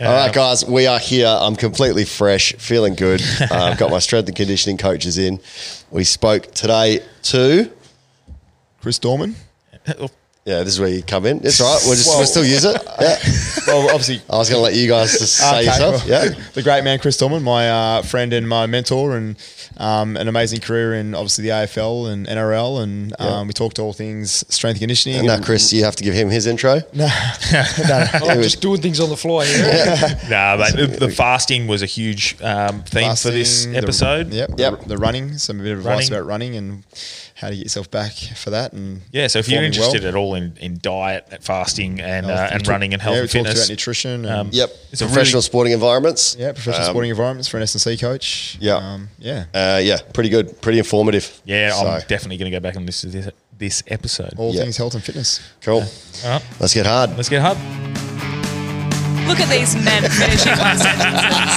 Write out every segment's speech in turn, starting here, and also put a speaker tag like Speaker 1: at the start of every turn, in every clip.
Speaker 1: All right, guys, we are here. I'm completely fresh, feeling good. Uh, I've got my strength and conditioning coaches in. We spoke today to.
Speaker 2: Chris Dorman.
Speaker 1: Yeah, this is where you come in. It's all right. We'll just we'll still use it. Yeah.
Speaker 2: Well, obviously,
Speaker 1: I was going to let you guys just say
Speaker 2: Okay,
Speaker 1: yourself.
Speaker 2: well,
Speaker 1: Yeah.
Speaker 2: The great man, Chris Tillman, my uh, friend and my mentor, and um, an amazing career in obviously the AFL and NRL. And um, we talked all things strength and conditioning.
Speaker 1: And now, Chris, you have to give him his intro.
Speaker 3: I'm just doing things on the fly here.
Speaker 4: Nah, mate, the, the fasting was a huge um, theme for this
Speaker 2: Fasting, the-
Speaker 4: episode.
Speaker 2: yep.
Speaker 1: Yep.
Speaker 2: The, the running, some bit of advice
Speaker 4: Running.
Speaker 2: about running and how to get yourself back for that. And
Speaker 4: Yeah, so if you're
Speaker 2: performing
Speaker 4: interested
Speaker 2: well.
Speaker 4: at all in, in diet, fasting, and
Speaker 2: Health, we
Speaker 4: uh, and
Speaker 2: talked-
Speaker 4: running and health
Speaker 2: yeah,
Speaker 4: and
Speaker 2: we talked
Speaker 4: fitness,
Speaker 2: about nutrition. And
Speaker 4: um,
Speaker 1: Yep.
Speaker 4: It's a really-
Speaker 1: professional sporting environments.
Speaker 2: Yeah, professional
Speaker 1: Um,
Speaker 2: sporting environments for an SNC coach.
Speaker 1: Yeah.
Speaker 2: Um, yeah.
Speaker 1: Uh, yeah, pretty good, pretty informative.
Speaker 4: yeah, I'm
Speaker 1: So,
Speaker 4: definitely going to go back and listen to this, this episode.
Speaker 2: all
Speaker 1: yeah.
Speaker 2: things health and fitness.
Speaker 1: cool.
Speaker 4: All right,
Speaker 1: Let's get hard.
Speaker 4: Uh-huh. let's get hard.
Speaker 5: Look at these men finishing my sentences.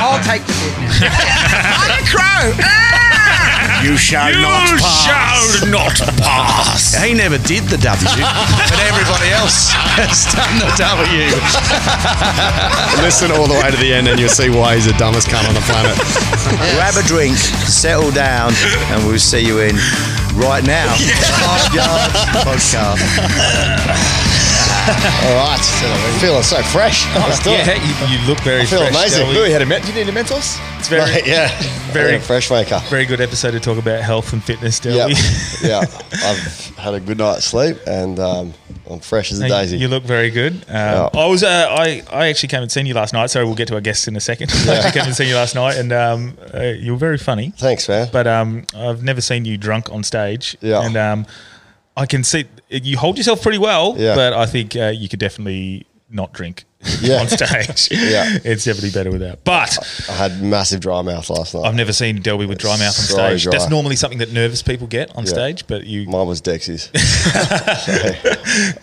Speaker 6: I'll take the bid now.
Speaker 5: I'm a crow. Ah!
Speaker 7: You shall not pass.
Speaker 4: shall not pass.
Speaker 7: He never did the W, but everybody else has done the W.
Speaker 8: Listen all the way to the end, and you'll see why he's the dumbest cunt on the planet.
Speaker 7: Grab a drink, settle down, and we'll see you in right now. Half Yard Podcast.
Speaker 1: All right. I'm feeling so fresh. Let's do
Speaker 4: Yeah,
Speaker 1: it.
Speaker 4: you, you look very
Speaker 1: feel
Speaker 4: fresh,
Speaker 1: amazing.
Speaker 4: Joey.
Speaker 2: Louis had a men- Do you need a Mentos?
Speaker 4: It's very,
Speaker 1: Mate, yeah.
Speaker 4: very-
Speaker 1: Yeah, fresh maker.
Speaker 4: very good episode to talk about health and fitness,
Speaker 1: Yeah.
Speaker 4: Delby.
Speaker 1: yeah. I've had a good night's sleep and um, I'm fresh as a daisy.
Speaker 4: You look very good. Um, I was, uh, I, I actually came and seen you last night. Sorry, we'll get to our guests in a second. I came and seen you last night, and um, uh, you were very funny.
Speaker 1: Thanks, man.
Speaker 4: But um, I've never seen you drunk on stage.
Speaker 1: Yeah.
Speaker 4: And um, I can see you hold yourself pretty well.
Speaker 1: Yeah.
Speaker 4: But I think uh, you could definitely not drink
Speaker 1: Yeah.
Speaker 4: on stage.
Speaker 1: Yeah.
Speaker 4: It's definitely better without. But
Speaker 1: I had massive dry mouth last night.
Speaker 4: I've never seen Delby with dry mouth on
Speaker 1: so
Speaker 4: stage.
Speaker 1: dry.
Speaker 4: That's normally something that nervous people get on
Speaker 1: Yeah.
Speaker 4: stage. But you,
Speaker 1: Mine was Dexys.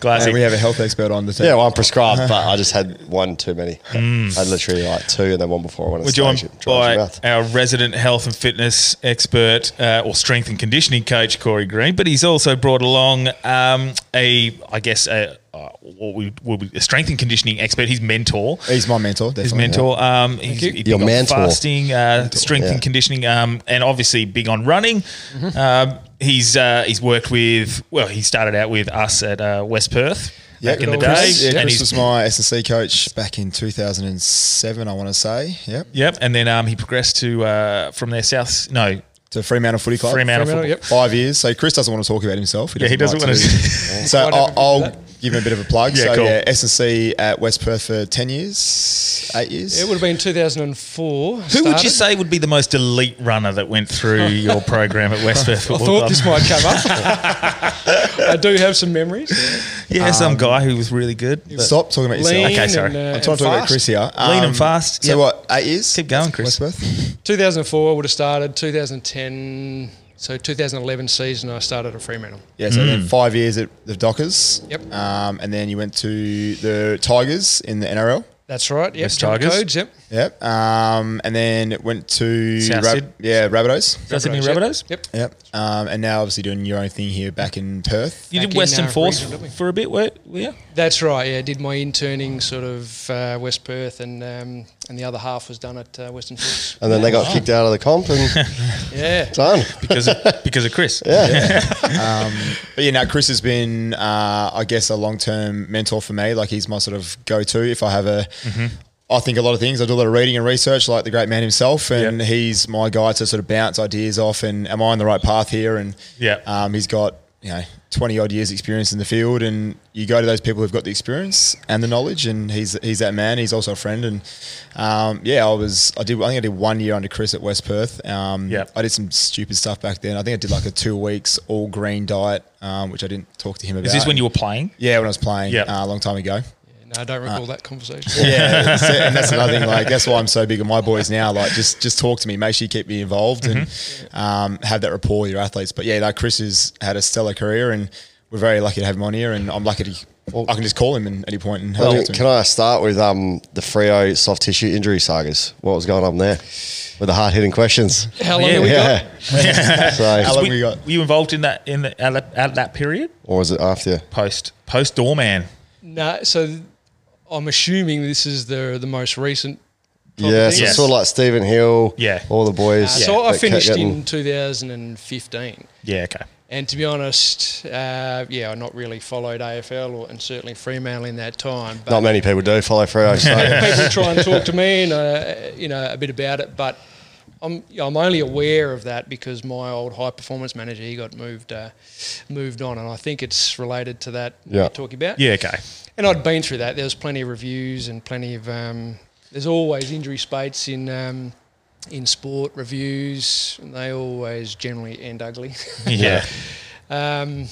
Speaker 4: classic.
Speaker 2: And we have a health expert on the team.
Speaker 1: yeah, well, I'm prescribed, but I just had one too many.
Speaker 4: Mm.
Speaker 1: I had literally like two and then one before I went on
Speaker 4: We're
Speaker 1: stage.
Speaker 4: joined
Speaker 1: It dries your
Speaker 4: by
Speaker 1: mouth.
Speaker 4: our resident health and fitness expert uh, or strength and conditioning coach, Corey Green, but he's also brought along um, a, I guess, a, uh, what we, will be a strength and conditioning expert, his mentor.
Speaker 2: He's my mentor. Definitely.
Speaker 4: His mentor. Um, he's
Speaker 3: you.
Speaker 4: big
Speaker 1: Your
Speaker 4: on
Speaker 1: mentor.
Speaker 4: Fasting, uh, strength
Speaker 1: yeah.
Speaker 4: and conditioning, um, and obviously big on running. Um, he's uh, he's worked with well, he started out with us at uh, West Perth back in the day,
Speaker 2: Chris, yeah,
Speaker 4: and
Speaker 2: Chris
Speaker 4: he's
Speaker 2: was my SNC coach back in 2007, I want to say. Yep.
Speaker 4: yep, and then um, he progressed to uh, from there south no
Speaker 2: To Fremantle Footy Club.
Speaker 4: Fremantle.
Speaker 3: Fremantle,
Speaker 4: Football-
Speaker 3: yep.
Speaker 2: Five years. So Chris doesn't want to talk about himself.
Speaker 4: Yeah, he doesn't
Speaker 2: like
Speaker 4: want to-
Speaker 2: so
Speaker 3: Quite
Speaker 2: I'll,
Speaker 3: happy with
Speaker 2: I'll
Speaker 3: that.
Speaker 2: give him a bit of a plug.
Speaker 4: Yeah,
Speaker 2: so
Speaker 4: cool.
Speaker 2: yeah, SNC at West Perth for 10 years, eight years.
Speaker 3: It would have been 2004.
Speaker 4: Who would you say would be the most elite runner that went through your program at West Perth
Speaker 3: I
Speaker 4: Football
Speaker 3: thought
Speaker 4: Club?
Speaker 3: this might come up. I do have some memories.
Speaker 4: yeah, some guy who was really good. but-
Speaker 2: Stop talking about
Speaker 3: Lean
Speaker 2: yourself.
Speaker 4: Okay, sorry.
Speaker 3: and, uh,
Speaker 2: I'm trying
Speaker 3: and
Speaker 2: to talk about
Speaker 3: fast.
Speaker 2: Chris here. Um,
Speaker 4: Lean and fast,
Speaker 2: So
Speaker 4: yep.
Speaker 2: what, eight years?
Speaker 4: Keep going, Chris.
Speaker 2: West Perth?
Speaker 3: 2004 I would have started. 2010, so 2011 season I started at Fremantle.
Speaker 2: Yeah, so
Speaker 4: Mm.
Speaker 2: then five years at the Dockers.
Speaker 3: Yep.
Speaker 2: Um, and then you went to the Tigers in the NRL.
Speaker 3: That's right. Yep.
Speaker 4: West
Speaker 3: Jump
Speaker 4: Tigers.
Speaker 3: Codes, yep.
Speaker 2: Yep. Um, and then went to
Speaker 4: South
Speaker 2: Rab-
Speaker 4: Sid.
Speaker 2: yeah Rabbitohs.
Speaker 4: That's Sydney
Speaker 3: yep.
Speaker 4: Rabbitohs?
Speaker 3: Yep.
Speaker 2: Yep. Um, and now obviously doing your own thing here back in Perth.
Speaker 4: You
Speaker 3: Back
Speaker 4: did
Speaker 3: in,
Speaker 4: Western
Speaker 3: uh,
Speaker 4: Force
Speaker 3: Fremantle, didn't we?
Speaker 4: for a bit, were, were you?
Speaker 3: That's right. Yeah, did my interning sort of uh, West Perth, and um, and the other half was done at uh, Western Force.
Speaker 1: and then they got kicked out of the comp and
Speaker 3: Yeah.
Speaker 1: done.
Speaker 4: Because of, because of Chris.
Speaker 2: But yeah, now Chris has been, uh, I guess, a long term mentor for me. Like he's my sort of go to if I have a.
Speaker 4: Mm-hmm.
Speaker 2: I think a lot of things. I do a lot of reading and research, like the great man himself, and
Speaker 4: Yep.
Speaker 2: he's my guy to sort of bounce ideas off. And am I on the right path here? And
Speaker 4: Yep.
Speaker 2: um, he's got you know twenty odd years experience in the field, and you go to those people who've got the experience and the knowledge, and he's he's that man. He's also a friend, and um, yeah, I was I did I think I did one year under Chris at West Perth. Um,
Speaker 4: Yep.
Speaker 2: I did some stupid stuff back then. I think I did like a two weeks all green diet, um, which I didn't talk to him about.
Speaker 4: Is this when you were playing?
Speaker 2: Yeah, when I was playing
Speaker 4: Yep.
Speaker 2: uh, a long time ago.
Speaker 3: No, I don't recall that conversation.
Speaker 2: Yeah, so- and that's another thing. Like that's why I'm so big on my boys now. Like just just talk to me, make sure you keep me involved and um, have that rapport with your athletes. But yeah, like Chris has had a stellar career, and we're very lucky to have him on here. And I'm lucky to I can just call him at any point and have
Speaker 1: Well,
Speaker 2: a chat to
Speaker 1: can
Speaker 2: him.
Speaker 1: I start with um, the Frio soft tissue injury sagas? What was going on there with the hard hitting questions?
Speaker 3: How
Speaker 4: Yeah,
Speaker 3: long have we got?
Speaker 1: Yeah. so,
Speaker 2: How long we got?
Speaker 4: Were you involved in that in the, at, that, at that period?
Speaker 1: or was it after?
Speaker 4: Post post doorman.
Speaker 3: No, so I'm assuming this is the the most recent. type of
Speaker 1: Yeah,
Speaker 3: thing.
Speaker 1: so
Speaker 4: Yes.
Speaker 1: it's sort of like Stephen Hill.
Speaker 4: Yeah.
Speaker 1: all the
Speaker 3: Uh,
Speaker 1: boys.
Speaker 3: So
Speaker 1: that
Speaker 3: I
Speaker 1: kept
Speaker 3: finished
Speaker 1: getting-
Speaker 3: in 2015.
Speaker 4: Yeah, okay.
Speaker 3: And to be honest, uh, yeah, I not really followed AFL or, and certainly Fremantle in that time. But
Speaker 1: Not many people do follow Fredo. So.
Speaker 3: people try and talk to me and uh, you know a bit about it, but I'm you know, I'm only aware of that because my old high performance manager he got moved uh, moved on, and I think it's related to that
Speaker 1: Yeah.
Speaker 3: you're talking about.
Speaker 4: Yeah, okay.
Speaker 3: and I'd been through that. There was plenty of reviews and plenty of um, there's always injury spates in. Um, in sport reviews, and they always generally end ugly.
Speaker 4: Yeah.
Speaker 3: Um,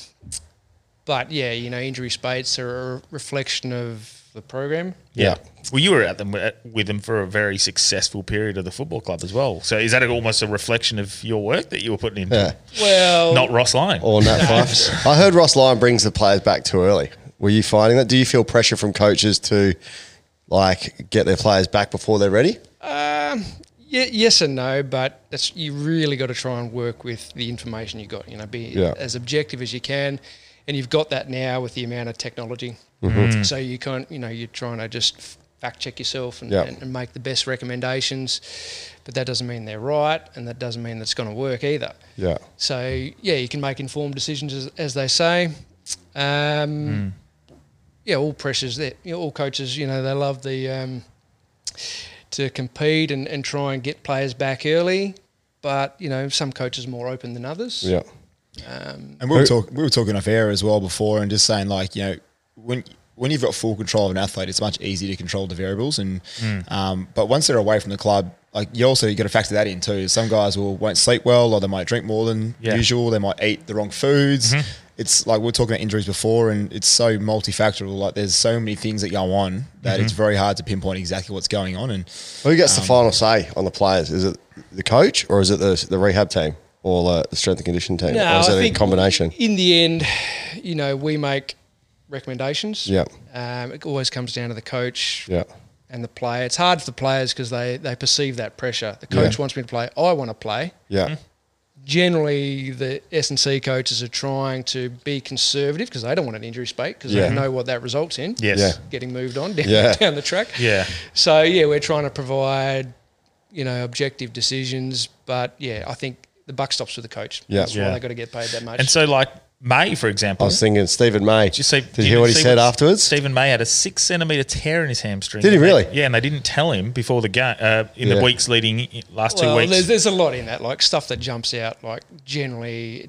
Speaker 3: but yeah, you know, injury spates are a reflection of the program.
Speaker 4: Yeah. Well, you were at them with them for a very successful period of the football club as well. So is that almost a reflection of your work that you were putting into?
Speaker 1: Yeah.
Speaker 3: Well,
Speaker 4: Not Ross Lyon.
Speaker 1: Or Nat Fifes. I heard Ross Lyon brings the players back too early. Were you finding that? Do you feel pressure from coaches to like get their players back before they're ready?
Speaker 3: Ye- yes and no, but that's you really got to try and work with the information you got. You know, be
Speaker 1: Yeah.
Speaker 3: as objective as you can, and you've got that now with the amount of technology. So you can't, you know, you're trying to just fact check yourself and,
Speaker 1: Yeah.
Speaker 3: and, and make the best recommendations, but that doesn't mean they're right, and that doesn't mean that's going to work either.
Speaker 1: Yeah.
Speaker 3: So yeah, you can make informed decisions as, as they say. Um, Yeah, all pressures there. You know, all coaches, you know, they love the um, to compete and, and try and get players back early, but you know, some coaches are more open than others.
Speaker 1: Yeah.
Speaker 2: And we were, talk, we were talking off air as well before, and just saying like you know when when you've got full control of an athlete, it's much easier to control the variables. And
Speaker 4: Hmm.
Speaker 2: um, but once they're away from the club, like you also you got to factor that in too. Some guys will won't sleep well, or they might drink more than
Speaker 4: Yeah. Mm-hmm.
Speaker 2: usual. They might eat the wrong foods. It's like we are talking about injuries before, and it's so multifactorial. Like there's so many things that go on that
Speaker 4: Mm-hmm.
Speaker 2: it's very hard to pinpoint exactly what's going on. And
Speaker 1: Who gets
Speaker 4: Um,
Speaker 1: the final say on the players? Is it the coach or is it the, the rehab team or uh, the strength and conditioning team?
Speaker 3: No,
Speaker 1: or is
Speaker 3: I
Speaker 1: it a
Speaker 3: think
Speaker 1: combination?
Speaker 3: In the end, you know, we make recommendations.
Speaker 1: Yeah.
Speaker 3: Um, it always comes down to the coach.
Speaker 1: Yeah.
Speaker 3: And the player. It's hard for the players because they they perceive that pressure. The coach
Speaker 1: Yeah.
Speaker 3: wants me to play. I want to play.
Speaker 1: Yeah.
Speaker 4: Hmm?
Speaker 3: generally the S and C coaches are trying to be conservative because they don't want an injury spate because
Speaker 1: Yeah.
Speaker 3: they know what that results in.
Speaker 4: yes.
Speaker 1: Yeah.
Speaker 3: Getting moved on down,
Speaker 1: Yeah.
Speaker 3: down the track.
Speaker 4: Yeah.
Speaker 3: So yeah, we're trying to provide, you know, objective decisions. But yeah, I think the buck stops with the coach.
Speaker 1: Yeah.
Speaker 3: That's
Speaker 4: Yeah.
Speaker 3: why they got to get paid that much.
Speaker 4: And so, like May, for
Speaker 1: I
Speaker 4: example.
Speaker 1: was thinking Stephen May.
Speaker 4: Did you, see,
Speaker 1: Oh, Did you hear what he
Speaker 4: see
Speaker 1: said afterwards?
Speaker 4: Stephen May had a six centimetre tear in his hamstring.
Speaker 1: Did he
Speaker 4: And they-
Speaker 1: really?
Speaker 4: yeah, and they didn't tell him before the game, uh, in
Speaker 1: Yeah.
Speaker 4: the weeks leading, last
Speaker 3: well,
Speaker 4: two weeks.
Speaker 3: There's, there's a lot in that, like stuff that jumps out. Like generally,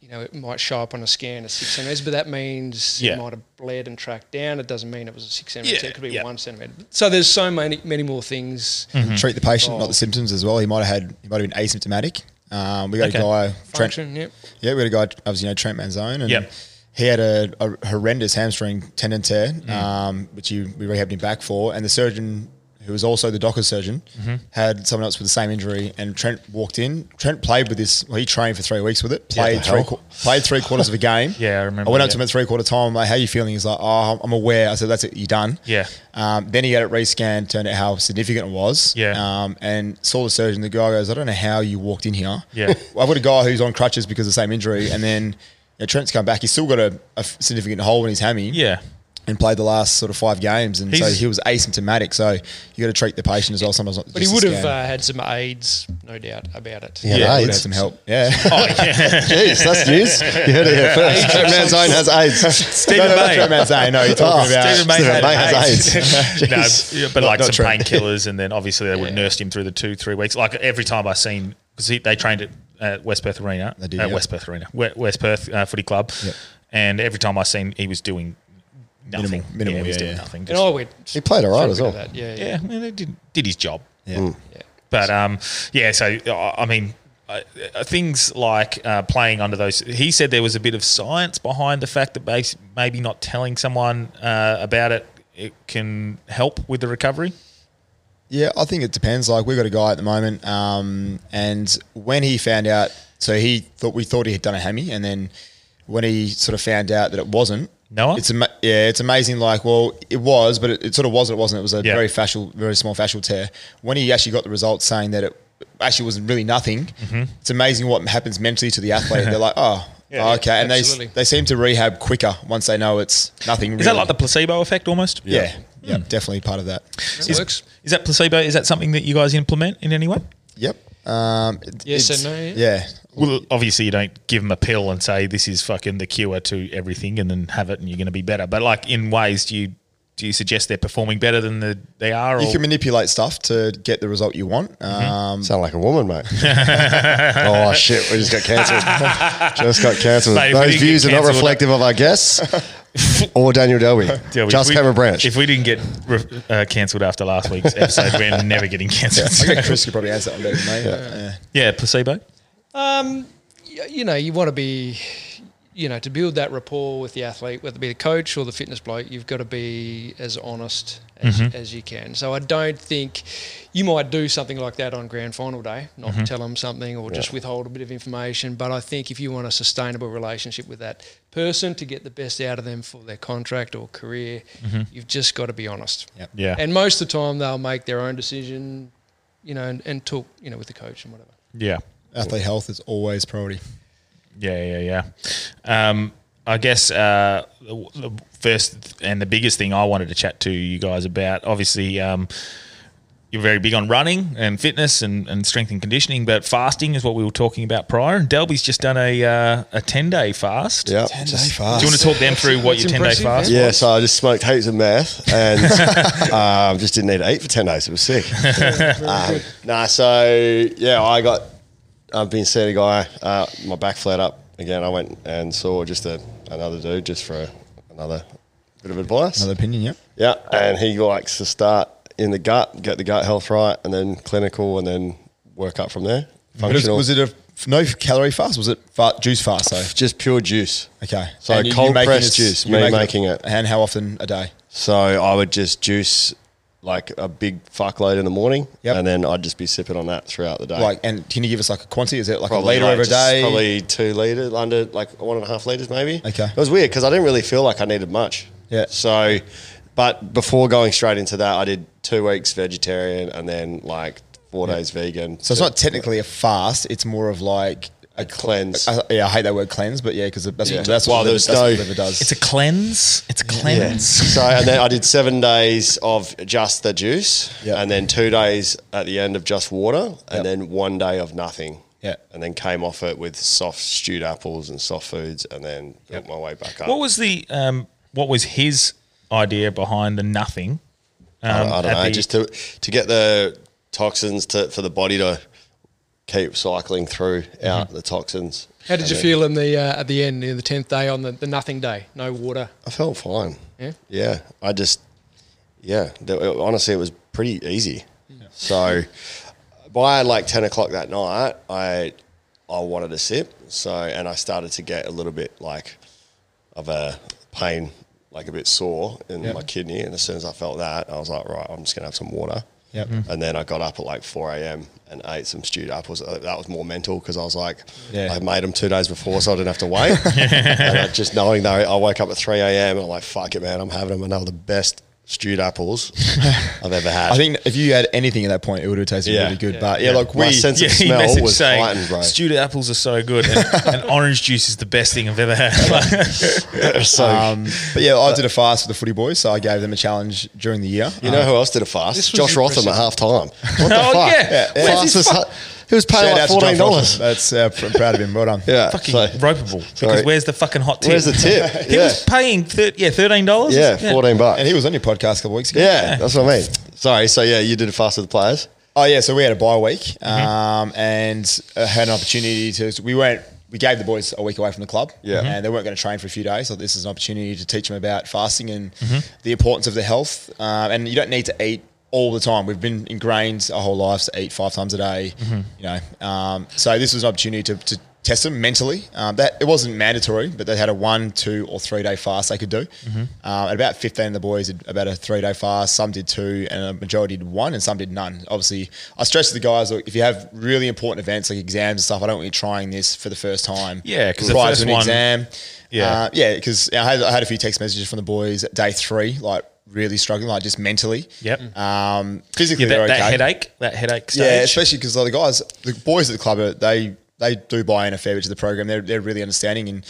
Speaker 3: you know, it might show up on a scan as six centimeters, but that means
Speaker 4: Yeah.
Speaker 3: it might have bled and tracked down. It doesn't mean it was a six centimeter.
Speaker 4: Yeah,
Speaker 3: it could be
Speaker 4: yeah. Mm,
Speaker 3: one centimeter. So there's so many, many more things.
Speaker 4: Mm-hmm.
Speaker 2: treat the patient,
Speaker 3: Oh.
Speaker 2: not the symptoms as well. He might have had he might have been asymptomatic. Um, we got
Speaker 4: Okay.
Speaker 2: a guy Trent-
Speaker 3: Function, yep.
Speaker 2: Yeah, we had a guy, obviously, you know, Trent Manzone, and
Speaker 4: Yep.
Speaker 2: he had a, a horrendous hamstring tendon tear,
Speaker 4: Mm.
Speaker 2: um, which he, we rehabbed him back for. And the surgeon, who was also the doctor's surgeon,
Speaker 4: Mm-hmm.
Speaker 2: had someone else with the same injury. And Trent walked in. Trent played with this. Well, he trained for three weeks with it. Played
Speaker 1: the
Speaker 2: three
Speaker 1: hell?
Speaker 2: qu- played three quarters of a game.
Speaker 4: Yeah, I remember,
Speaker 2: I went up
Speaker 4: yeah.
Speaker 2: to him at three quarter time. I'm like, "How you feeling?" He's like, "Oh, I'm aware." I said, "That's it. You done?"
Speaker 4: Yeah.
Speaker 2: Um, then he had it rescanned, turned out how significant it was.
Speaker 4: Yeah.
Speaker 2: Um, and saw the surgeon. The guy goes, I don't know how you walked in here.
Speaker 4: Yeah.
Speaker 2: I've got a guy who's on crutches because of the same injury. And then you know, Trent's come back. He's still got a, a significant hole in his hammy.
Speaker 4: yeah.
Speaker 2: And played the last sort of five games. And so
Speaker 4: He's-
Speaker 2: he was asymptomatic. So you got to treat the patient as well. Sometimes not
Speaker 3: But
Speaker 2: just
Speaker 3: he
Speaker 2: the
Speaker 3: would have
Speaker 2: scan.
Speaker 3: uh, had some aids, no doubt about it.
Speaker 1: Yeah,
Speaker 2: yeah,
Speaker 1: AIDS.
Speaker 2: would have had some help. Yeah.
Speaker 4: Oh, yeah.
Speaker 1: Jeez, that's news. You heard it here first. Trent Manzone has AIDS.
Speaker 4: Stephen
Speaker 2: no,
Speaker 4: May.
Speaker 2: Trent Manzane, no, you're
Speaker 1: Oh,
Speaker 2: talking about.
Speaker 4: Stephen May
Speaker 1: Stephen
Speaker 4: had
Speaker 1: May has
Speaker 4: AIDS.
Speaker 1: AIDS.
Speaker 4: no,
Speaker 1: Jeez.
Speaker 4: yeah, but like
Speaker 2: not
Speaker 4: some
Speaker 2: true.
Speaker 4: painkillers, and then obviously they would have nursed him through the two, three weeks. Like every time I seen, because they trained at uh, West Perth Arena,
Speaker 2: They did,
Speaker 4: uh,
Speaker 2: yeah.
Speaker 4: West Perth Arena, We- West Perth uh, Footy Club, and every time I seen he was doing nothing,
Speaker 2: Minimal- minimal,
Speaker 4: yeah, he was
Speaker 2: yeah,
Speaker 4: doing
Speaker 2: yeah.
Speaker 4: nothing.
Speaker 3: And
Speaker 4: Just,
Speaker 3: I went.
Speaker 1: He played all right as well.
Speaker 3: That. Yeah, yeah.
Speaker 4: yeah, well, he did, did his job.
Speaker 2: Yeah.
Speaker 4: But um, yeah, so uh, I mean, uh, uh, things like uh, playing under those. He said there was a bit of science behind the fact that bas- maybe not telling someone uh, about it, it can help with the recovery.
Speaker 2: Yeah, I think it depends. Like we've got a guy at the moment, um, and when he found out, so he thought we thought he had done a hammy, and then when he sort of found out that it wasn't,
Speaker 4: Noah?
Speaker 2: it's ama- yeah, it's amazing. Like, well, it was, but it, it sort of wasn't. It wasn't. It was a
Speaker 4: Yeah.
Speaker 2: very fascial, very small fascial tear. When he actually got the results
Speaker 4: Mm-hmm.
Speaker 2: saying that it actually was really nothing, it's amazing what happens mentally to the athlete. They're like, oh. okay, and they,
Speaker 3: absolutely.
Speaker 2: they seem to rehab quicker once they know it's nothing.
Speaker 4: Is
Speaker 2: real.
Speaker 4: that like the placebo effect almost?
Speaker 2: yeah, yeah, definitely part of that.
Speaker 4: Is,
Speaker 3: works.
Speaker 4: is that placebo? Is that something that you guys implement in any way?
Speaker 2: Yep. Um, it-
Speaker 3: Yes
Speaker 2: it's-
Speaker 3: and no, yeah.
Speaker 4: Well, obviously you don't give them a pill and say this is fucking the cure to everything, and then have it and you're going to be better. But like in ways, do you do you suggest they're performing better than the, they are?
Speaker 2: You
Speaker 4: or-
Speaker 2: can manipulate stuff to get the result you want.
Speaker 1: Mm-hmm.
Speaker 2: Um,
Speaker 1: Sound like a woman, mate. oh shit, we just got cancelled. just got cancelled.
Speaker 4: Mate, if we
Speaker 1: Those
Speaker 4: didn't get
Speaker 1: views are not
Speaker 4: cancelled-
Speaker 1: reflective of our guests or Daniel Delby.
Speaker 4: Yeah, we-
Speaker 1: just
Speaker 4: we-
Speaker 1: Cameron Branch.
Speaker 4: If we didn't get re- uh, cancelled after last week's episode, we're never getting
Speaker 2: I
Speaker 4: cancelled.
Speaker 2: think Chris could probably answer that one better than me. but, yeah.
Speaker 4: yeah, placebo.
Speaker 3: y- you know, you want to be, you know, to build that rapport with the athlete, whether it be the coach or the fitness bloke, you've got to be as honest as, as you can. So I don't think you might do something like that on grand final day, not tell them something or just withhold a bit of information. But I think if you want a sustainable relationship with that person to get the best out of them for their contract or career, you've just got to be honest.
Speaker 4: Yeah.
Speaker 3: And most of the time, they'll make their own decision, you know, and, and talk, you know, with the coach and whatever.
Speaker 4: yeah.
Speaker 2: Athlete health is always priority.
Speaker 4: Yeah, yeah, yeah. Um, I guess uh, the the first and the biggest thing I wanted to chat to you guys about, obviously, um, you're very big on running and fitness and, and strength and conditioning, but fasting is what we were talking about prior. And Delby's just done a uh, a ten day fast.
Speaker 1: Yep.
Speaker 4: Do you want to talk them through what
Speaker 3: That's
Speaker 4: your ten day
Speaker 3: impressive,
Speaker 4: fast?
Speaker 1: Yeah, so I just smoked heaps of meth and um, just didn't need to eat for 10 days. It was sick. um, nah, so yeah, I got, I've been seeing a guy, uh, my back flared up again. I went and saw just a, another dude just for a, another bit of advice.
Speaker 2: Another opinion, yeah.
Speaker 1: Yeah, and he likes to start in the gut, get the gut health right, and then clinical, and then work up from there.
Speaker 2: But is-
Speaker 1: Functional.
Speaker 2: was it a f- no calorie fast? Was it fa- juice fast though?
Speaker 1: just pure juice?
Speaker 2: Okay,
Speaker 1: So
Speaker 2: And you- you
Speaker 1: cold
Speaker 2: making
Speaker 1: pressed
Speaker 2: this-
Speaker 1: juice,
Speaker 2: you're
Speaker 1: me making it.
Speaker 2: And how often a day?
Speaker 1: So I would just juice like a big fuckload in the morning,
Speaker 2: Yep.
Speaker 1: and then I'd just be sipping on that throughout the day.
Speaker 2: Like, and can you give us like a quantity? Is it like
Speaker 1: Probably
Speaker 2: a liter
Speaker 1: like
Speaker 2: every
Speaker 1: just
Speaker 2: day?
Speaker 1: Probably two liters, under like one and a half liters, maybe.
Speaker 2: Okay.
Speaker 1: It was weird because I didn't really feel like I needed much.
Speaker 2: Yeah.
Speaker 1: So, but before going straight into that, I did two weeks vegetarian and then like four days vegan.
Speaker 2: So it's not technically a fast. It's more of like a
Speaker 1: cleanse.
Speaker 2: I, yeah, I hate that word cleanse, but yeah, because that's,
Speaker 1: Yeah.
Speaker 2: what that's
Speaker 1: Well,
Speaker 2: what, the liver,
Speaker 1: there's
Speaker 2: that's what
Speaker 1: no-
Speaker 2: the liver does.
Speaker 4: It's a cleanse. It's a cleanse.
Speaker 1: So and then I did seven days of just the juice,
Speaker 2: Yeah.
Speaker 1: and then two days at the end of just water, and
Speaker 2: Yeah.
Speaker 1: then one day of nothing.
Speaker 2: Yeah.
Speaker 1: And then came off it with soft stewed apples and soft foods, and then built my way back up.
Speaker 4: What was the um, what was his idea behind the nothing?
Speaker 1: I don't, I
Speaker 4: um,
Speaker 1: don't
Speaker 4: at
Speaker 1: know,
Speaker 4: the-
Speaker 1: just to to get the toxins to for the body to keep cycling through out the toxins.
Speaker 3: How did
Speaker 1: And
Speaker 3: you
Speaker 1: then-
Speaker 3: feel in the uh, at the end, in the tenth day on the, the nothing day, no water?
Speaker 1: I felt fine.
Speaker 3: Yeah?
Speaker 1: Yeah. I just, yeah. Th- honestly, it was pretty easy. So by like 10 o'clock that night, I, I wanted a sip. So, and I started to get a little bit like of a pain, like a bit sore in my kidney. And as soon as I felt that, I was like, right, I'm just going to have some water.
Speaker 2: Yep. Mm.
Speaker 1: And then I got up at like 4 a.m. and ate some stewed apples. Uh, That was more mental because I was like,
Speaker 2: Yeah.
Speaker 1: I made them two days before, so I didn't have to wait. and I, just knowing though, I woke up at 3 a.m. and I'm like, fuck it, man, I'm having them another the best stewed apples I've ever had.
Speaker 2: I think if you had anything at that point, it would have tasted
Speaker 1: Yeah.
Speaker 2: really good.
Speaker 1: Yeah.
Speaker 2: But yeah,
Speaker 1: Yeah.
Speaker 2: like
Speaker 1: My
Speaker 2: we,
Speaker 1: sense of
Speaker 4: he
Speaker 1: smell
Speaker 4: messaged
Speaker 1: was heightened, bro.
Speaker 4: Stewed apples are so good, and, and orange juice is the best thing I've ever had.
Speaker 1: so.
Speaker 2: um, but yeah, I did a fast with the footy boys, so I gave them a challenge during the year.
Speaker 1: you know who else did a fast?
Speaker 3: was
Speaker 1: Josh Rotham at half time. What the
Speaker 4: Oh,
Speaker 1: fuck?
Speaker 4: yeah. Yeah, yeah.
Speaker 1: Fastest hu- He was paid like
Speaker 2: to John
Speaker 1: fourteen dollars.
Speaker 2: Foster. That's uh, pr- I'm proud of him. Well done.
Speaker 1: Yeah.
Speaker 4: fucking
Speaker 1: so-
Speaker 4: ropeable.
Speaker 1: Sorry.
Speaker 4: Because where's the fucking hot tip?
Speaker 1: Where's the tip?
Speaker 4: He
Speaker 1: yeah.
Speaker 4: was paying thir- yeah thirteen dollars.
Speaker 1: yeah, fourteen bucks.
Speaker 2: and he was on your podcast a couple weeks ago.
Speaker 1: yeah, that's what I mean. Sorry. So yeah, you did a fast with the players.
Speaker 2: Oh yeah, so we had a bye week
Speaker 1: Mm-hmm.
Speaker 2: um, and uh, had an opportunity to. We weren't. We gave the boys a week away from the club,
Speaker 1: Yeah. Mhm.
Speaker 2: and they weren't going to train for a few days. So this is an opportunity to teach them about fasting and
Speaker 1: Mm-hmm.
Speaker 2: the importance of the health. Um, and you don't need to eat all the time. We've been ingrained our whole lives to eat five times a day.
Speaker 1: Mm-hmm.
Speaker 2: You know, um, so this was an opportunity to. to Test them mentally. Um, that it wasn't mandatory, but they had a one, two, or three day fast they could do.
Speaker 4: Mm-hmm.
Speaker 2: Uh, and about fifteen of the boys did about a three day fast. Some did two, and a majority did one, and some did none. Obviously, I stress to the guys: look, if you have really important events like exams and stuff, I don't want you trying this for the first time.
Speaker 4: Yeah, 'cause the
Speaker 2: prior
Speaker 4: first
Speaker 2: to an
Speaker 4: one-
Speaker 2: exam.
Speaker 4: Yeah.
Speaker 2: Uh, yeah, because I had, I had a few text messages from the boys at day three, like really struggling, like just mentally.
Speaker 1: Mm.
Speaker 4: Yep.
Speaker 2: Um, physically,
Speaker 4: Yeah, that,
Speaker 2: they're okay.
Speaker 4: that headache, that headache stage.
Speaker 2: Yeah, especially because the guys, the boys at the club, are, they they do buy in a fair bit to the program. They're, they're really understanding and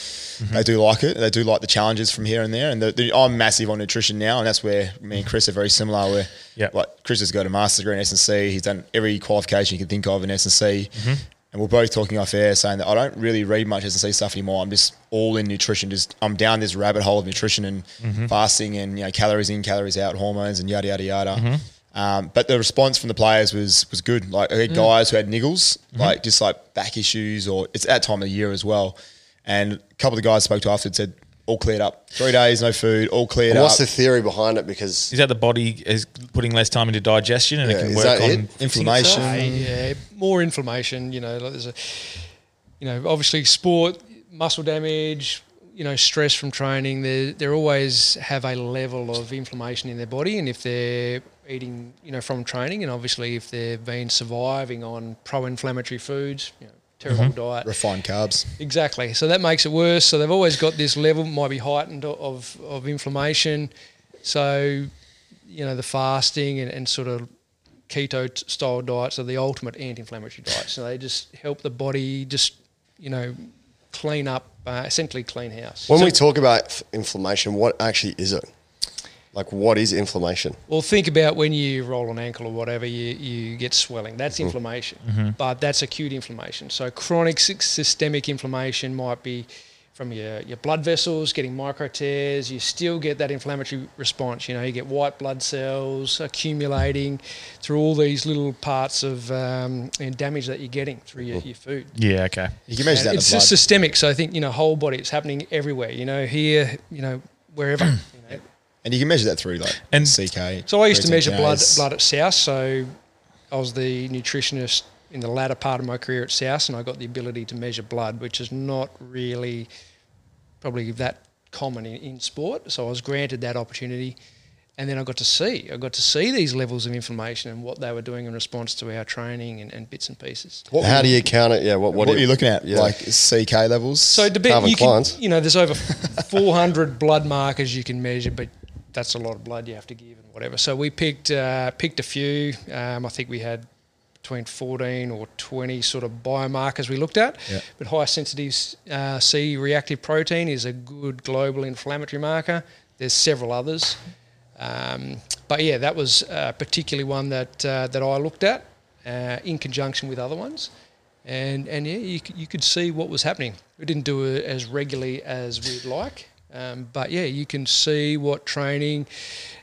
Speaker 2: they do like it. They do like the challenges from here and there. And the, the, I'm massive on nutrition now, and that's where me and Chris are very similar. Where
Speaker 4: Yeah.
Speaker 2: like Chris has got a master's degree in S&C. He's done every qualification you can think of in S&C.
Speaker 1: Mm-hmm.
Speaker 2: And we're both talking off air saying that I don't really read much S&C stuff anymore. I'm just all in nutrition. Just I'm down this rabbit hole of nutrition and
Speaker 1: Mm-hmm.
Speaker 2: fasting and you know calories in, calories out, hormones and yada yada yada.
Speaker 1: Mm-hmm.
Speaker 2: Um, but the response from the players was was good. Like I
Speaker 1: Mm.
Speaker 2: had guys who had niggles,
Speaker 1: Mm-hmm.
Speaker 2: like just like back issues, or it's that time of the year as well. And a couple of the guys I spoke to after said all cleared up. Three days, no food, all cleared
Speaker 1: And
Speaker 2: up.
Speaker 1: what's the theory behind it? Because
Speaker 4: Is that the body is putting less time into digestion and
Speaker 1: Yeah,
Speaker 4: it can
Speaker 1: is
Speaker 4: work
Speaker 1: that
Speaker 4: on
Speaker 1: it?
Speaker 4: Oh.
Speaker 2: inflammation.
Speaker 3: Hey, yeah, more inflammation. You know, like there's a, you know, obviously sport, muscle damage, you know, stress from training. They they always have a level of inflammation in their body, and if they're eating, you know, from training, and obviously if they've been surviving on pro-inflammatory foods, you know, terrible diet,
Speaker 2: refined carbs.
Speaker 3: Exactly. So that makes it worse. So they've always got this level might be heightened of of inflammation. So you know the fasting and, and sort of keto t- style diets are the ultimate anti-inflammatory diets. So they just help the body just you know clean up, uh, essentially clean house.
Speaker 1: when we talk about f- inflammation, what actually is it? Like, what is inflammation?
Speaker 3: Well, think about when you roll an ankle or whatever, you, you get swelling. That's inflammation,
Speaker 2: Mm-hmm.
Speaker 3: but that's acute inflammation. So, chronic sy- systemic inflammation might be from your, your blood vessels getting micro tears. You still get that inflammatory response. You know, you get white blood cells accumulating through all these little parts of um, and damage that you're getting through your, your food.
Speaker 4: Yeah, okay.
Speaker 2: You can measure that in the
Speaker 3: It's
Speaker 2: blood.
Speaker 3: just systemic. So, I think, you know, whole body, it's happening everywhere, you know, here, you know, wherever. you know.
Speaker 2: and you can measure that through like
Speaker 4: And-
Speaker 2: CK.
Speaker 3: So I used to
Speaker 2: creatine
Speaker 3: measure blood
Speaker 2: kinase.
Speaker 3: blood at South. So I was the nutritionist in the latter part of my career at South, and I got the ability to measure blood, which is not really probably that common in, in sport. So I was granted that opportunity, and then I got to see I got to see these levels of inflammation and what they were doing in response to our training and, and bits and pieces.
Speaker 1: How do you count it? Yeah, what
Speaker 2: What,
Speaker 1: do
Speaker 2: are you looking at?
Speaker 1: Yeah.
Speaker 2: Like CK levels.
Speaker 3: So it depends.
Speaker 1: Calvin
Speaker 3: You, can,
Speaker 1: Klein's.
Speaker 3: you know, there's over 400 blood markers you can measure, but that's a lot of blood you have to give and whatever. So we picked uh, picked a few. Um, I think we had between 14 or 20 sort of biomarkers we looked at. But high sensitive uh, C reactive protein is a good global inflammatory marker. There's several others. Um, but yeah, that was uh, particularly one that uh, that I looked at uh, in conjunction with other ones, and and yeah, you, c- you could see what was happening. We didn't do it as regularly as we'd like, um, but yeah, you can see what training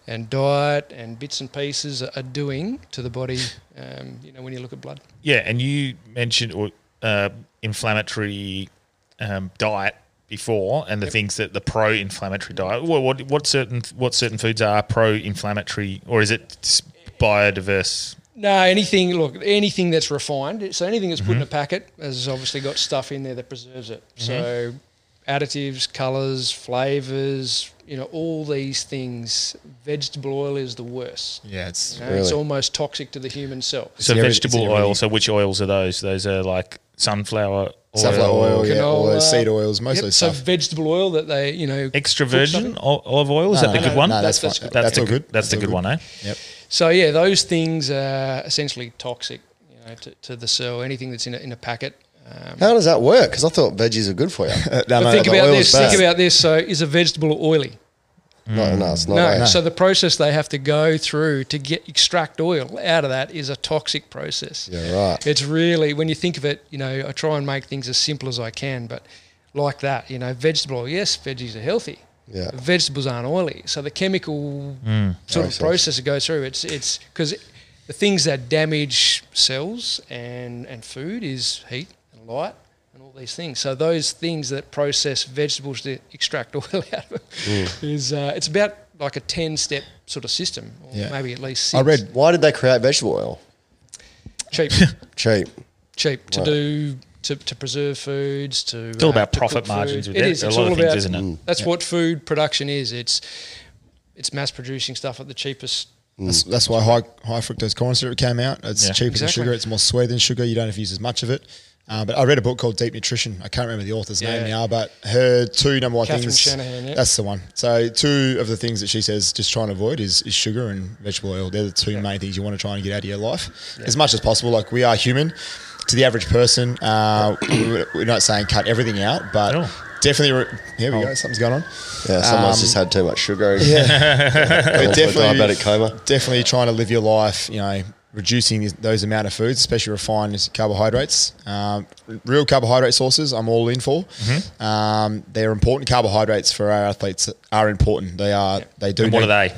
Speaker 3: and diet and bits and pieces are are doing to the body. Um, you know, when you look at blood.
Speaker 4: Yeah, and you mentioned or, uh, inflammatory um, diet before, and the things that the pro-inflammatory diet. What, what what certain what certain foods are pro-inflammatory, or is it s- biodiverse?
Speaker 3: No, anything. Look, anything that's refined. So anything that's put in a packet has obviously got stuff in there that preserves it. So additives, colors, flavors. You know, all these things. Vegetable oil is the worst.
Speaker 2: yeah, it's
Speaker 3: You know, It's almost toxic to the human cell.
Speaker 4: So
Speaker 2: every- it's
Speaker 4: vegetable
Speaker 2: in
Speaker 4: oil.
Speaker 2: everything.
Speaker 4: So which oils are those? Those are like sunflower oil,
Speaker 2: sunflower oil, yeah,
Speaker 3: Canola.
Speaker 2: oil, seed oils, most
Speaker 3: Yep,
Speaker 2: of those
Speaker 3: so
Speaker 2: stuff.
Speaker 3: vegetable oil that they, you know,
Speaker 4: extra
Speaker 3: cook
Speaker 4: virgin
Speaker 3: something.
Speaker 4: ol- olive oil. Is that the
Speaker 2: no,
Speaker 4: good one?
Speaker 2: No, that's,
Speaker 3: That- that's
Speaker 2: fine.
Speaker 3: good.
Speaker 2: That's,
Speaker 4: the
Speaker 2: all good.
Speaker 4: That's, the
Speaker 2: all
Speaker 4: good, one, eh?
Speaker 2: Yep.
Speaker 3: So yeah, those things are essentially toxic. You know, to, to the cell. Anything that's in a, in a packet. Um,
Speaker 1: How does that work? Because I thought veggies are good for you.
Speaker 2: No,
Speaker 3: but
Speaker 2: no,
Speaker 3: think
Speaker 2: the
Speaker 3: about
Speaker 2: oil
Speaker 3: this.
Speaker 2: is bad.
Speaker 3: Think about this. So, is a vegetable oily?
Speaker 1: no, no, it's not.
Speaker 3: No,
Speaker 1: eh?
Speaker 3: so the process they have to go through to get extract oil out of that is a toxic process.
Speaker 1: Yeah, right.
Speaker 3: It's really when you think of it, you know, I try and make things as simple as I can, but like that, you know, vegetable oil, yes, veggies are healthy.
Speaker 1: Yeah.
Speaker 3: Vegetables aren't oily. So the chemical sort of
Speaker 1: sense.
Speaker 3: process it goes through, it's it's because the things that damage cells and, and food is heat and light and all these things. So those things that process vegetables to extract oil out of it
Speaker 2: Hmm.
Speaker 3: is uh, it's about like a ten step sort of system, or
Speaker 2: Yeah.
Speaker 3: maybe at least six.
Speaker 2: I read
Speaker 1: Why did they create vegetable oil?
Speaker 3: cheap,
Speaker 1: Cheap.
Speaker 3: cheap to
Speaker 1: Right.
Speaker 3: do to, to preserve foods to uh,
Speaker 4: It's all about
Speaker 3: to cook
Speaker 4: profit
Speaker 3: food.
Speaker 4: margins with
Speaker 3: it
Speaker 4: it.
Speaker 3: is.
Speaker 4: A
Speaker 3: It's
Speaker 4: lot
Speaker 3: all
Speaker 4: of things,
Speaker 3: about- Mm.
Speaker 4: isn't it?
Speaker 3: That's what food production is. It's it's mass producing stuff at the cheapest.
Speaker 2: That's, that's why high, high fructose corn syrup came out. It's
Speaker 4: Yeah.
Speaker 2: cheaper
Speaker 3: Exactly.
Speaker 2: than sugar. It's more sweet than sugar. You don't have to use as much of it. Uh, but I read a book called Deep Nutrition. I can't remember the author's
Speaker 3: Yeah.
Speaker 2: name now, but her two number one
Speaker 3: Catherine
Speaker 2: things.
Speaker 3: Shanahan, yeah.
Speaker 2: That's the one. So two of the things that she says just trying to avoid is, is sugar and vegetable oil. They're the two main things you want to try and get out of your life as much as possible. Like we are human. to the average person, uh, we- we're not saying cut everything out, but
Speaker 4: No.
Speaker 2: definitely. Re- here we go. Something's going on.
Speaker 1: Yeah, someone's
Speaker 2: Um,
Speaker 1: just had too much sugar.
Speaker 2: But definitely
Speaker 1: diabetic coma.
Speaker 2: Definitely trying to live your life, you know, reducing these- those amount of foods, especially refined carbohydrates. Um, real carbohydrate sources, I'm all in for.
Speaker 4: Mm-hmm.
Speaker 2: Um, they're important. Carbohydrates for our athletes are important. They are. They do.
Speaker 4: And what
Speaker 2: need-
Speaker 4: are they?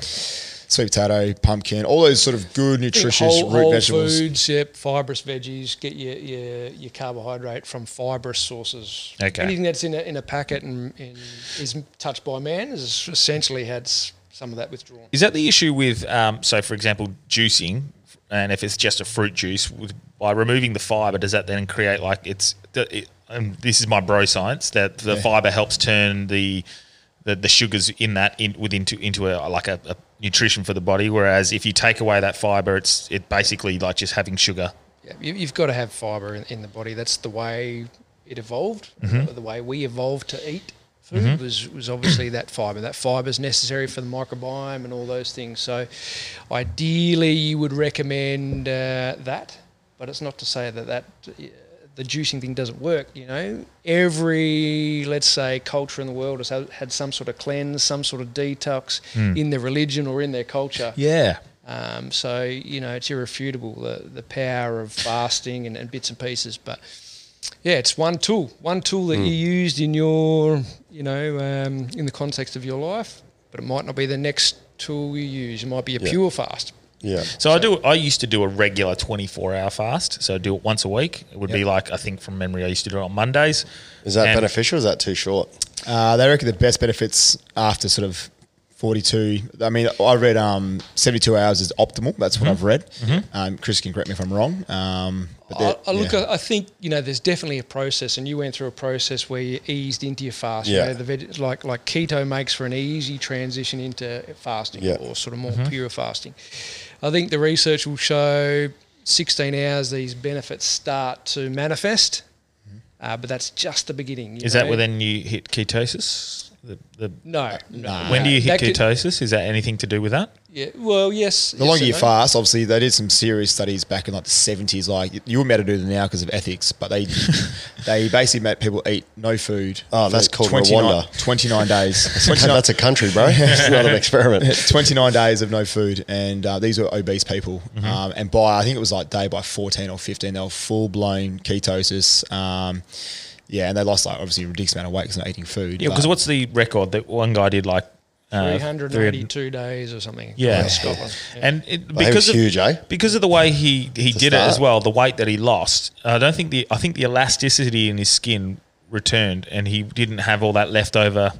Speaker 2: Sweet potato, pumpkin, all those sort of good, nutritious
Speaker 3: whole,
Speaker 2: root
Speaker 3: whole
Speaker 2: vegetables.
Speaker 3: foods, yep, fibrous veggies. Get your, your your carbohydrate from fibrous sources.
Speaker 4: Okay.
Speaker 3: Anything that's in a, in a packet and, and is touched by man is essentially had s- some of that withdrawn.
Speaker 4: Is that the issue with, um, so for example, juicing, and if it's just a fruit juice, with, by removing the fiber, does that then create like it's? It, and this is my bro science that the fiber helps turn the, the the sugars in that in, within to, into a like a, a nutrition for the body. Whereas if you take away that fiber, it's it basically like just having sugar.
Speaker 3: Yeah, you, you've got to have fibre in, in the body. That's the way it evolved. The way we evolved to eat food was, was obviously that fibre. That fibre is necessary for the microbiome and all those things. So, ideally, you would recommend uh, that, but it's not to say that that. Uh, the juicing thing doesn't work, you know. Every, let's say, culture in the world has had- had some sort of cleanse, some sort of detox in their religion or in their culture.
Speaker 4: Yeah.
Speaker 3: Um, so you know, it's irrefutable the the power of fasting and, and bits and pieces. But yeah, it's one tool, one tool that you used in your you know um, in the context of your life, but it might not be the next tool you use. It might be a pure fast.
Speaker 1: Yeah.
Speaker 4: So I do. I used to do a regular twenty-four hour fast. So I do it once a week. It would be like I think from memory, I used to do it on Mondays.
Speaker 1: Is that
Speaker 4: And-
Speaker 1: beneficial? Or is that too short?
Speaker 2: Uh, they reckon the best benefits after sort of 42. I mean, I read um, 72 hours is optimal. That's
Speaker 4: Mm-hmm.
Speaker 2: what I've read. Um, Chris can correct me if I'm wrong. Um, but
Speaker 3: I,
Speaker 2: they're-
Speaker 3: I look,
Speaker 2: yeah.
Speaker 3: I, I think you know, there's definitely a process, and you went through a process where you eased into your fast.
Speaker 1: Yeah.
Speaker 3: You know, the veg- like like keto makes for an easy transition into fasting
Speaker 1: Yeah.
Speaker 3: or sort of
Speaker 4: Mm-hmm.
Speaker 3: more pure fasting. I think the research will show 16 hours these benefits start to manifest,
Speaker 2: Mm-hmm.
Speaker 3: uh, but that's just the beginning. you
Speaker 4: Is that
Speaker 3: know.
Speaker 4: where then you hit ketosis? The, the
Speaker 3: No, no.
Speaker 4: When do you hit
Speaker 3: Uh, That could-
Speaker 4: ketosis? Is that anything to do with that?
Speaker 3: yeah, well, yes.
Speaker 2: the longer you fast, obviously, they did some serious studies back in like the 70s. Like, you wouldn't be able to do them now because of ethics, but they they basically made people eat no food.
Speaker 1: Oh, that's
Speaker 2: for
Speaker 1: called
Speaker 2: 29,
Speaker 1: Rwanda.
Speaker 2: 29 days.
Speaker 1: That's a country, bro. it's not an experiment.
Speaker 2: 29 days of no food, and uh, these were obese people.
Speaker 1: Mm-hmm.
Speaker 2: Um, and by I think it was like day by 14 or 15, they were full blown ketosis. Um, yeah, and they lost like obviously a ridiculous amount of weight because they're not eating food.
Speaker 4: Yeah, because
Speaker 2: but-
Speaker 4: what's the record that one guy did like uh,
Speaker 3: 382 days or something.
Speaker 4: Yeah.
Speaker 3: in Scotland. Yeah.
Speaker 4: And it, because of,
Speaker 1: huge, eh?
Speaker 4: Because of the way he he did it
Speaker 1: start.
Speaker 4: as well, the weight that he lost. I don't think the I think the elasticity in his skin returned, and he didn't have all that leftover.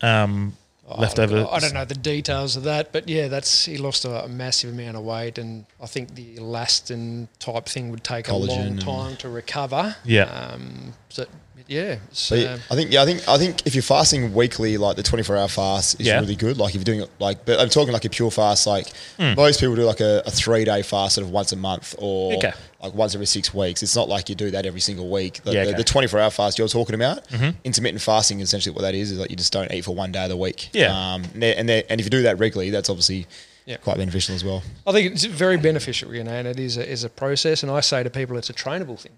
Speaker 4: Um, leftover.
Speaker 3: Oh, I don't know the details of that, but yeah, that's he lost a, a massive amount of weight, and I think the elastin type thing would take
Speaker 2: Collagen
Speaker 3: a long
Speaker 2: and-
Speaker 3: time to recover.
Speaker 4: Yeah.
Speaker 3: Um, so yeah, um, so
Speaker 2: But yeah, I think yeah, I think I think if you're fasting weekly, like the 24 hour fast is
Speaker 4: Yeah.
Speaker 2: really good. Like if you're doing it like, but I'm talking like a pure fast. Like
Speaker 4: Hmm.
Speaker 2: most people do like a, a three day fast, sort of once a month or
Speaker 4: Okay.
Speaker 2: like once every six weeks. It's not like you do that every single week. The,
Speaker 4: Yeah,
Speaker 2: the-
Speaker 4: okay. Mm-hmm.
Speaker 2: the 24 hour fast you're talking about, intermittent fasting, is essentially what that is, is like you just don't eat for one day of the week.
Speaker 4: Yeah.
Speaker 2: um, and, they- and, they- and if you do that regularly, that's obviously
Speaker 3: Yeah.
Speaker 2: quite beneficial as well.
Speaker 3: I think it's very beneficial, you know, and it is a, is a process. And I say to people, it's a trainable thing.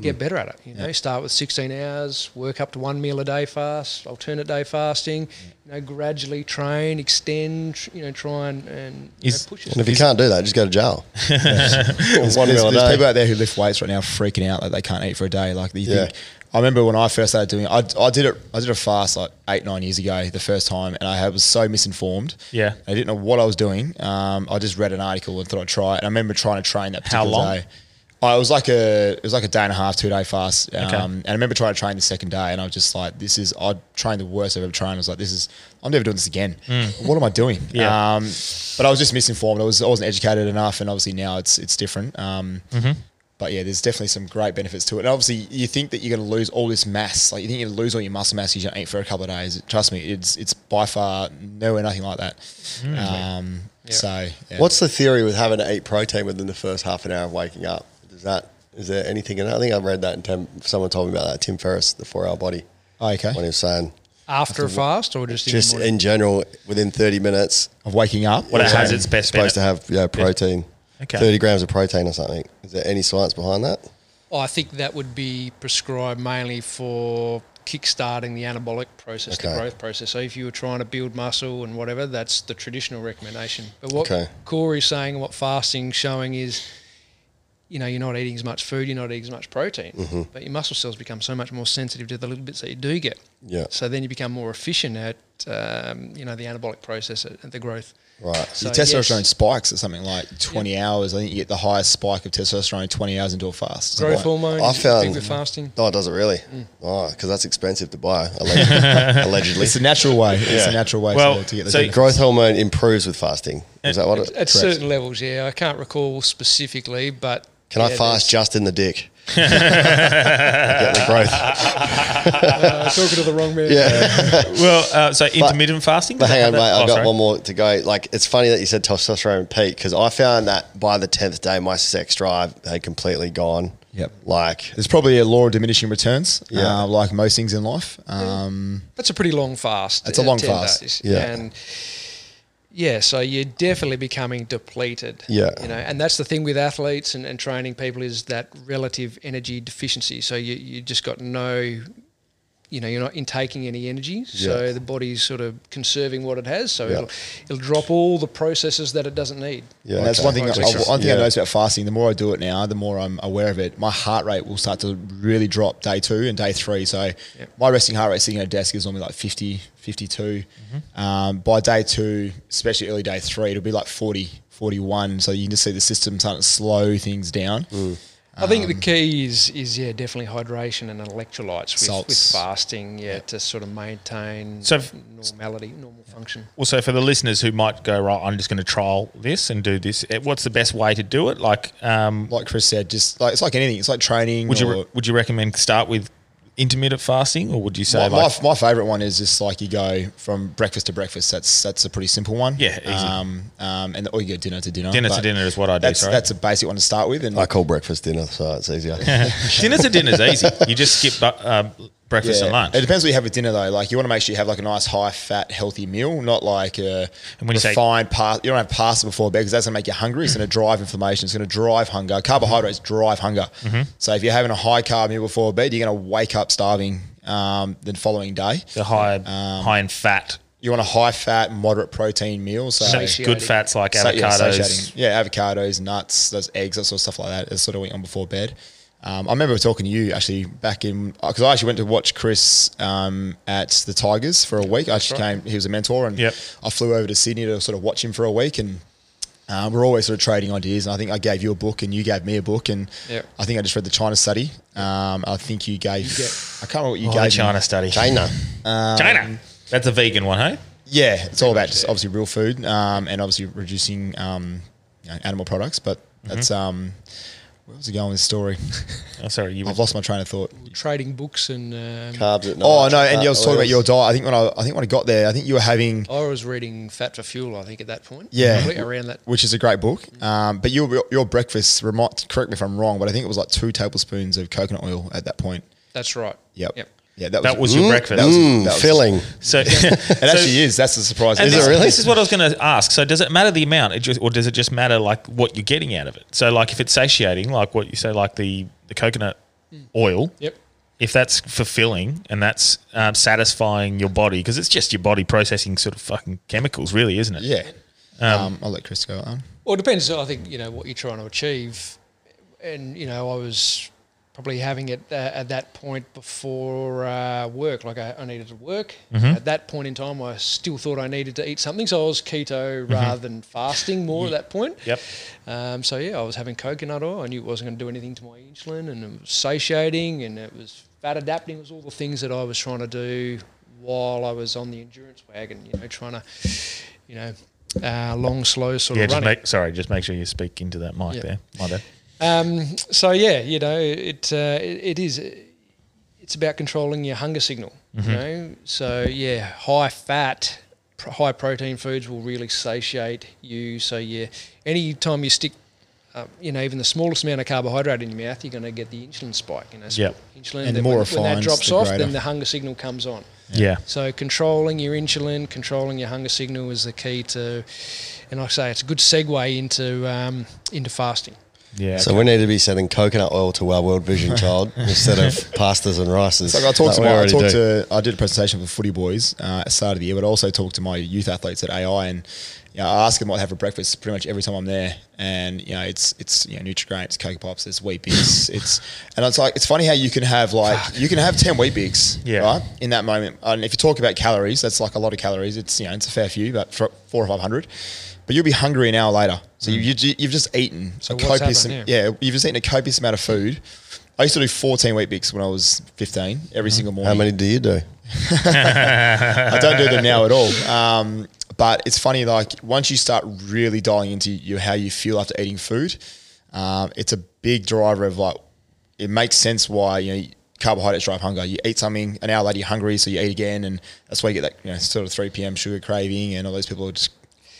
Speaker 3: Get better at it. You know, start with 16 hours, work up to one meal a day fast, alternate day fasting. You know, gradually train, extend. tr- You know, try and, and you know,
Speaker 4: Is-
Speaker 3: push
Speaker 1: And if
Speaker 3: yourself.
Speaker 1: you can't do that, just go to jail. One
Speaker 2: there's,
Speaker 1: meal a
Speaker 2: there's
Speaker 1: day.
Speaker 2: people out there who lift weights right now freaking out that they can't eat for a day. Like you
Speaker 1: Yeah.
Speaker 2: think, I remember when I first started doing it, I, I did it. I did a fast like eight nine years ago the first time, and I had- was so misinformed.
Speaker 4: Yeah.
Speaker 2: I didn't know what I was doing. Um, I just read an article and thought I'd try it. And I remember trying to train that
Speaker 4: How
Speaker 2: particular
Speaker 4: long?
Speaker 2: day. Oh, it was like a it was like a day and a half, two day fast. Um,
Speaker 4: Okay.
Speaker 2: And I remember trying to train the second day, and I was just like, "This is I trained the worst I've ever trained." I was like, "This is I'm never doing this again. What am I doing?"
Speaker 4: Hmm. Yeah.
Speaker 2: Um, but I was just misinformed. I was I wasn't educated enough, and obviously now it's it's different. Um,
Speaker 4: Mm-hmm.
Speaker 2: But yeah, there's definitely some great benefits to it. And obviously, you think that you're going to lose all this mass, like you think you're going to lose all your muscle mass if you don't eat for a couple of days. Trust me, it's it's by far nowhere nothing like that. Um, So yeah.
Speaker 1: What's the theory with having to eat protein within the first half an hour of waking up? Does that is there anything in that? I think I read that in Tim, someone told me about that. Tim Ferriss, the four hour body.
Speaker 2: Oh, okay
Speaker 1: When he was saying
Speaker 3: after a fast or just,
Speaker 1: just
Speaker 3: in the morning?
Speaker 1: in general, within thirty minutes,
Speaker 2: of waking up?
Speaker 4: What it
Speaker 2: Yeah.
Speaker 4: has its best
Speaker 1: supposed to
Speaker 4: benefit.
Speaker 1: have yeah protein.
Speaker 4: Okay.
Speaker 1: Thirty grams of protein or something. Is there any science behind that?
Speaker 3: I think that would be prescribed mainly for kickstarting the anabolic process, the
Speaker 1: Okay.
Speaker 3: growth process. So if you were trying to build muscle and whatever, that's the traditional recommendation. But what
Speaker 1: Okay.
Speaker 3: Corey's saying and what fasting's showing is, you know, you're not eating as much food, you're not eating as much protein,
Speaker 1: Mm-hmm.
Speaker 3: but your muscle cells become so much more sensitive to the little bits that you do get.
Speaker 1: Yeah.
Speaker 3: So then you become more efficient at, um, you know, the anabolic process at, at the growth.
Speaker 1: Right.
Speaker 3: So
Speaker 2: Your
Speaker 3: yes.
Speaker 2: testosterone spikes at something like 20 hours. I think you get the highest spike of testosterone 20 hours into a fast.
Speaker 3: Growth
Speaker 2: Like-
Speaker 3: hormone.
Speaker 1: I found
Speaker 3: big with fasting.
Speaker 1: Oh, does it really? Oh, because that's expensive to buy. Allegedly, allegedly.
Speaker 2: It's a natural way. It's a natural way
Speaker 4: Well,
Speaker 2: to, to get the
Speaker 4: so
Speaker 2: benefit.
Speaker 1: growth hormone improves with fasting. Is that what?
Speaker 3: At
Speaker 1: It,
Speaker 3: certain levels, yeah. I can't recall specifically, but
Speaker 1: can I
Speaker 3: yeah,
Speaker 1: fast just in the dick? Get the growth.
Speaker 3: there's- I'm Uh, talking to the wrong man.
Speaker 4: Well, uh, so intermittent fasting.
Speaker 1: But
Speaker 4: does that
Speaker 1: hang on,
Speaker 4: have
Speaker 1: mate.
Speaker 4: that?
Speaker 1: I've
Speaker 4: Oh,
Speaker 1: got
Speaker 4: sorry.
Speaker 1: one more to go. Like, it's funny that you said testosterone peak because I found that by the tenth day, my sex drive had completely gone.
Speaker 2: Yep.
Speaker 1: Like,
Speaker 2: There's probably a law of diminishing returns,
Speaker 1: Yeah.
Speaker 2: uh, like most things in life. Um,
Speaker 3: That's a pretty long fast.
Speaker 2: It's a
Speaker 3: uh,
Speaker 2: long
Speaker 3: 10
Speaker 2: fast,
Speaker 3: days.
Speaker 1: yeah.
Speaker 3: And yeah, so you're definitely becoming depleted.
Speaker 1: Yeah.
Speaker 3: You know, and that's the thing with athletes and, and training people is that relative energy deficiency. So you, you just got no, you know, you're not intaking any energy. So
Speaker 1: Yeah.
Speaker 3: the body's sort of conserving what it has. So
Speaker 1: Yeah.
Speaker 3: it'll, it'll drop all the processes that it doesn't need.
Speaker 1: yeah,
Speaker 2: and that's
Speaker 1: okay.
Speaker 2: one thing. I,
Speaker 1: Which is-
Speaker 2: one thing
Speaker 1: yeah.
Speaker 2: I notice about fasting. The more I do it now, the more I'm aware of it. My heart rate will start to really drop day two and day three. So my resting heart rate sitting at a desk is normally like 50, 52.
Speaker 4: Mm-hmm.
Speaker 2: Um, by day two, especially early day three, it'll be like 40, 41. So you can just see the system starting to slow things down.
Speaker 4: Mm.
Speaker 3: I think the key is is yeah definitely hydration and electrolytes with, with
Speaker 2: Salts.
Speaker 3: fasting yeah to sort of maintain
Speaker 4: So if-
Speaker 3: normality normal function.
Speaker 4: Well, so for the listeners who might go right, I'm just going to trial this and do this. eh, What's the best way to do it? Like, um,
Speaker 2: Like Chris said, just like it's like anything. It's like training.
Speaker 4: would you
Speaker 2: or-
Speaker 4: re- would you recommend start with intermittent fasting, or would you say
Speaker 2: my,
Speaker 4: like
Speaker 2: my, my favorite one is just like you go from breakfast to breakfast. That's that's a pretty simple one.
Speaker 4: Yeah, easy.
Speaker 2: Um, um, and or you go dinner to dinner.
Speaker 4: Dinner to
Speaker 2: But
Speaker 4: dinner is what I do,
Speaker 2: That's
Speaker 4: sorry.
Speaker 2: that's a basic one to start with, and
Speaker 1: I
Speaker 2: like
Speaker 1: call breakfast dinner, so it's easier.
Speaker 4: dinner's a dinner's easy. You just skip bu- um, breakfast and lunch.
Speaker 2: It depends what you have with dinner though. Like you want to make sure you have like a nice high fat healthy meal, not like a
Speaker 4: And when you say-
Speaker 2: refined pasta. You don't have pasta before bed because that's gonna make you hungry. It's gonna drive inflammation. It's gonna drive hunger. Carbohydrates drive hunger.
Speaker 4: Mm-hmm.
Speaker 2: So if you're having a high carb meal before bed, you're gonna wake up starving. Um, the following day,
Speaker 4: The high
Speaker 2: Um,
Speaker 4: high in fat,
Speaker 2: you want a high fat, moderate protein meal. So
Speaker 3: Satiating.
Speaker 4: good fats like
Speaker 2: Sa- yeah,
Speaker 4: avocados.
Speaker 2: satiating. Yeah, avocados, nuts, those eggs, that sort of stuff like that. That's sort of what you on before bed. Um, I remember talking to you actually back in because I actually went to watch Chris um, at the Tigers for a week. I actually came; he was a mentor, and
Speaker 4: Yep.
Speaker 2: I flew over to Sydney to sort of watch him for a week. And um, we're always sort of trading ideas. And I think I gave you a book, and you gave me a book, and
Speaker 3: Yep.
Speaker 2: I think I just read the China Study. Um, I think you gave I can't remember what you
Speaker 4: Oh,
Speaker 2: gave
Speaker 4: the
Speaker 2: me.
Speaker 4: China study.
Speaker 1: China.
Speaker 4: China. That's a vegan one, hey?
Speaker 2: Yeah, it's all about just obviously real food um, and obviously reducing um, you know, animal products. But that's um, where was it going with this story?
Speaker 4: Oh, sorry, you.
Speaker 2: I've lost my train of thought.
Speaker 3: Trading books and um,
Speaker 1: Carbs at night.
Speaker 2: Oh no, and
Speaker 1: uh,
Speaker 2: you was talking about
Speaker 1: oils.
Speaker 2: your diet. I think when I, I think when I got there, I think you were having
Speaker 3: I was reading Fat for Fuel I think at that point.
Speaker 2: Yeah.
Speaker 3: Probably around that.
Speaker 2: which is a great book. Um, but your your breakfast, remind, correct me if I'm wrong, but I think it was like two tablespoons of coconut oil at that point.
Speaker 3: That's right.
Speaker 2: Yep.
Speaker 3: Yep.
Speaker 2: Yeah, that was,
Speaker 4: That was your breakfast.
Speaker 2: That was,
Speaker 1: Mm,
Speaker 2: that was-
Speaker 1: filling.
Speaker 4: so
Speaker 2: It actually is. That's the surprise.
Speaker 4: And
Speaker 2: Is
Speaker 4: this,
Speaker 2: it really?
Speaker 4: This is what I was going to ask. So, does it matter the amount, it just, or does it just matter like what you're getting out of it? So, like if it's satiating, like what you say, like the the coconut oil,
Speaker 3: Yep.
Speaker 4: if that's fulfilling and that's um, satisfying your body, because it's just your body processing sort of fucking chemicals, really, isn't it?
Speaker 2: Yeah. Um, I'll let Chris go on.
Speaker 3: Well, it depends. I think you know what you're trying to achieve, and you know I was probably having it uh, at that point before uh, work. Like I, I needed to work
Speaker 4: Mm-hmm.
Speaker 3: at that point in time. I still thought I needed to eat something, so I was keto rather than fasting more at that point.
Speaker 4: Mm-hmm. Yep.
Speaker 3: Um, so yeah, I was having coconut oil. I knew it wasn't going to do anything to my insulin, and it was satiating, and it was fat adapting. It was all the things that I was trying to do while I was on the endurance wagon. You know, trying to, you know, uh, long, slow sort
Speaker 4: Yeah.
Speaker 3: of
Speaker 4: Just
Speaker 3: running.
Speaker 4: make, sorry, just make sure you speak into that mic
Speaker 3: Yeah.
Speaker 4: there. My bad.
Speaker 3: Um, so yeah, you know, it, uh, it it is. It's about controlling your hunger signal.
Speaker 2: Mm-hmm.
Speaker 3: You know, so yeah, high fat, pr- high protein foods will really satiate you. So yeah, any time you stick. Uh, you know, even the smallest amount of carbohydrate in your mouth, you're going to get the insulin spike. You know, so
Speaker 4: Yep.
Speaker 3: insulin.
Speaker 2: And the
Speaker 3: then
Speaker 2: more
Speaker 3: when, when that
Speaker 2: refined,
Speaker 3: drops
Speaker 2: the
Speaker 3: off,
Speaker 2: greater.
Speaker 3: then the hunger signal comes on.
Speaker 4: Yeah.
Speaker 3: So controlling your insulin, controlling your hunger signal is the key to, and I say it's a good segue into um, into fasting.
Speaker 4: Yeah,
Speaker 1: So
Speaker 4: okay.
Speaker 1: we need to be sending coconut oil to our World Vision child instead of pastas and rices.
Speaker 2: Like I talked
Speaker 1: That
Speaker 2: to
Speaker 1: we
Speaker 2: my, I
Speaker 1: already
Speaker 2: talked
Speaker 1: do.
Speaker 2: to, I did a presentation for Footy Boys uh, at the start of the year, but I also talked to my youth athletes at AI, and you know, I ask them what they have for breakfast pretty much every time I'm there, and you know, it's it's you know, Nutri-Grain, it's Coke Pops, it's wheat bix, it's and it's like it's funny how you can have like you can have ten wheat bix,
Speaker 4: Yeah.
Speaker 2: right, in that moment, and if you talk about calories, that's like a lot of calories. It's you know, it's a fair few, but for four or five hundred. But you'll be hungry an hour later. So you, you, you've just eaten a
Speaker 3: what's happened
Speaker 2: copious,
Speaker 3: here?
Speaker 2: yeah, you've just eaten a copious amount of food. I used to do 14 wheat bix when I was 15 every single morning.
Speaker 1: Mm-hmm. How many do you do?
Speaker 2: I don't do them now at all. Um, but it's funny, like once you start really dialing into you, how you feel after eating food, um, it's a big driver of like it makes sense why you know carbohydrates drive hunger. You eat something an hour later, you're hungry, so you eat again, and that's why you get that you know sort of 3 p.m. sugar craving, and all those people are just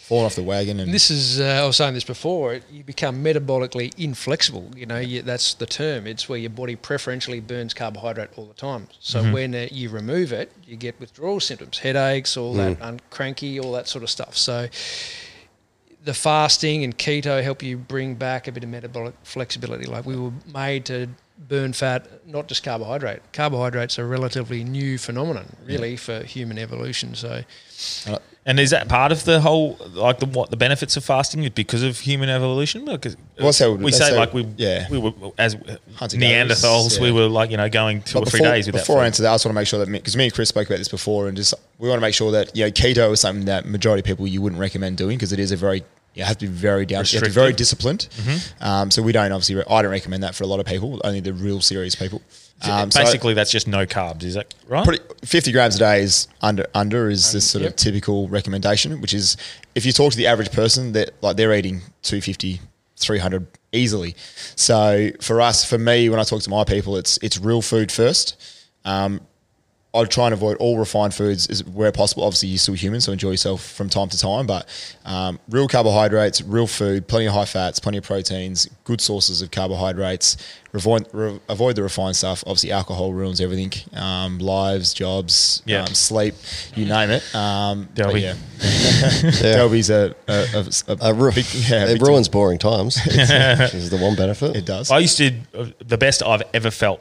Speaker 2: falling off the wagon. And
Speaker 3: This is, uh, I was saying this before, it- you become metabolically inflexible. You know, you, that's the term. It's where your body preferentially burns carbohydrate all the time. So when uh, you remove it, you get withdrawal symptoms, headaches, all that, un- cranky, all that sort of stuff. So the fasting and keto help you bring back a bit of metabolic flexibility. Like we were made to burn fat, not just carbohydrate. Carbohydrates are a relatively new phenomenon, really, for human evolution. So.
Speaker 4: And is that part of the whole, like the what the benefits of fasting is because of human evolution? Because
Speaker 2: Well, so-
Speaker 4: we say
Speaker 2: so-
Speaker 4: like we
Speaker 2: yeah.
Speaker 4: we were as
Speaker 2: Hunter-gatherers,
Speaker 4: Neanderthals, we
Speaker 2: yeah.
Speaker 4: were like you know going two or
Speaker 2: But
Speaker 4: three
Speaker 2: before,
Speaker 4: days without
Speaker 2: before I
Speaker 4: food.
Speaker 2: answer that, I just want to make sure that because me and Chris spoke about this before, and just we want to make sure that you know keto is something that majority of people you wouldn't recommend doing because it is a very you have to be very down, you have to be very
Speaker 4: Restrictive. Mm-hmm.
Speaker 2: disciplined. Um, so we don't obviously re- I don't recommend that for a lot of people, only the real serious people. Um, so
Speaker 4: Basically, that's just no carbs. Is that right?
Speaker 2: pretty, 50 grams a day is under under is this sort
Speaker 3: yep.
Speaker 2: of typical recommendation which is if you talk to the average person that like they're eating 250 300 easily so for us for me when i talk to my people it's it's real food first um I'll try and avoid all refined foods is where possible. Obviously, you're still human, so enjoy yourself from time to time. But um, real carbohydrates, real food, plenty of high fats, plenty of proteins, good sources of carbohydrates. Avoid, re- avoid the refined stuff. Obviously, alcohol ruins everything: um, lives, jobs,
Speaker 4: Yeah.
Speaker 2: um, sleep, you name it. Um, but
Speaker 4: Delby.
Speaker 2: yeah, Delby's a, a, a, a-
Speaker 1: Uh, ru-
Speaker 2: big- yeah,
Speaker 1: it
Speaker 2: big-
Speaker 1: ruins boring times. which is the one benefit.
Speaker 2: It does.
Speaker 4: I used to the best I've ever felt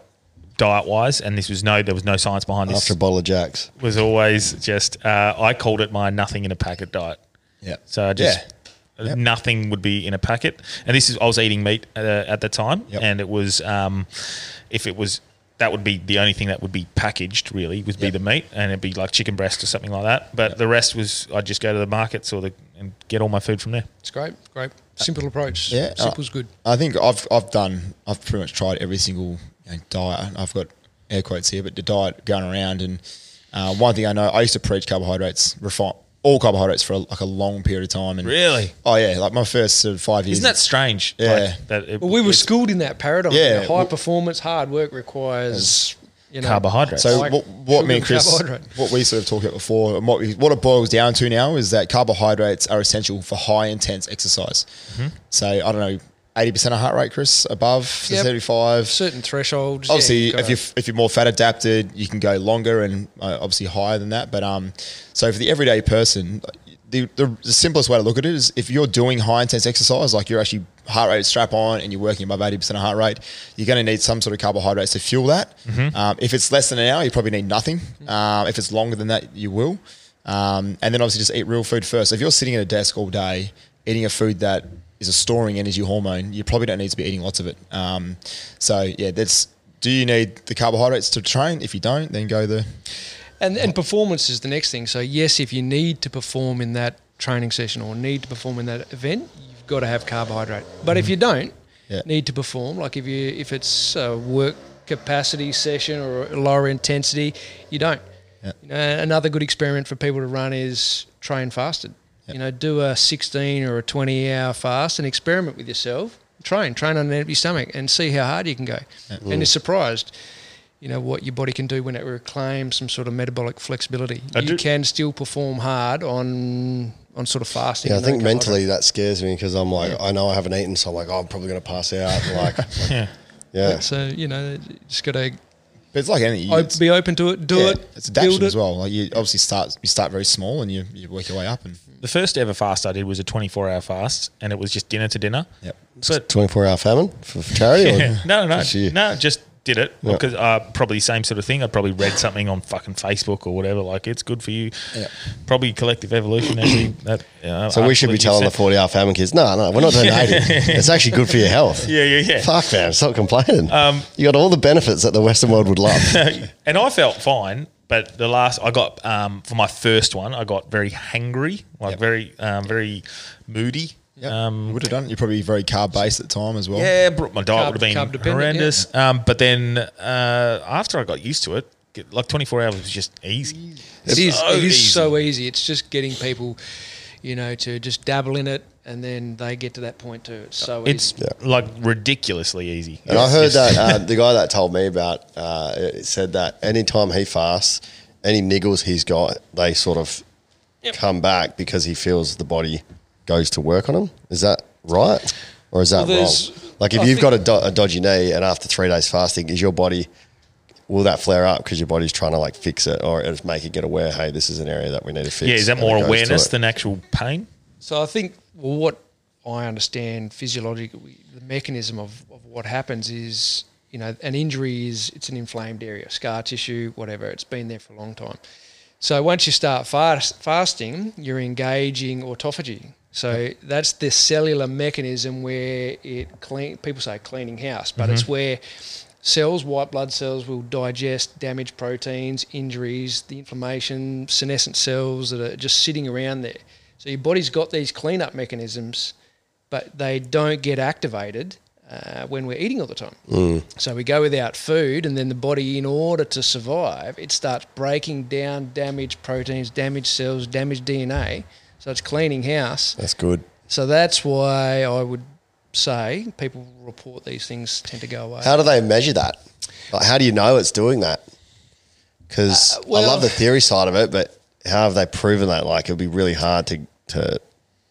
Speaker 4: diet wise, and this was no there was no science behind this.
Speaker 1: After a bottle of Jacks.
Speaker 4: was always just uh, I called it my nothing in a packet diet.
Speaker 2: yeah.
Speaker 4: So I just
Speaker 2: Yeah.
Speaker 4: nothing would be in a packet. And this is I was eating meat uh, at the time,
Speaker 2: Yep.
Speaker 4: and it was um, if it was that would be the only thing that would be packaged really would be
Speaker 2: Yep.
Speaker 4: the meat, and it'd be like chicken breast or something like that. But the rest was I'd just go to the markets or the and get all my food from there.
Speaker 3: It's great, great. Simple approach.
Speaker 2: Yeah, uh,
Speaker 3: Simple's
Speaker 2: I-
Speaker 3: good.
Speaker 2: I think I've I've done I've pretty much tried every single you know, diet. I've got air quotes here, but the diet going around and uh, one thing I know I used to preach carbohydrates, refine all carbohydrates for like a long period of time. And
Speaker 4: Really?
Speaker 2: oh yeah, like my first sort of five years.
Speaker 4: Isn't that strange? like,
Speaker 2: Yeah.
Speaker 4: that it-
Speaker 3: Well, we were
Speaker 4: it's
Speaker 3: schooled in that paradigm.
Speaker 2: Yeah,
Speaker 3: you know, high
Speaker 2: well-
Speaker 3: performance, hard work requires you know
Speaker 4: carbohydrates.
Speaker 2: So
Speaker 3: Like
Speaker 2: what, what
Speaker 3: sugar
Speaker 2: me and
Speaker 3: and
Speaker 2: Chris,
Speaker 3: carbohydrate.
Speaker 2: what we sort of talked about before, and what we, what it boils down to now is that carbohydrates are essential for high intense exercise.
Speaker 3: Mm-hmm.
Speaker 2: So I don't know, eighty percent of heart rate, Chris, above
Speaker 3: Yep.
Speaker 2: thirty five.
Speaker 3: certain thresholds. yeah,
Speaker 2: obviously
Speaker 3: you've gotta-
Speaker 2: if you're if you're more fat adapted you can go longer and uh, obviously higher than that but um so for the everyday person the, the, the simplest way to look at it is if you're doing high intense exercise like you're actually heart rate strap on and you're working above 80% of heart rate you're going to need some sort of carbohydrates to fuel that um, if it's less than an hour you probably need nothing um, if it's longer than that you will um, and then obviously just eat real food first if you're sitting at a desk all day eating a food that is a storing energy hormone you probably don't need to be eating lots of it um, so yeah that's do you need the carbohydrates to train? If you don't, then go the
Speaker 3: and and performance is the next thing. So yes, if you need to perform in that training session or need to perform in that event, you've got to have carbohydrate. But if you don't
Speaker 2: Mm-hmm. Yeah.
Speaker 3: need to perform, like if you if it's a work capacity session or a lower intensity, you don't.
Speaker 2: Yeah.
Speaker 3: You know, another good experiment for people to run is train fasted. You know, do a 16 or a 20 hour fast and experiment with yourself. Train, train on an empty stomach and see how hard you can go. And you're surprised, you know, what your body can do when it reclaims some sort of metabolic flexibility.
Speaker 4: I
Speaker 3: you
Speaker 4: do-
Speaker 3: can still perform hard on on sort of fasting.
Speaker 1: Yeah, I
Speaker 3: and
Speaker 1: think
Speaker 3: no carbohydrate.
Speaker 1: mentally that scares me because I'm like, I know I haven't eaten, so I'm like, oh, I'm probably going to pass out. Like,
Speaker 4: Yeah.
Speaker 1: yeah.
Speaker 3: So, you know, you just got to
Speaker 2: but it's like anything. you- it's,
Speaker 3: be open to it, do
Speaker 2: yeah,
Speaker 3: it.
Speaker 2: it's adaptation
Speaker 3: build
Speaker 2: as
Speaker 3: it.
Speaker 2: well. Like you obviously start you start very small and you, you work your way up and
Speaker 4: The first ever fast I did was a 24 hour fast, and it was just dinner to dinner.
Speaker 2: Yep.
Speaker 4: But
Speaker 1: 24 hour famine for for charity? or
Speaker 4: yeah, no, no,
Speaker 1: just you?
Speaker 4: no, just did it because uh, probably same sort of thing. I probably read something on fucking Facebook or whatever. Like it's good for you. Probably collective evolution. Actually, that, uh,
Speaker 1: So we should be
Speaker 4: article
Speaker 1: telling
Speaker 4: that you
Speaker 1: the 40 hour famine kids, no, no, we're not donating. it's actually good for your health.
Speaker 4: Yeah, yeah, Um, yeah.
Speaker 1: Fuck, man, stop complaining. you got all the benefits that the Western world would love.
Speaker 4: and I felt fine. But the last I got um, for my first one, I got very hangry, like very, um, very moody. Um,
Speaker 2: you would have done. it. You're probably very carb based at the time as well.
Speaker 4: Yeah, bro- my diet
Speaker 3: Carb-
Speaker 4: would have been
Speaker 3: carb dependent,
Speaker 4: horrendous. Um, but then uh, after I got used to it, get, like 24 hours was just easy.
Speaker 3: It is.
Speaker 4: so
Speaker 3: it is
Speaker 4: easy.
Speaker 3: so easy. It's just getting people, you know, to just dabble in it, and then they get to that point too. It's so
Speaker 4: Uh, It's
Speaker 3: easy.
Speaker 4: like ridiculously easy.
Speaker 1: And I
Speaker 4: It's
Speaker 1: heard
Speaker 4: just-
Speaker 1: that uh, the guy that told me about uh, it it said that anytime he fasts, any niggles he's got, they sort of come back because he feels the body goes to work on him. Is that right, or is that
Speaker 3: Well, there's-
Speaker 1: wrong? Like if
Speaker 3: I
Speaker 1: you've
Speaker 3: think-
Speaker 1: got a, do- a dodgy knee and after three days fasting, is your body will that flare up because your body's trying to like fix it or it's make it get aware? Hey, this is an area that we need to fix.
Speaker 4: yeah, is that
Speaker 1: and it
Speaker 4: more
Speaker 1: goes to
Speaker 4: awareness
Speaker 1: it.
Speaker 4: than actual pain?
Speaker 3: So I think well, what I understand physiologically, the mechanism of, of what happens is, you know, an injury is it's an inflamed area, scar tissue, whatever. It's been there for a long time. So once you start fast, fasting, you're engaging autophagy. So that's the cellular mechanism where it clean. People say cleaning house, but it's where cells, white blood cells, will digest damaged proteins, injuries, the inflammation, senescent cells that are just sitting around there. So your body's got these cleanup mechanisms, but they don't get activated uh, when we're eating all the time. So we go without food, and then the body, in order to survive, it starts breaking down damaged proteins, damaged cells, damaged DNA. So it's cleaning house.
Speaker 1: That's good.
Speaker 3: So that's why I would say people report these things tend to go away.
Speaker 1: How do they measure that? Like, how do you know it's doing that? Because
Speaker 3: Uh, well-
Speaker 1: I love the theory side of it, but how have they proven that? Like, it'd be really hard to to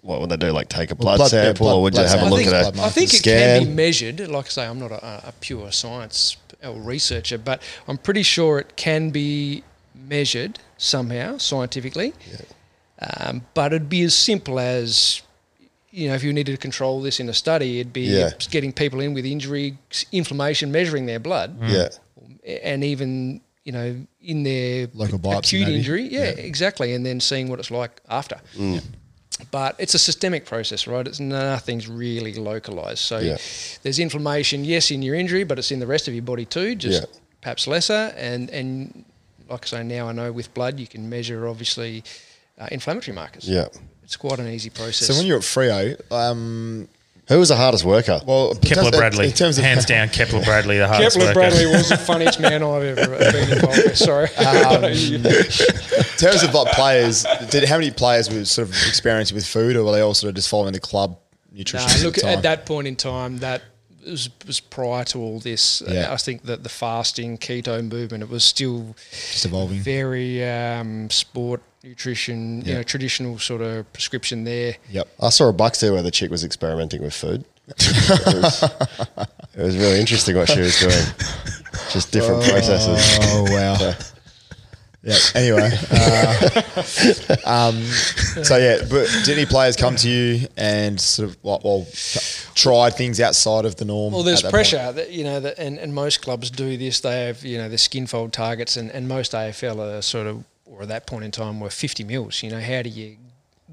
Speaker 1: what would they do? Like, take a blood,
Speaker 2: blood- yeah,
Speaker 1: sample,
Speaker 2: blood-
Speaker 1: or would
Speaker 2: blood
Speaker 1: you have a
Speaker 2: sample.
Speaker 1: look
Speaker 3: I think,
Speaker 1: at a
Speaker 3: I think it
Speaker 1: scan?
Speaker 3: can be measured. Like I say, I'm not a, a pure science or researcher, but I'm pretty sure it can be measured somehow scientifically. Um, but it'd be as simple as, you know, if you needed to control this in a study, it'd be
Speaker 1: Yeah.
Speaker 3: getting people in with injury, inflammation, measuring their blood
Speaker 1: yeah,
Speaker 3: and even you know in their
Speaker 2: Local biopsy,
Speaker 3: acute
Speaker 2: maybe. Mm.
Speaker 3: injury yeah, exactly and then seeing what it's like after but it's a systemic process right it's nothing's really localized so
Speaker 1: Yeah.
Speaker 3: there's inflammation yes in your injury but it's in the rest of your body too just
Speaker 1: Yeah.
Speaker 3: perhaps lesser and and like i say now i know with blood you can measure obviously uh, inflammatory markers
Speaker 1: yeah.
Speaker 3: it's quite an easy process
Speaker 2: So when you're at Frio, um,
Speaker 1: Who was the hardest worker?
Speaker 2: well,
Speaker 4: Kepler Bradley,
Speaker 2: in terms of
Speaker 4: hands down, Kepler Bradley, the hardest
Speaker 3: Kepler
Speaker 4: worker.
Speaker 3: Bradley was the funniest man I've ever been involved with. Sorry.
Speaker 2: Um, in terms of like players, did how many players were sort of experienced with food, or were they all sort of just following the club nutrition?
Speaker 3: Nah,
Speaker 2: at the
Speaker 3: look,
Speaker 2: time?
Speaker 3: at that point in time, that was, was prior to all this. Uh,
Speaker 2: Yeah.
Speaker 3: I think that the fasting keto movement it was still
Speaker 2: just evolving.
Speaker 3: very um, sport nutrition, you know, traditional sort of prescription there.
Speaker 2: Yep.
Speaker 1: I saw a Bucks there where the chick was experimenting with food. it, was, it was really interesting what she was doing. Just different processes.
Speaker 2: Oh wow. yeah. Anyway. Uh, um, so yeah, but did any players come to you and sort of like well t- try things outside of the norm?
Speaker 3: Well, there's
Speaker 2: at that
Speaker 3: pressure,
Speaker 2: point?
Speaker 3: that, you know, that, and, and most clubs do this. They have, you know, the skinfold targets, and, and most AFL are sort of, or at that point in time, were 50 mils. You know, how do you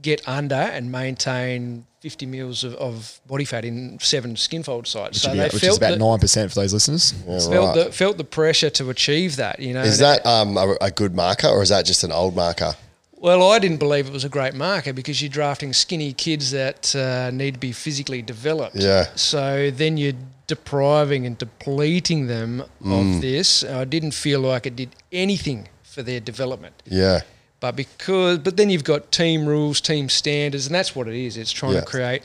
Speaker 3: get under and maintain 50 mils of, of body fat in seven skinfold sites?
Speaker 2: Which, would be- which is about
Speaker 3: that-
Speaker 2: nine percent for those listeners.
Speaker 3: felt,
Speaker 1: right.
Speaker 3: the, felt the pressure to achieve that, you know.
Speaker 1: Is that um, a, a good marker or is that just an old marker?
Speaker 3: well, I didn't believe it was a great marker because you're drafting skinny kids that uh, need to be physically developed.
Speaker 1: Yeah.
Speaker 3: So then you're depriving and depleting them
Speaker 1: Mm.
Speaker 3: of this. I didn't feel like it did anything for their development.
Speaker 1: Yeah.
Speaker 3: But because, but then you've got team rules, team standards, and that's what it is. It's trying
Speaker 1: Yeah.
Speaker 3: to create,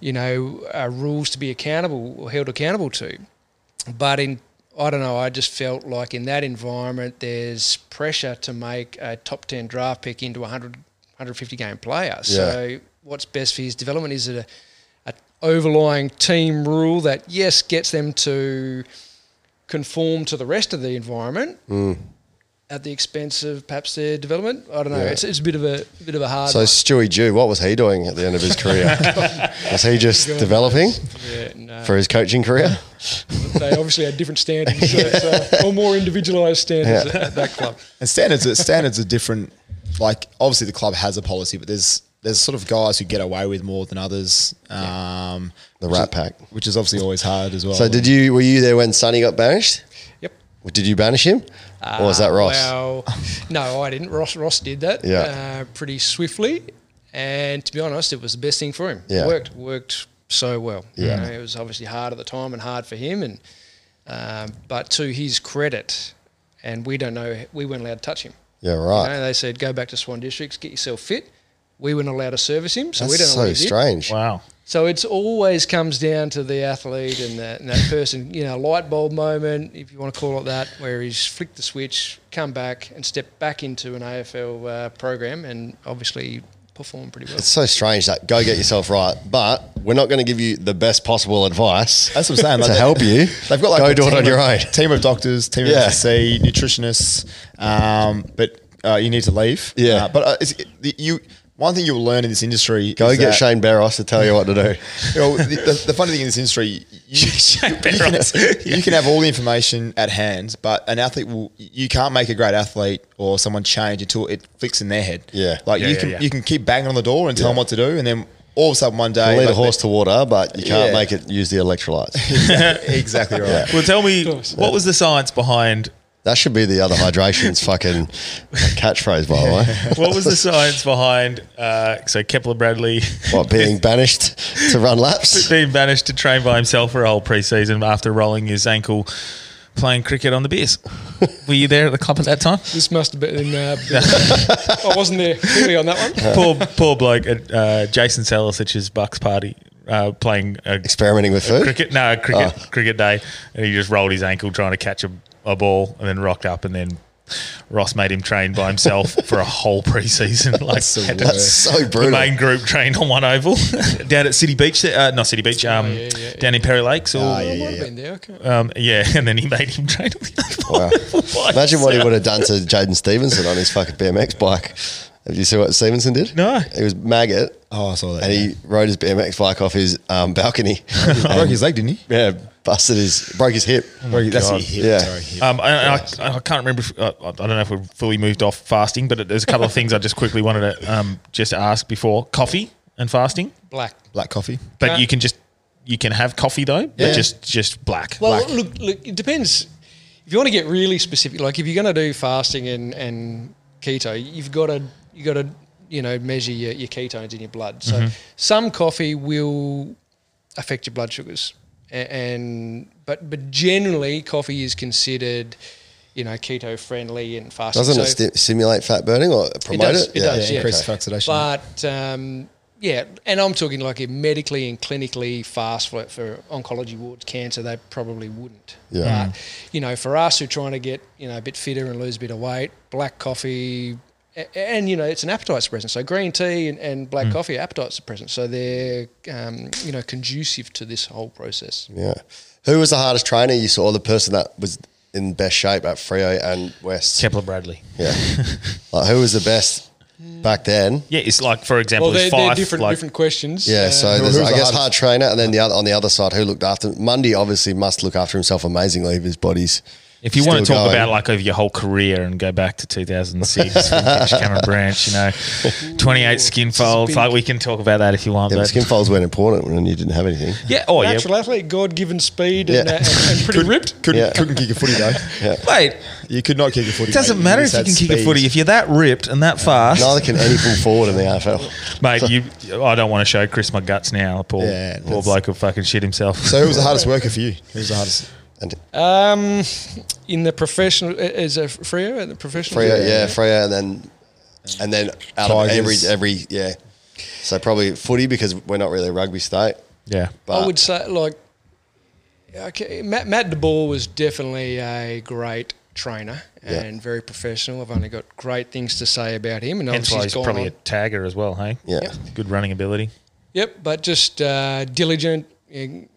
Speaker 3: you know, uh, rules to be accountable or held accountable to. But in, I don't know, I just felt like in that environment, there's pressure to make a top 10 draft pick into a 100, 150 game player. So what's best for his development? Is it a, a overlying team rule that,
Speaker 1: Mm.
Speaker 3: yes, gets them to conform to the rest of the environment? at the expense of perhaps their development. I don't know. It's, it's a bit of a bit of a hard.
Speaker 1: So
Speaker 3: one.
Speaker 1: Stewie Jew, what was he doing at the end of his career? was he just developing
Speaker 3: yeah, no.
Speaker 1: for his coaching career?
Speaker 3: they obviously had different standards so, so- or more individualised standards at, at that club.
Speaker 2: And standards are, standards are different. Like obviously the club has a policy, but there's there's sort of guys who get away with more than others. Um,
Speaker 1: The
Speaker 2: which
Speaker 1: Rat
Speaker 2: is-
Speaker 1: Pack.
Speaker 2: which is obviously always hard as well.
Speaker 1: So did you? Were you there when Sonny got banished?
Speaker 3: Yep.
Speaker 1: Or Did you banish him, or was that Ross?
Speaker 3: Uh, Um, Well, no, I didn't. Ross Ross did that
Speaker 1: Yeah.
Speaker 3: uh, pretty swiftly, and to be honest, it was the best thing for him.
Speaker 1: Yeah.
Speaker 3: It worked worked so well. You
Speaker 1: Yeah.
Speaker 3: know, it was obviously hard at the time and hard for him, and um, but to his credit, and we don't know, we weren't allowed to touch him.
Speaker 1: Yeah, right.
Speaker 3: You know, they said go back to Swan Districts, get yourself fit. We weren't allowed to service him, so
Speaker 1: That's
Speaker 3: we don't know
Speaker 1: so
Speaker 3: what he did.
Speaker 1: strange.
Speaker 4: Wow.
Speaker 3: So it's always comes down to the athlete and that, and that person, you know, light bulb moment, if you want to call it that, where he's flicked the switch, come back, and stepped back into an AFL uh, program, and obviously performed pretty well.
Speaker 1: It's so strange that go get yourself right, but we're not going to give you the best possible advice.
Speaker 2: That's what I'm saying.
Speaker 1: to
Speaker 2: Like, they-
Speaker 1: help you.
Speaker 2: They've got like
Speaker 1: go
Speaker 2: a
Speaker 1: do it
Speaker 2: team
Speaker 1: on your own.
Speaker 2: of- Team of doctors, team
Speaker 1: Yeah.
Speaker 2: of SC, nutritionists, um, but uh, you need to leave.
Speaker 1: Yeah.
Speaker 2: Uh, but uh, it's, it, you one thing you'll learn in this industry.
Speaker 1: Go
Speaker 2: is
Speaker 1: get
Speaker 2: that-
Speaker 1: Shane Barros to tell you what to do.
Speaker 2: You know, the, the, the funny thing in this industry, you,
Speaker 4: Shane
Speaker 2: you, can,
Speaker 4: Barros.
Speaker 2: you can have all the information at hand, but an athlete will. You can't make a great athlete or someone change until it flicks in their head.
Speaker 1: Yeah.
Speaker 2: Like
Speaker 4: Yeah,
Speaker 2: you
Speaker 4: yeah,
Speaker 2: can
Speaker 4: yeah.
Speaker 2: you can keep banging on the door and tell them what to do, and then all of a sudden one day,
Speaker 1: lead
Speaker 2: like,
Speaker 1: a horse to water, but you can't
Speaker 2: Yeah.
Speaker 1: make it use the electrolytes.
Speaker 2: exactly right.
Speaker 4: Well, tell me, what was the science behind?
Speaker 1: that should be the other hydration's fucking catchphrase, by the way.
Speaker 4: What was the science behind? Uh, so Kepler Bradley
Speaker 1: What being banished to run laps?
Speaker 4: being banished to train by himself for a whole preseason after rolling his ankle playing cricket on the beers. Were you there at the club at that time?
Speaker 3: This must have been. Uh, I wasn't there clearly on that one.
Speaker 4: poor poor bloke at uh, Jason Salicich's Bucks party uh, playing a
Speaker 1: Experimenting with food.
Speaker 4: cricket no a cricket
Speaker 1: Oh.
Speaker 4: cricket day, and he just rolled his ankle trying to catch a, a ball, and then rocked up, and then Ross made him train by himself for a whole preseason. Like
Speaker 2: the
Speaker 4: had to-
Speaker 1: That's so
Speaker 4: the
Speaker 1: brutal.
Speaker 4: main group trained on one oval down at City Beach, uh, not City Beach, um,
Speaker 3: yeah, yeah,
Speaker 4: down in Perry Lakes.
Speaker 1: Ah,
Speaker 4: Or,
Speaker 3: I might have been there. Okay.
Speaker 4: Um, yeah, and then he made him train. on the other
Speaker 1: Wow.
Speaker 4: oval by
Speaker 1: Imagine what he
Speaker 4: himself.
Speaker 1: would have done to Jaden Stevenson on his fucking BMX bike. Have you seen what Stevenson did?
Speaker 4: No.
Speaker 1: He was maggot.
Speaker 2: Oh, I saw that.
Speaker 1: And
Speaker 2: yeah.
Speaker 1: he rode his BMX bike off his um, balcony.
Speaker 2: broke his leg, didn't he?
Speaker 1: yeah, busted his, broke his hip.
Speaker 2: Broke his- that's
Speaker 4: God.
Speaker 2: his hip.
Speaker 1: Yeah.
Speaker 2: Sorry, hip.
Speaker 4: Um, I, I, I can't remember. If, uh, I don't know if we've fully moved off fasting, but there's a couple of things I just quickly wanted to um, just ask before coffee and fasting.
Speaker 3: Black.
Speaker 2: Black coffee.
Speaker 4: But
Speaker 3: Uh,
Speaker 4: you can just you can have coffee though, but
Speaker 2: Yeah.
Speaker 4: just just black.
Speaker 3: Well,
Speaker 4: black.
Speaker 3: look, look, it depends. If you want to get really specific, like if you're going to do fasting and, and keto, you've got to you got to you know measure your, your ketones in your blood. So
Speaker 1: Mm-hmm.
Speaker 3: some coffee will affect your blood sugars, and, and but but generally coffee is considered you know keto friendly and fasting.
Speaker 1: Doesn't it
Speaker 3: So-
Speaker 1: sti- stimulate fat burning or promote it?
Speaker 3: does, it does,
Speaker 2: Yeah,
Speaker 3: Yeah,
Speaker 2: increased
Speaker 1: okay.
Speaker 2: oxidation.
Speaker 3: but um, yeah, and I'm talking like if medically and clinically fast for, for oncology wards, cancer, they probably wouldn't.
Speaker 1: Yeah. Mm.
Speaker 3: But you know, for us who are trying to get you know a bit fitter and lose a bit of weight, black coffee, a- and you know it's an appetite suppressant. So green tea and, and
Speaker 1: Mm.
Speaker 3: black coffee are appetite suppressants. So they're um, you know conducive to this whole process.
Speaker 1: Yeah. Who was the hardest trainer you saw? The person that was in best shape at Frio and West.
Speaker 4: Kepler Bradley.
Speaker 1: Yeah. like, who was the best back then?
Speaker 4: Yeah, it's like for example,
Speaker 3: Well, they're,
Speaker 4: there's
Speaker 3: they're
Speaker 4: five.
Speaker 3: different
Speaker 4: like,
Speaker 3: different questions.
Speaker 1: Yeah, so
Speaker 2: Who-
Speaker 1: there's,
Speaker 2: who was
Speaker 1: I
Speaker 2: the
Speaker 1: guess
Speaker 2: hardest?
Speaker 1: hard trainer, and then the other on the other side, who looked after Mundy? Obviously, must look after himself amazingly. If his body's
Speaker 4: If you want to
Speaker 1: still
Speaker 4: talk
Speaker 1: going.
Speaker 4: about like over your whole career and go back to 2006, when Mitch Cameron Branch, you know, 28 skin folds, like we can talk about that if you want.
Speaker 1: yeah, but
Speaker 4: but
Speaker 1: skin folds weren't important when you didn't have anything.
Speaker 4: yeah, oh yeah,
Speaker 3: Natural athlete, God given speed, and,
Speaker 1: Yeah.
Speaker 3: uh, and, and pretty ripped.
Speaker 2: Couldn't,
Speaker 1: Yeah.
Speaker 2: couldn't kick a footy though.
Speaker 4: mate.
Speaker 2: You could not kick a footy.
Speaker 4: It doesn't
Speaker 2: mate.
Speaker 4: matter if
Speaker 2: just
Speaker 4: you can
Speaker 2: had
Speaker 4: kick a
Speaker 2: speed.
Speaker 4: footy if you're that ripped and that fast,
Speaker 1: Neither can any full forward in the AFL.
Speaker 4: mate. You, I don't want to show Chris my guts now. Poor,
Speaker 2: Yeah,
Speaker 4: poor
Speaker 2: that's-
Speaker 4: bloke will fucking shit himself.
Speaker 2: So who was the hardest worker for you? Who was the hardest?
Speaker 1: And
Speaker 3: Um, in the professional, as a Freo, in the professional.
Speaker 1: Frio, yeah, Frio, and then and then out of every
Speaker 2: Tigers.
Speaker 1: every yeah. So probably footy because we're not really a rugby state.
Speaker 4: yeah,
Speaker 1: But
Speaker 3: I would say like, okay, Matt, Matt DeBoer was definitely a great trainer
Speaker 1: Yeah.
Speaker 3: and very professional. I've only got great things to say about him, and
Speaker 4: hence
Speaker 3: obviously
Speaker 4: Oh, why
Speaker 3: he's
Speaker 4: he's
Speaker 3: gone
Speaker 4: probably
Speaker 3: on.
Speaker 4: a tagger as well. Hey,
Speaker 1: yeah,
Speaker 4: good running ability.
Speaker 3: Yep, but just uh, diligent, and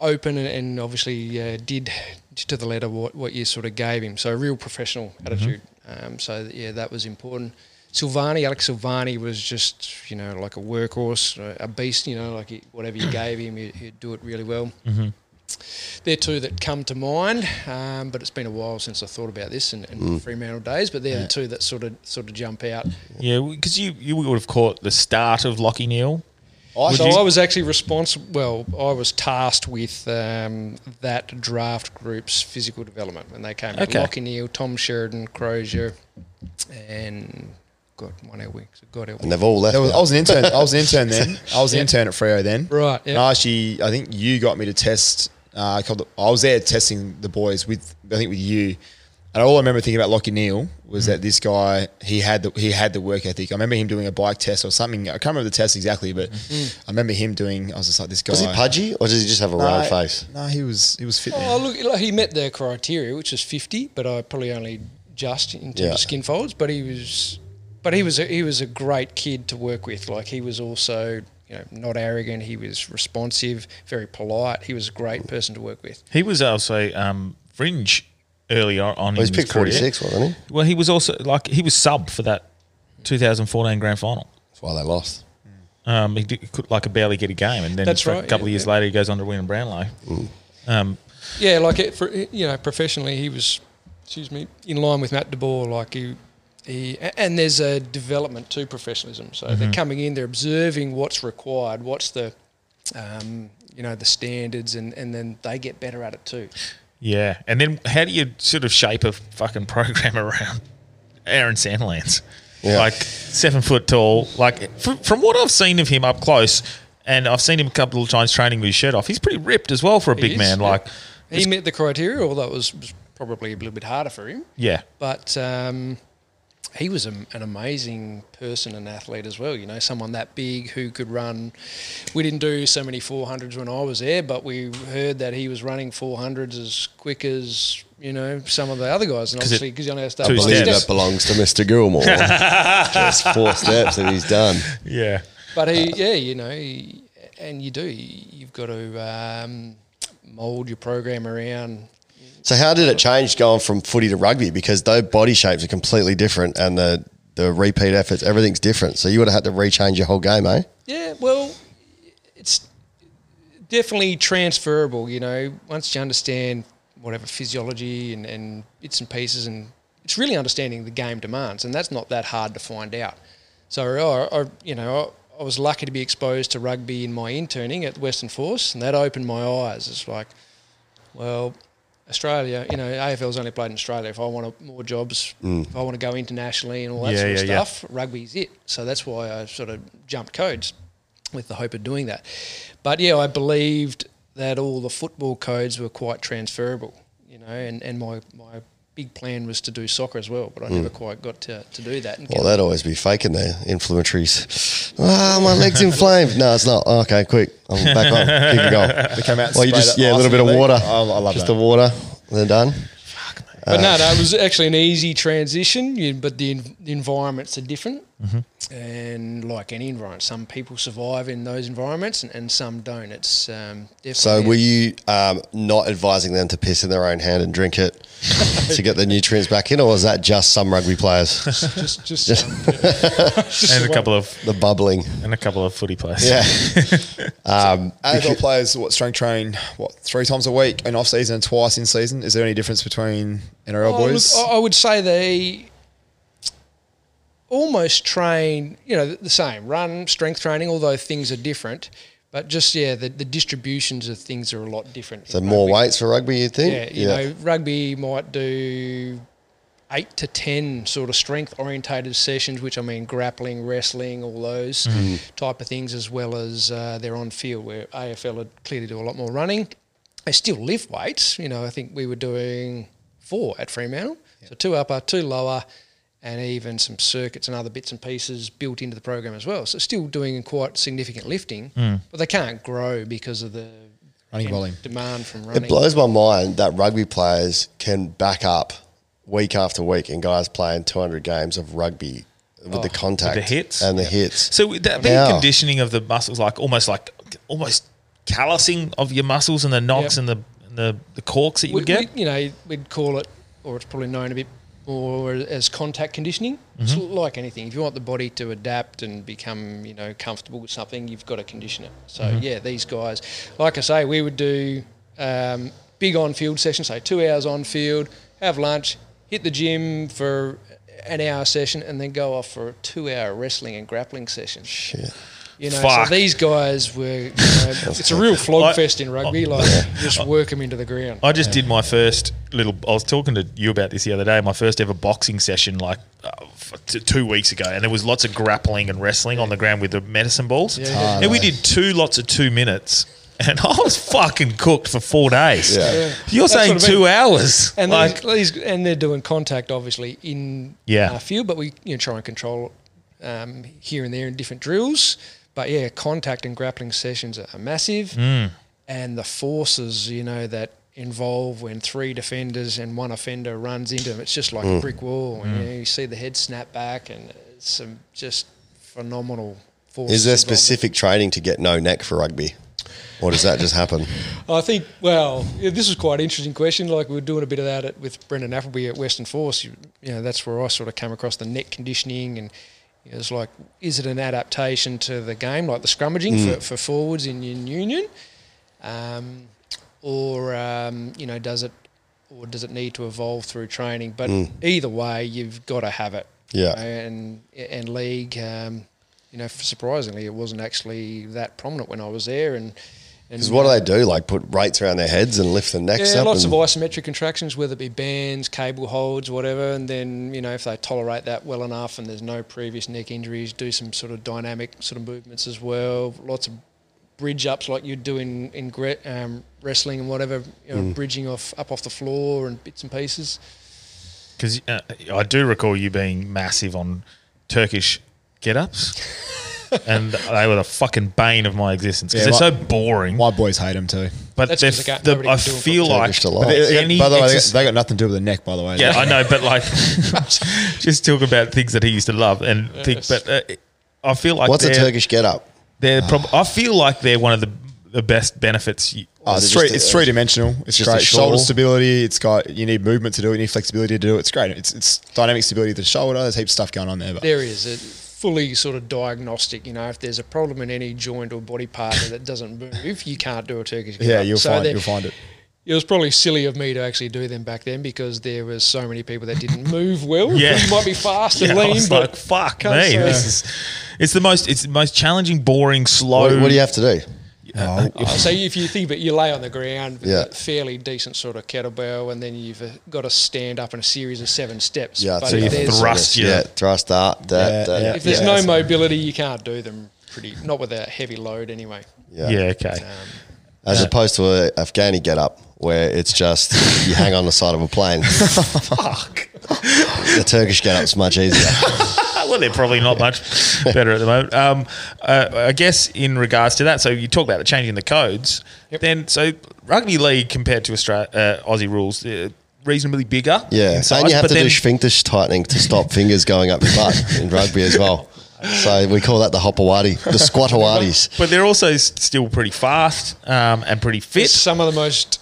Speaker 3: open, and, and obviously uh, did to the letter what, what you sort of gave him. So a real professional attitude. Um, so th- yeah, that was important. Silvani, Alex Silvani was just you know like a workhorse, a- a beast. You know, like he, whatever you gave him, he, he'd do it really well. They're two that come to mind, um, but it's been a while since I thought about this and, and Fremantle days. But they're the two that sort of sort of jump out.
Speaker 4: Yeah, because you you would have caught the start of Lockie Neal.
Speaker 3: so
Speaker 4: you-
Speaker 3: I was actually responsible. Well, I was tasked with um, that draft group's physical development, and they came
Speaker 4: Okay.
Speaker 3: okay. Lockie Neal, Tom Sheridan, Crozier, and God, one out weeks. God, out
Speaker 1: And they've all left.
Speaker 2: There was, I
Speaker 1: now.
Speaker 2: was an intern. I was an intern then. I was an intern at Freo then.
Speaker 3: Right, yeah.
Speaker 2: And I actually, I think you got me to test. Uh, a couple of- I was there testing the boys with, I think with you. And all I remember thinking about Lockie Neal was
Speaker 3: Mm.
Speaker 2: that this guy he had the, he had the work ethic. I remember him doing a bike test or something. I can't remember the test exactly, but
Speaker 3: Mm.
Speaker 2: I remember him doing. I was just like, this guy.
Speaker 1: Was he pudgy or does he just have a
Speaker 2: No,
Speaker 1: round face?
Speaker 2: No, he was he was fit.
Speaker 3: Oh,
Speaker 2: man.
Speaker 3: look, like, he met their criteria, which is fifty, but I probably only just in terms
Speaker 1: Yeah.
Speaker 3: of skin folds. But he was, but he was a, he was a great kid to work with. Like he was also you know not arrogant. He was responsive, very polite. He was a great person to work with.
Speaker 4: He was also um, fringe earlier on.
Speaker 1: Well, he's
Speaker 4: in
Speaker 1: picked
Speaker 4: his career.
Speaker 1: forty six, wasn't he?
Speaker 4: Well, he was also like he was sub for that 2014 grand final.
Speaker 1: That's why they lost.
Speaker 4: Um, he did, could like barely get a game, and then
Speaker 3: That's
Speaker 4: for a
Speaker 3: right,
Speaker 4: couple of
Speaker 3: yeah,
Speaker 4: years
Speaker 3: yeah.
Speaker 4: later, he goes on to win in Brownlow. Um,
Speaker 3: Yeah, like it, for, you know, professionally, he was, excuse me, in line with Matt De Boer. Like he, he, a- and there's a development to professionalism. So they're coming in, they're observing what's required, what's the, um, you know, the standards, and and then they get better at it too.
Speaker 4: yeah, and then how do you sort of shape a fucking program around Aaron Sandlands?
Speaker 1: Yeah.
Speaker 4: Like seven foot tall. Like from, from what I've seen of him up close, and I've seen him a couple of times training with his shirt off. He's pretty ripped as well for a big
Speaker 3: is,
Speaker 4: man.
Speaker 3: yeah.
Speaker 4: Like,
Speaker 3: He met the criteria, although it was, was probably a little bit harder for him.
Speaker 4: yeah,
Speaker 3: But um, he was a, an amazing person and athlete as well. You know, someone that big who could run. We didn't do so many 400s when I was there, but we heard that he was running 400s as quick as, you know, some of the other guys. And
Speaker 4: 'Cause it-
Speaker 3: obviously, because you know,
Speaker 1: I
Speaker 4: Two
Speaker 3: started
Speaker 1: believe
Speaker 4: steps.
Speaker 1: that belongs to Mr. Gilmore. Just four steps that he's done.
Speaker 4: yeah.
Speaker 3: But he, yeah, you know, he, and you do. You've got to um, mold your program around.
Speaker 1: So how did it change going from footy to rugby? Because those body shapes are completely different, and the the repeat efforts, everything's different. So you would have had to rechange your whole game, eh?
Speaker 3: Yeah, well, it's definitely transferable. You know, once you understand whatever physiology and, and bits and pieces, and it's really understanding the game demands, and that's not that hard to find out. So, I, I you know, I, I was lucky to be exposed to rugby in my interning at Western Force, and that opened my eyes. It's like, well, Australia, you know, AFL's only played in Australia. If I want a, more jobs, if I want to go internationally and all that
Speaker 4: Mm. Yeah,
Speaker 3: sort of
Speaker 4: yeah, yeah.
Speaker 3: stuff, rugby's it. So that's why I sort of jumped codes with the hope of doing that. But yeah, I believed that all the football codes were quite transferable, you know, and, and my, my big plan was to do soccer as well, but I never quite got to, to do that. And
Speaker 1: Hmm. Well, that'd always be faking there, influenceries. Ah, my leg's inflamed. No, it's not. Oh, okay, quick, I'm back on. Keep it going.
Speaker 2: They came out. and
Speaker 1: Well, you
Speaker 2: sprayed
Speaker 1: just
Speaker 2: that
Speaker 1: yeah, a
Speaker 2: ice
Speaker 1: little
Speaker 2: in
Speaker 1: bit of
Speaker 2: the league.
Speaker 1: water.
Speaker 2: Oh, I love
Speaker 1: just
Speaker 2: that.
Speaker 1: the water. Then done.
Speaker 3: But
Speaker 1: uh,
Speaker 3: no, no, it was actually an easy transition. You, but the, en- the environments are different,
Speaker 1: Mm-hmm.
Speaker 3: and like any environment, some people survive in those environments, and, and some don't. It's um, definitely
Speaker 1: So were you um, not advising them to piss in their own hand and drink it to get the nutrients back in, or was that just some rugby players?
Speaker 3: just just um,
Speaker 4: And a couple of
Speaker 1: the bubbling.
Speaker 4: and a couple of footy players.
Speaker 1: Yeah.
Speaker 2: AFL players what strength train what three times a week in off season and twice in season. Is there any difference between NRL
Speaker 3: I would-
Speaker 2: boys?
Speaker 3: I I would say they almost train, you know, the same run, strength training, although things are different. But just, yeah, the, the distributions of things are a lot different.
Speaker 1: So
Speaker 3: in
Speaker 1: more
Speaker 3: rugby.
Speaker 1: weights for rugby, you think?
Speaker 3: Yeah, you know, rugby might do eight to ten sort of strength orientated sessions, which I mean grappling, wrestling, all those type of things, as well as uh, they're on field where AFL would clearly do a lot more running. They still lift weights. You know, I think we were doing four at Fremantle, so two upper, two lower. And even some circuits and other bits and pieces built into the program as well. So still doing quite significant lifting, but they can't grow because of the
Speaker 2: Running volume.
Speaker 3: demand from running.
Speaker 1: It blows my mind that rugby players can back up week after week and guys playing 200 games of rugby
Speaker 3: Oh,
Speaker 1: with the contact
Speaker 4: With the hits?
Speaker 1: and the hits.
Speaker 4: So would that be
Speaker 1: Yeah.
Speaker 4: conditioning of the muscles, like almost like almost callousing of your muscles and the knocks
Speaker 3: Yeah.
Speaker 4: and the and the, the corks that you
Speaker 3: we,
Speaker 4: would get.
Speaker 3: we- you know, we'd call it, or it's probably known a bit or as contact conditioning. It's
Speaker 4: Mm-hmm.
Speaker 3: like anything. If you want the body to adapt and become, you know, comfortable with something, you've got to condition it. So
Speaker 4: Mm-hmm.
Speaker 3: yeah, these guys, like I say, we would do um, big on-field sessions, so two hours on field, have lunch, hit the gym for an hour session, and then go off for a two-hour wrestling and grappling session. Shit. You know,
Speaker 4: Fuck.
Speaker 3: so these guys were. You know, it's a real flog fest in rugby.
Speaker 4: Oh,
Speaker 3: Like, just work them into the ground.
Speaker 4: I just did my first little. I was talking to you about this the other day. My first ever boxing session, like uh, f- t- two weeks ago, and there was lots of grappling and wrestling on the ground with the medicine balls.
Speaker 3: yeah.
Speaker 4: and we did two lots of two minutes, and I was fucking cooked for four days. You're saying
Speaker 3: what I
Speaker 4: two
Speaker 3: mean.
Speaker 4: hours,
Speaker 3: And
Speaker 4: like
Speaker 3: these, these- and they're doing contact obviously in
Speaker 4: Yeah.
Speaker 3: our field, but we you know try and control um, here and there in different drills. But yeah, contact and grappling sessions are massive, and the forces you know that involve when three defenders and one offender runs into them, it's just like a brick wall, and you, know, you see the head snap back, and it's some just phenomenal. forces
Speaker 1: Is there
Speaker 3: involved.
Speaker 1: specific training to get no neck for rugby? Or does that just happen?
Speaker 3: I think, well, yeah, this is quite an interesting question. Like, we were doing a bit of that at, with Brendan Appleby at Western Force. You, you know, that's where I sort of came across the neck conditioning and you know, it's like, is it an adaptation to the game, like the scrummaging
Speaker 1: Mm.
Speaker 3: for, for forwards in, in union? Um, or, um, you know, does it, or does it need to evolve through training? But either way, you've got to have it.
Speaker 1: Mm.
Speaker 3: you
Speaker 1: Yeah.
Speaker 3: know, and, and league, um, you know, surprisingly, it wasn't actually that prominent when I was there. And, and
Speaker 1: Because what do they do? Like put weights around their heads and lift the necks
Speaker 3: yeah,
Speaker 1: up?
Speaker 3: lots
Speaker 1: and-
Speaker 3: of isometric contractions, whether it be bands, cable holds, whatever. And then, you know, if they tolerate that well enough and there's no previous neck injuries, do some sort of dynamic sort of movements as well. Lots of bridge ups like you do in, in gre- um, wrestling and whatever, you know, Mm. bridging off up off the floor and bits and pieces.
Speaker 4: because uh, I do recall you being massive on Turkish get-ups. and they were the fucking bane of my existence because
Speaker 2: Yeah,
Speaker 4: they're
Speaker 2: my-
Speaker 4: so boring.
Speaker 2: My boys hate them too.
Speaker 4: But
Speaker 3: That's
Speaker 4: they're
Speaker 3: 'cause they can't-
Speaker 4: the-
Speaker 3: nobody
Speaker 4: I
Speaker 3: can do it for
Speaker 4: feel like
Speaker 1: Turkish delight.
Speaker 2: They- they-
Speaker 4: any
Speaker 2: by the way, they got,
Speaker 4: exercise-
Speaker 2: they got nothing to do with the neck. By the way,
Speaker 4: yeah, I know, but like just talk about things that he used to love and think.
Speaker 3: Yes.
Speaker 4: But uh, I feel like
Speaker 1: What's a
Speaker 4: they're,
Speaker 1: Turkish get up?
Speaker 4: They're prob- I feel like they're one of the the best benefits. You,
Speaker 2: Oh, it's
Speaker 1: Is it
Speaker 2: three.
Speaker 1: just a-
Speaker 2: it's three dimensional. It's
Speaker 1: just a
Speaker 2: great.
Speaker 1: shawl?
Speaker 2: Shoulder stability. It's got. You need movement to do it. You need flexibility to do it. It's great. It's it's dynamic stability to the shoulder. There's heaps of stuff going on there. But
Speaker 3: There is a fully sort of diagnostic, you know, if there's a problem in any joint or body part that doesn't move, you can't do a Turkish get
Speaker 2: yeah,
Speaker 3: up.
Speaker 2: you'll
Speaker 3: So
Speaker 2: find
Speaker 3: they're-
Speaker 2: you'll find it.
Speaker 3: It was probably silly of me to actually do them back then because there was so many people that didn't move well.
Speaker 4: Yeah.
Speaker 3: you might be fast and
Speaker 4: Yeah, I
Speaker 3: lean,
Speaker 4: was
Speaker 3: but
Speaker 4: like, fuck
Speaker 3: can't
Speaker 4: me,
Speaker 3: say.
Speaker 4: this is. It's the most. It's the most challenging, boring, slow.
Speaker 1: What, what do you have to do?
Speaker 3: uh, so if you think of it, you lay on the ground, with
Speaker 1: Yeah.
Speaker 3: a fairly decent sort of kettlebell, and then you've uh, got to stand up in a series of seven steps.
Speaker 1: Yeah,
Speaker 3: but
Speaker 1: so
Speaker 3: if
Speaker 1: you
Speaker 3: there's,
Speaker 4: thrust your-
Speaker 1: Yeah, thrust up, that,
Speaker 2: Yeah,
Speaker 1: that.
Speaker 2: yeah.
Speaker 3: if there's
Speaker 2: Yeah,
Speaker 3: no
Speaker 2: that's-
Speaker 3: mobility, you can't do them. Pretty not with a heavy load anyway.
Speaker 4: Yeah. okay.
Speaker 1: As opposed to a Afghani get up where it's just you hang on the side of a plane. Fuck. the Turkish get up's much easier.
Speaker 4: Uh, well, they're probably not much better at the moment. Um, uh, I guess in regards to that, so you talk about the changing the codes. Then, so rugby league compared to Australia, uh, Aussie rules, uh, reasonably bigger.
Speaker 1: Yeah.
Speaker 4: in size,
Speaker 1: and you have
Speaker 4: but
Speaker 1: to
Speaker 4: then-
Speaker 1: do sphincter tightening to stop fingers going up your butt in rugby as well. So we call that the hopawadi, the squatawadis.
Speaker 4: But they're also s- still pretty fast um, and pretty
Speaker 3: It's
Speaker 4: fit.
Speaker 3: some of the most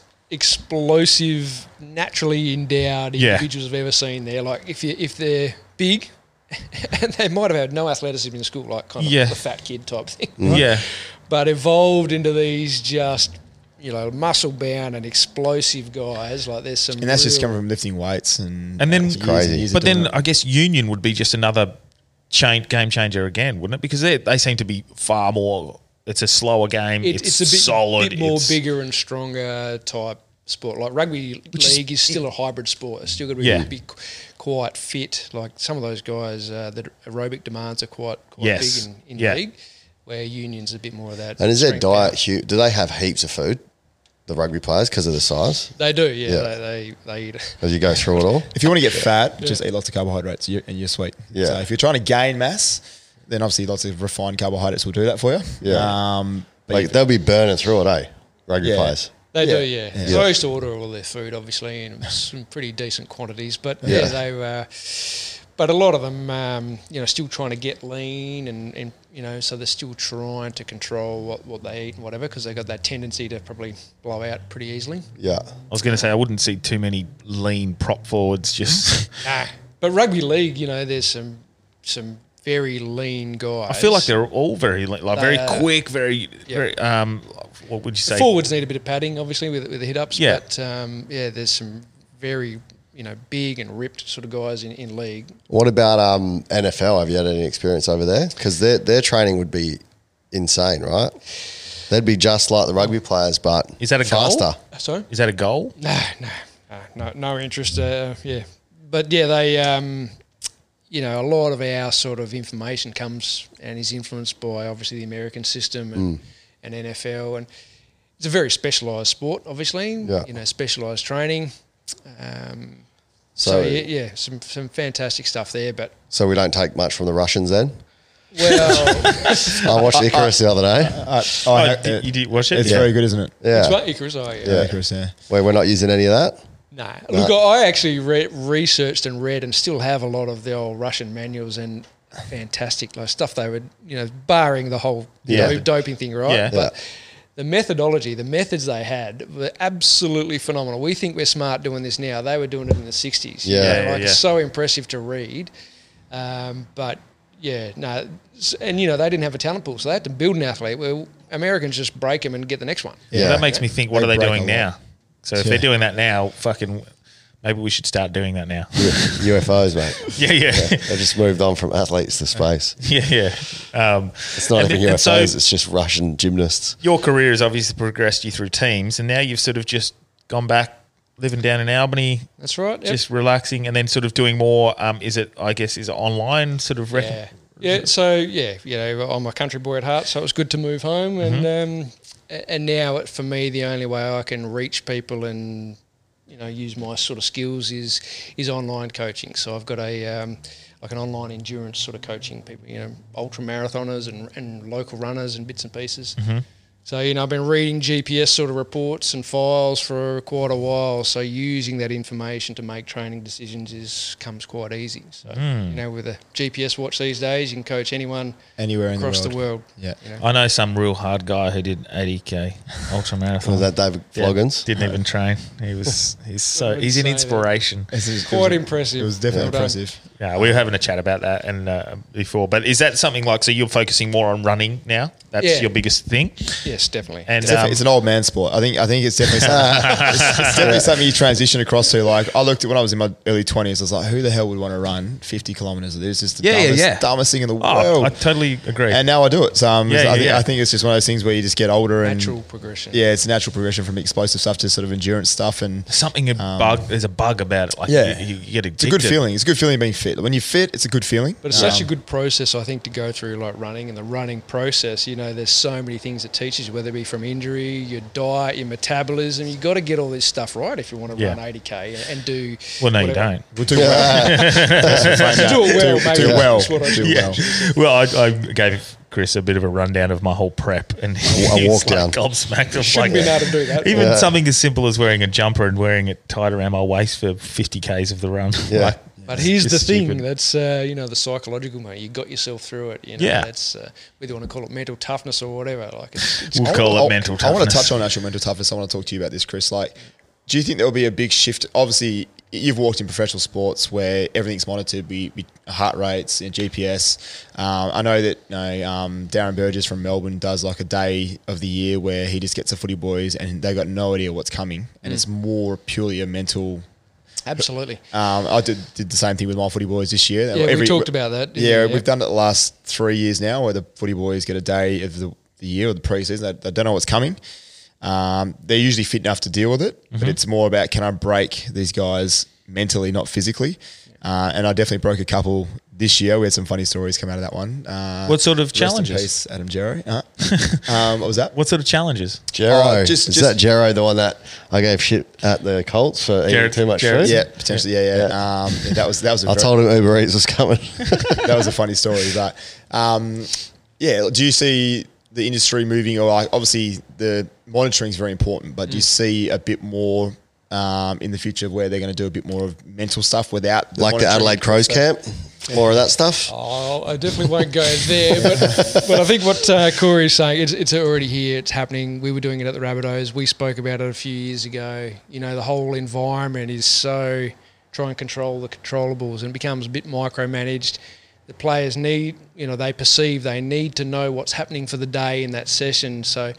Speaker 3: explosive, naturally endowed
Speaker 4: Yeah.
Speaker 3: individuals I've ever seen. There, like if you if they're big, and they might have had no athleticism in school, like kind of
Speaker 4: Yeah.
Speaker 3: the fat kid type thing,
Speaker 4: Yeah.
Speaker 3: but evolved into these just you know muscle bound and explosive guys. Like there's some,
Speaker 2: And that's just
Speaker 3: real-
Speaker 2: coming from lifting weights and
Speaker 4: And then- It's
Speaker 1: crazy.
Speaker 2: years of
Speaker 4: But
Speaker 2: doing
Speaker 4: then
Speaker 2: it.
Speaker 4: I guess union would be just another change, game changer again, wouldn't it? Because they, they seem to be far more. It's a slower game.
Speaker 3: it-
Speaker 4: it's, a bit, solid.
Speaker 3: bit more
Speaker 4: it's-
Speaker 3: bigger and stronger type sport. Like rugby
Speaker 4: is-
Speaker 3: league is, still a hybrid sport. It's still got to be,
Speaker 4: Yeah.
Speaker 3: be qu- quite fit. Like some of those guys, uh, the aerobic demands are quite, quite
Speaker 4: Yes.
Speaker 3: big in, in
Speaker 4: Yeah.
Speaker 3: league. Where unions a bit more of that.
Speaker 1: And is their
Speaker 3: strength power.
Speaker 1: diet hu Do they have heaps of food, the rugby players, because of the size?
Speaker 3: They do, yeah.
Speaker 1: Yeah.
Speaker 3: They, they they eat.
Speaker 1: As you go through it all?
Speaker 2: if you want to get fat, just eat lots of carbohydrates you- and you're sweet.
Speaker 1: Yeah.
Speaker 2: So if you're trying to gain mass, then obviously lots of refined carbohydrates will do that for you.
Speaker 1: Yeah.
Speaker 2: Um, but
Speaker 1: Like they'll be burning through it, eh? Rugby
Speaker 2: Yeah.
Speaker 1: players.
Speaker 3: They
Speaker 2: Yeah.
Speaker 3: do, yeah.
Speaker 2: Yeah.
Speaker 3: So I used to order all their food, obviously, in some pretty decent quantities. But yeah,
Speaker 1: Yeah.
Speaker 3: they were. but a lot of them, um, you know, still trying to get lean and, and, you know, so they're still trying to control what, what they eat and whatever because they've got that tendency to probably blow out pretty easily.
Speaker 1: Yeah.
Speaker 4: I was going to say I wouldn't see too many lean prop forwards. Just
Speaker 3: Nah. But rugby league, you know, there's some some very lean guys.
Speaker 4: I feel like they're all very lean, like very
Speaker 3: Mm-hmm. They are.
Speaker 4: quick, very, very um, what would you say?
Speaker 3: forwards need a bit of padding, obviously, with, with the hit ups.
Speaker 4: Yeah.
Speaker 3: But um, yeah, there's some very, you know, big and ripped sort of guys in, in league.
Speaker 1: What about um, NFL? Have you had any experience over there? Because their their training would be insane, right? They'd be just like the rugby players, but
Speaker 4: Is that a goal?
Speaker 1: faster?
Speaker 3: Sorry?
Speaker 4: Is that a goal?
Speaker 3: No, no, no, Uh, no, no interest. Uh, yeah, but yeah, they, um, you know, a lot of our sort of information comes and is influenced by obviously the American system and, and NFL, and it's a very specialised sport, obviously.
Speaker 1: Yeah.
Speaker 3: You know, specialised training. Um,
Speaker 1: So-
Speaker 3: so, yeah, yeah, some some fantastic stuff there, but
Speaker 1: So we don't take much from the Russians then.
Speaker 3: well,
Speaker 1: I watched Icarus the other day.
Speaker 2: Uh, oh,
Speaker 4: Oh,
Speaker 2: I-
Speaker 4: did, you did watch it?
Speaker 2: it's very good, isn't it?
Speaker 3: it's
Speaker 1: Yeah,
Speaker 3: like Icarus, oh, yeah.
Speaker 1: Yeah.
Speaker 2: Icarus, yeah.
Speaker 1: where we're not using any of that.
Speaker 3: No, look, I actually re- researched and read, and still have a lot of the old Russian manuals and fantastic like, stuff they would, you know, barring the whole
Speaker 1: Yeah.
Speaker 3: do- doping thing, right?
Speaker 4: Yeah.
Speaker 3: But the methodology, the methods they had were absolutely phenomenal. We think we're smart doing this now. They were doing it in the '60s. you
Speaker 1: Yeah.
Speaker 3: know,
Speaker 1: Yeah,
Speaker 4: yeah,
Speaker 3: like
Speaker 4: yeah.
Speaker 3: it's so impressive to read. Um, but yeah, no, s- and you know they didn't have a talent pool, so they had to build an athlete. Well, Americans just break him and get the next one.
Speaker 4: Well,
Speaker 1: Yeah.
Speaker 4: that makes me think. What
Speaker 2: They
Speaker 4: are they
Speaker 2: break
Speaker 4: doing
Speaker 2: a lot.
Speaker 4: now? So if
Speaker 2: Yeah.
Speaker 4: they're doing that now, fucking, maybe we should start doing that now.
Speaker 1: UFOs, mate.
Speaker 4: yeah, yeah,
Speaker 1: They just moved on from athletes to space.
Speaker 4: yeah, yeah. Um,
Speaker 1: It's not
Speaker 4: and-
Speaker 1: even
Speaker 4: and
Speaker 1: UFOs.
Speaker 4: so-
Speaker 1: it's just Russian gymnasts.
Speaker 4: your career has obviously progressed you through teams, and now you've sort of just gone back living down in Albany,
Speaker 3: That's right. yep.
Speaker 4: just relaxing, and then sort of doing more. Um, is it? I guess is it online sort of? Rec-
Speaker 3: Yeah. Yeah. So yeah, you know, I'm a country boy at heart, so it was good to move home, and um, a- and now it, for me, the only way I can reach people and you know use my sort of skills is is online coaching. So I've got a um, like an online endurance sort of coaching people, you know, ultra marathoners and and local runners and bits and pieces. So you know, I've been reading GPS sort of reports and files for quite a while. So using that information to make training decisions is comes quite easy. So you know, with a GPS watch these days, you can coach anyone
Speaker 2: Anywhere Hmm. in
Speaker 3: across
Speaker 2: the
Speaker 3: the
Speaker 2: world.
Speaker 3: world.
Speaker 2: Yeah.
Speaker 4: I know some real hard guy who did 80k ultra marathon.
Speaker 1: Was that David Floggins?
Speaker 4: Didn't even train. He was. He's so.
Speaker 3: would
Speaker 4: He's an
Speaker 3: say that.
Speaker 4: inspiration.
Speaker 2: It's- it's-
Speaker 3: Quite
Speaker 2: it was-
Speaker 3: impressive.
Speaker 2: It was definitely
Speaker 3: Well done.
Speaker 2: impressive.
Speaker 4: Yeah, we were having a chat about that and uh, before. But is that something like so? You're focusing more on running now. That's
Speaker 3: Yeah.
Speaker 4: your biggest thing.
Speaker 3: Yes, definitely.
Speaker 4: And
Speaker 2: It's, defi-
Speaker 4: um,
Speaker 2: it's an old man sport. I think I think it's definitely something, it's, it's definitely something you transition across to. Like I looked at when I was in my early twenties, I was like, who the hell would want to run fifty kilometers of this? It's the
Speaker 4: Yeah, yeah,
Speaker 2: dumbest,
Speaker 4: yeah.
Speaker 2: dumbest thing in the
Speaker 4: oh,
Speaker 2: world.
Speaker 4: I totally agree.
Speaker 2: and now I do it. So um,
Speaker 4: Yeah,
Speaker 2: I,
Speaker 4: yeah,
Speaker 2: think,
Speaker 4: yeah.
Speaker 2: I think it's just one of those things where you just get older and
Speaker 3: Natural progression.
Speaker 2: Yeah, it's a natural progression from explosive stuff to sort of endurance stuff, and
Speaker 4: something a bug. There's a bug about it. Like
Speaker 2: um, yeah.
Speaker 4: you, you get addicted.
Speaker 2: it's a good feeling. It's a good feeling being fit. When you're fit, it's a good feeling.
Speaker 3: But it's
Speaker 2: Um,
Speaker 3: such a good process, I think, to go through like running and the running process. You know, there's so many things it teaches you, whether it be from injury, your diet, your metabolism. You've got to get all this stuff right if you want to
Speaker 4: Yeah.
Speaker 3: run 80K and, and do.
Speaker 4: Well, no, you
Speaker 3: whatever.
Speaker 4: don't.
Speaker 2: We'll do well.
Speaker 3: Do it well, maybe.
Speaker 2: Do well.
Speaker 3: That's what I
Speaker 2: Do
Speaker 3: should-
Speaker 2: well.
Speaker 4: Well, I, I gave Chris a bit of a rundown of my whole prep, and he's
Speaker 1: walk down.
Speaker 4: like gobsmacked. I'm
Speaker 3: Shouldn't
Speaker 4: like,
Speaker 3: be able to do that.
Speaker 4: Even something as simple as wearing a jumper and wearing it tied around my waist for 50 k's of the run.
Speaker 1: Yeah.
Speaker 4: Like,
Speaker 3: But
Speaker 4: it's
Speaker 3: here's the
Speaker 4: just
Speaker 3: thing
Speaker 4: stupid.
Speaker 3: that's, uh, you know, the psychological mate. You got yourself through it. You know,
Speaker 4: Yeah.
Speaker 3: that's, uh, whether you want to call it mental toughness or whatever. Like, it's, it's
Speaker 4: we'll call it mental
Speaker 2: I
Speaker 4: toughness.
Speaker 2: want to touch on actual mental toughness. I want to talk to you about this, Chris. Like, do you think there'll be a big shift? Obviously, you've walked in professional sports where everything's monitored, we, we heart rates, you know, GPS. Um, I know that you know, um, Darren Burgess from Melbourne does like a day of the year where he just gets the footy boys and they got no idea what's coming,
Speaker 4: Mm.
Speaker 2: and it's more purely a mental.
Speaker 3: absolutely.
Speaker 2: Um, I did, did the same thing with my footy boys this year.
Speaker 3: Yeah, we talked about that, didn't
Speaker 2: Yeah,
Speaker 3: we?
Speaker 2: we've done it the last three years now, where the footy boys get a day of the, the year or the preseason. They, they don't know what's coming. Um, they're usually fit enough to deal with it, but it's more about can I break these guys mentally, not physically. Uh, and I definitely broke a couple this year. We had some funny stories come out of that one. Uh,
Speaker 4: What sort of
Speaker 2: rest in
Speaker 4: challenges?
Speaker 2: peace, Adam Jerry. Uh, um, what was that?
Speaker 4: What sort of challenges?
Speaker 1: Jero.
Speaker 2: Oh, just-
Speaker 1: is
Speaker 2: just-
Speaker 1: that Jero the one that I gave shit at the Colts for eating
Speaker 4: Jared-
Speaker 1: too much
Speaker 4: Jared.
Speaker 1: food?
Speaker 2: Yeah, potentially. Yeah, yeah. Um, yeah, that was that was. A
Speaker 1: I
Speaker 2: very-
Speaker 1: told him Uber Eats was coming.
Speaker 2: that was a funny story. But um, yeah, do you see the industry moving, or like, obviously the monitoring is very important,
Speaker 1: Mm.
Speaker 2: but do you see a bit more um, in the future where they're going to do a bit more of mental stuff without
Speaker 1: like the
Speaker 2: monitoring?
Speaker 1: Adelaide Crows camp. More of that stuff.
Speaker 3: Oh, I definitely won't go there, but, but I think what uh, Corey's saying, it's, it's already here, it's happening. We were doing it at the Rabbitohs. We spoke about it a few years ago. You know, the whole environment is so try and control the controllables and it becomes a bit micromanaged. The players need, you know, they perceive they need to know what's happening for the day in that session. So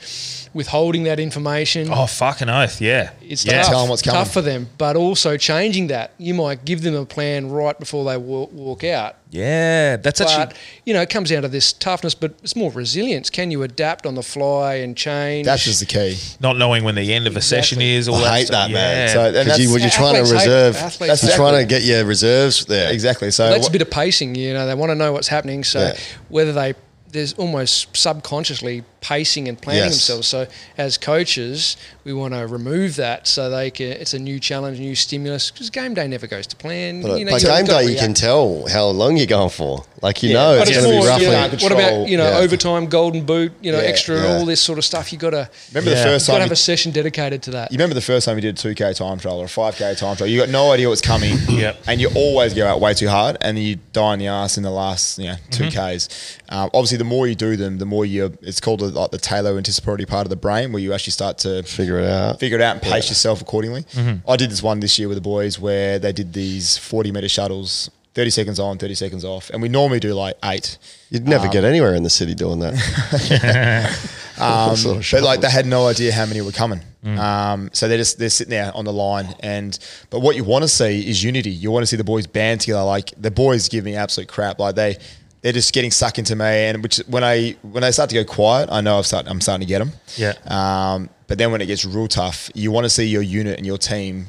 Speaker 3: withholding that information
Speaker 4: Oh, fucking oath, yeah.
Speaker 3: it's
Speaker 4: yeah.
Speaker 3: tough,
Speaker 2: Tell 'em what's coming.
Speaker 3: tough for them, but also changing that. You might give them a plan right before they walk, walk out.
Speaker 4: Yeah, that's
Speaker 3: But,
Speaker 4: actually
Speaker 3: you know, it comes down to this toughness, but it's more resilience. Can you adapt on the fly and change?
Speaker 2: That's just the key.
Speaker 4: not knowing when the end of a session
Speaker 3: Exactly.
Speaker 4: is. All
Speaker 2: I hate
Speaker 4: stuff.
Speaker 2: that, man.
Speaker 4: Yeah.
Speaker 2: So and
Speaker 1: Because
Speaker 2: that's,
Speaker 1: you, well, you're trying to
Speaker 3: athletes hate it.
Speaker 1: reserve.
Speaker 3: Athletes
Speaker 1: That's
Speaker 3: hate
Speaker 1: you're
Speaker 3: it.
Speaker 1: trying to get your reserves there.
Speaker 2: exactly. So
Speaker 3: That's
Speaker 2: what-
Speaker 3: a bit of pacing, you know. They want to know what's happening. So
Speaker 1: uh, Yeah.
Speaker 3: whether they there's almost subconsciously pacing and planning
Speaker 1: Yes.
Speaker 3: themselves. So as coaches, we want to remove that so they can. It's a new challenge, new stimulus. Because game day never goes to plan.
Speaker 1: But,
Speaker 3: you know,
Speaker 1: but
Speaker 3: you've
Speaker 1: game
Speaker 3: got to
Speaker 1: day, you
Speaker 3: react.
Speaker 1: can tell how long you're going for. Like you know,
Speaker 3: But
Speaker 1: it's going
Speaker 3: it's
Speaker 1: to be
Speaker 3: more, you
Speaker 1: roughly.
Speaker 3: know,
Speaker 2: Can't
Speaker 3: what about you know
Speaker 1: yeah.
Speaker 3: overtime, golden boot, you know
Speaker 2: Yeah,
Speaker 3: extra,
Speaker 1: yeah.
Speaker 3: all this sort of stuff. You got to
Speaker 2: remember
Speaker 4: Yeah.
Speaker 2: the first
Speaker 3: got to
Speaker 2: time
Speaker 3: have
Speaker 2: you,
Speaker 3: a session dedicated to that.
Speaker 2: you remember the first time you did a 2k time trial or a 5k time trial. You got no idea what's coming.
Speaker 4: Yep.
Speaker 2: And you always go out way too hard and then you die in the ass in the last, you know,
Speaker 1: Mm-hmm.
Speaker 2: 2k's. Um, obviously the more you do them, the more you it's called the, like the talo anticipatory part of the brain where you actually start to
Speaker 1: Figure it out.
Speaker 2: figure it out and pace yourself accordingly. I did this one this year with the boys where they did these 40 meter shuttles, 30 seconds on, 30 seconds off. And we normally do like eight.
Speaker 1: You'd never get anywhere in the city doing that. All sort of
Speaker 2: Um, But like
Speaker 1: shuffles.
Speaker 2: they had no idea how many were coming. Um, so they're just they're sitting there on the line. And but what you want to see is unity. You want to see the boys band together. Like the boys give me absolute crap. Like they they're just getting stuck into me. And which when I when I start to go quiet, I know I've start, I'm starting to get them.
Speaker 4: Yeah.
Speaker 2: Um, but then when it gets real tough, you want to see your unit and your team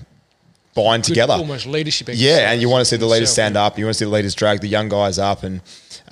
Speaker 2: bind
Speaker 3: Good-
Speaker 2: together.
Speaker 3: almost leadership.
Speaker 2: Yeah, and you want to see the leaders
Speaker 3: Yourself,
Speaker 2: stand up. You want to see the leaders drag the young guys up, and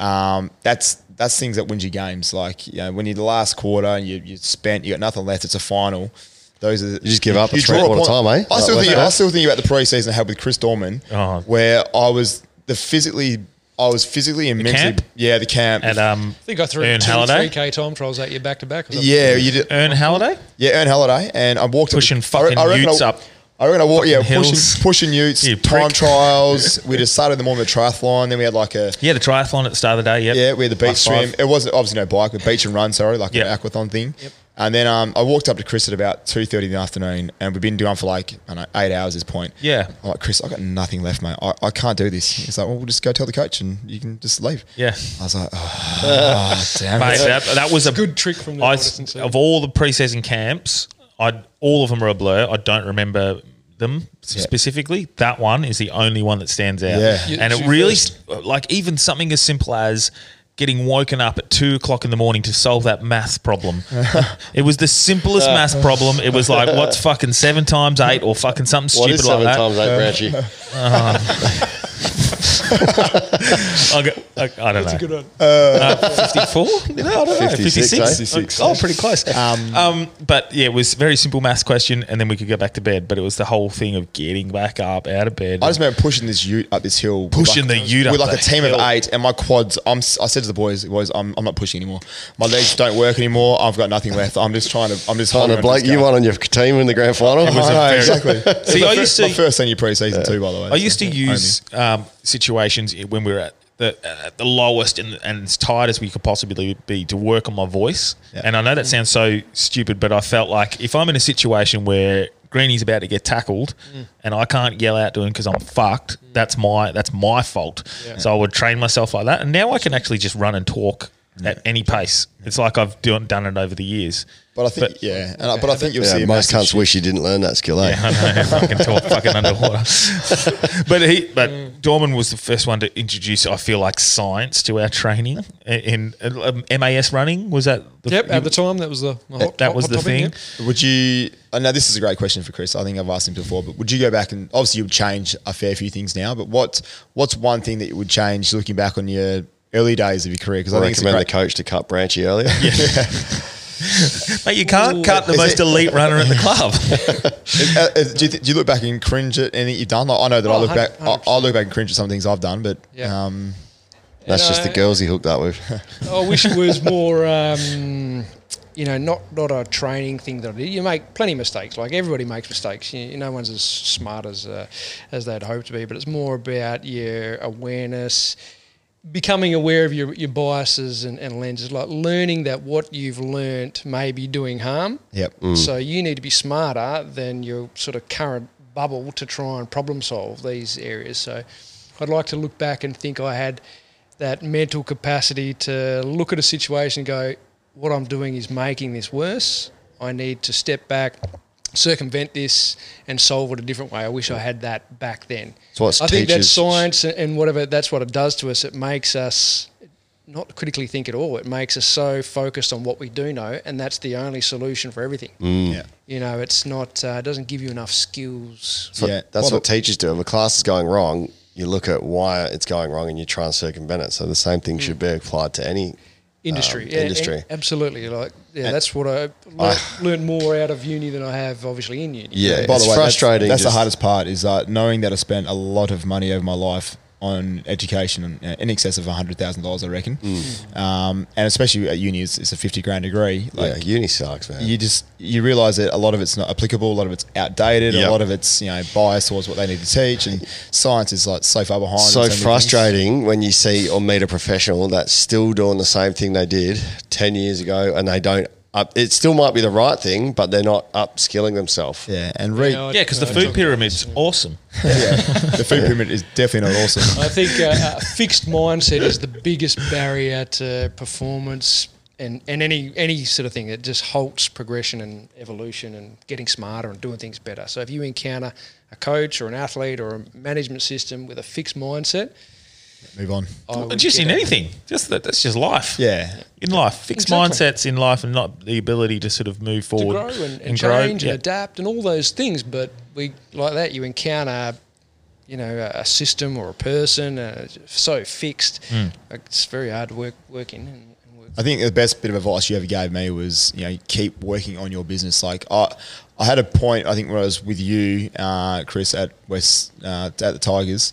Speaker 2: um, that's that's things that wins you games. Like you know, when you're the last quarter and you you spent, you got nothing left. It's a final. Those are you
Speaker 1: just give up at
Speaker 2: draw
Speaker 1: three-quarter
Speaker 2: point.
Speaker 1: time, eh?
Speaker 2: I still
Speaker 1: Like
Speaker 2: think
Speaker 1: that.
Speaker 2: I still think about the preseason I had with Chris Dorman,
Speaker 4: Oh.
Speaker 2: where I was the physically I was physically and mentally
Speaker 4: camp?
Speaker 2: yeah the camp
Speaker 4: and um,
Speaker 3: I think I threw
Speaker 4: Ern
Speaker 3: two
Speaker 4: Halliday?
Speaker 3: three k time trials at you back to back. or something.
Speaker 2: yeah you did
Speaker 4: Earn Halliday.
Speaker 2: yeah Ern Halliday and I walked up-
Speaker 4: Pushing
Speaker 2: I re-
Speaker 4: fucking
Speaker 2: I reckon I-
Speaker 4: utes up
Speaker 2: I reckon I walked yeah
Speaker 4: fucking hills.
Speaker 2: pushing pushing utes
Speaker 4: You
Speaker 2: time
Speaker 4: prick.
Speaker 2: trials. we just started them on the triathlon. Then we had like a
Speaker 4: Yeah, the triathlon at the start of the day. Yep.
Speaker 2: Yeah, we had the beach
Speaker 4: High
Speaker 2: swim.
Speaker 4: five.
Speaker 2: It wasn't obviously no bike, but beach and run. Sorry, like
Speaker 4: Yep.
Speaker 2: an aquathon thing. And then um, I walked up to Chris at about two thirty in the afternoon, and we've been doing for like I don't know, eight hours at this point.
Speaker 4: Yeah.
Speaker 2: I'm like Chris, I got nothing left, mate. I, I can't do this. He's like, well, we'll just go tell the coach, and you can just leave.
Speaker 4: Yeah.
Speaker 2: I was like, oh, oh, damn
Speaker 4: Mate,
Speaker 2: it.
Speaker 4: that, that was a
Speaker 3: good trick from the
Speaker 4: I,
Speaker 3: Morrison team.
Speaker 4: of all the preseason camps. I all of them are a blur. I don't remember them specifically. That one is the only one that stands out.
Speaker 2: Yeah.
Speaker 3: You-
Speaker 4: and
Speaker 3: you
Speaker 4: it really,
Speaker 3: first-
Speaker 4: like even something as simple as getting woken up at two o'clock in the morning to solve that math problem. it was the
Speaker 1: Uh.
Speaker 4: simplest math problem. It was like what's fucking seven times eight or fucking something
Speaker 1: What
Speaker 4: stupid
Speaker 1: is
Speaker 4: like
Speaker 1: seven
Speaker 4: that.
Speaker 1: times eight, Branchy?
Speaker 4: I, go- I, I don't know.
Speaker 3: Good on.
Speaker 4: 54? No, I don't know.
Speaker 1: 56,
Speaker 4: 56?
Speaker 1: eh?
Speaker 4: Oh, pretty close. Um, but yeah, it was a very simple maths question, and then we could go back to bed. But it was the whole thing of getting back up out of bed.
Speaker 2: I just remember pushing this ute up this hill, with
Speaker 4: Pushing
Speaker 2: like-
Speaker 4: the ute up
Speaker 2: with like
Speaker 4: the
Speaker 2: a team
Speaker 4: hill.
Speaker 2: of eight, and my quads. I'm, si said to the boys, "Boys, I'm, I'm not pushing anymore. My legs don't work anymore. I've got nothing left. I'm just trying to. I'm just
Speaker 1: Kind
Speaker 2: holding
Speaker 1: of
Speaker 2: on to this
Speaker 1: Blake, you
Speaker 2: game."
Speaker 1: won on your team in the grand final.
Speaker 4: was a
Speaker 1: I know,
Speaker 4: very-
Speaker 2: exactly.
Speaker 4: See, I
Speaker 2: Fir-
Speaker 4: used
Speaker 2: my
Speaker 4: to.
Speaker 2: first senior preseason too, by the way.
Speaker 4: I used
Speaker 2: so,
Speaker 4: to
Speaker 2: yeah,
Speaker 4: use um, situations i- when we were at the, at the lowest and, and as tired as we could possibly be to work on my voice. And I know that sounds so stupid, but I felt like if I'm in a situation where Greeny's about to get tackled and I can't yell out to him because I'm fucked, that's my that's my fault. So I would train myself like that, and now I can actually just run and talk at any pace. Only. It's like I've do, done it over the years.
Speaker 2: But I think
Speaker 4: But-
Speaker 2: yeah, and I, but I think you'll see
Speaker 1: Yeah,
Speaker 2: a
Speaker 1: most
Speaker 2: massive
Speaker 1: cunts wish you didn't learn that skill, eh?
Speaker 4: I know, fucking talk fucking underwater. but he, but
Speaker 3: Mm.
Speaker 4: Dorman was the first one to introduce, I feel like, science to our training in, in um, MAS running. Was that? The,
Speaker 3: Yep,
Speaker 4: you-
Speaker 3: at the time that was the my hot,
Speaker 4: that
Speaker 3: hot-
Speaker 4: was
Speaker 3: hot
Speaker 4: the
Speaker 3: topic,
Speaker 4: thing.
Speaker 3: yep.
Speaker 2: shift. Would you? I know this is a great question for Chris. I think I've asked him before, but would you go back and obviously you would change a fair few things now? But what what's one thing that you would change looking back on your early days of your career? Because I,
Speaker 1: I
Speaker 2: think it's a
Speaker 1: recommend the
Speaker 2: great,
Speaker 1: coach to cut Branchy earlier.
Speaker 4: Mate, you can't cut the
Speaker 2: Is
Speaker 4: most
Speaker 2: it-
Speaker 4: elite runner at the club.
Speaker 2: Is- uh, is- do, you thi- do you look back and cringe at anything you've done? Like, I know that I
Speaker 3: Oh,
Speaker 2: look back. I,
Speaker 3: 100%.
Speaker 2: I look back and cringe at some things I've done, but
Speaker 3: Yeah.
Speaker 2: um,
Speaker 1: That's
Speaker 3: And
Speaker 1: just
Speaker 3: I-
Speaker 1: the girls he hooked up with.
Speaker 3: I wish it was more um, you know, not not a training thing that I did. You make plenty of mistakes. Like everybody makes mistakes. You, you no one's as smart as uh, as they'd hope to be. But it's more about your awareness, becoming aware of your, your biases and, and lenses, like learning that what you've learnt may be doing harm.
Speaker 2: Yep.
Speaker 3: So you need to be smarter than your sort of current bubble to try and problem solve these areas. So I'd like to look back and think I had that mental capacity to look at a situation and go, what I'm doing is making this worse. I need to step back, circumvent this, and solve it a different way. I wish I had that back then.
Speaker 1: It's what
Speaker 3: I think that's
Speaker 1: teachers-
Speaker 3: science and- and whatever. That's what it does to us. It makes us not critically think at all. It makes us so focused on what we do know, and that's the only solution for everything.
Speaker 1: Mm.
Speaker 4: Mm.
Speaker 2: Yeah.
Speaker 3: You know, it's not. Uh, it doesn't give you enough skills.
Speaker 1: That's what,
Speaker 2: Yeah.
Speaker 1: that's
Speaker 2: Well,
Speaker 1: what teachers do. If a class is going wrong, you look at why it's going wrong and you try and circumvent it. So the same
Speaker 2: Hmm.
Speaker 1: thing should be applied to any.
Speaker 3: industry,
Speaker 1: Um,
Speaker 3: yeah,
Speaker 1: industry.
Speaker 3: a- absolutely. Like, yeah, that's what I learnt, learnt more out of uni than I have obviously in uni.
Speaker 1: Yeah,
Speaker 2: By
Speaker 1: it's
Speaker 2: the way, that's-
Speaker 1: frustrating.
Speaker 2: That's,
Speaker 1: just-
Speaker 2: the hardest part is uh, knowing that I spent a lot of money over my life on education, uh, in excess of hundred thousand dollars, I reckon.
Speaker 1: Mm.
Speaker 2: Um, and especially at uni, it's, it's a fifty grand degree. Like
Speaker 1: yeah, uni sucks, man.
Speaker 2: you just you realize that a lot of it's not applicable, a lot of it's outdated,
Speaker 1: Yep.
Speaker 2: a lot of it's you know biased towards what they need to teach, and science is like so far behind.
Speaker 1: so
Speaker 2: on many things.
Speaker 1: frustrating when you see or meet a professional that's still doing the same thing they did 10 years ago and they don't up it still might be the right thing but they're not upskilling themselves
Speaker 2: Yeah, and read
Speaker 3: know,
Speaker 4: Yeah, because the
Speaker 3: I
Speaker 4: food
Speaker 3: took-
Speaker 4: pyramid's awesome.
Speaker 2: the food pyramid is definitely not awesome.
Speaker 3: I think uh, a fixed mindset is the biggest barrier to performance and, and any any sort of thing. It just halts progression and evolution and getting smarter and doing things better. So if you encounter a coach or an athlete or a management system with a fixed mindset,
Speaker 2: Move on.
Speaker 3: I would
Speaker 4: Just
Speaker 3: get
Speaker 4: in
Speaker 3: it.
Speaker 4: anything. Just that, that's just life.
Speaker 2: Yeah,
Speaker 4: In life, fixed
Speaker 3: Exactly.
Speaker 4: mindsets in life, and not the ability to sort of move
Speaker 3: to
Speaker 4: forward
Speaker 3: grow and, and,
Speaker 4: grow.
Speaker 3: change
Speaker 4: Yeah.
Speaker 3: and adapt and all those things. But we like that you encounter, you know, a, a system or a person uh, so fixed.
Speaker 4: Hmm.
Speaker 3: like, It's very hard to work work in and, and work.
Speaker 2: I think the best bit of advice you ever gave me was, you know, you keep working on your business. Like I, I had a point. I think when I was with you, uh, Chris, at West uh, at the Tigers,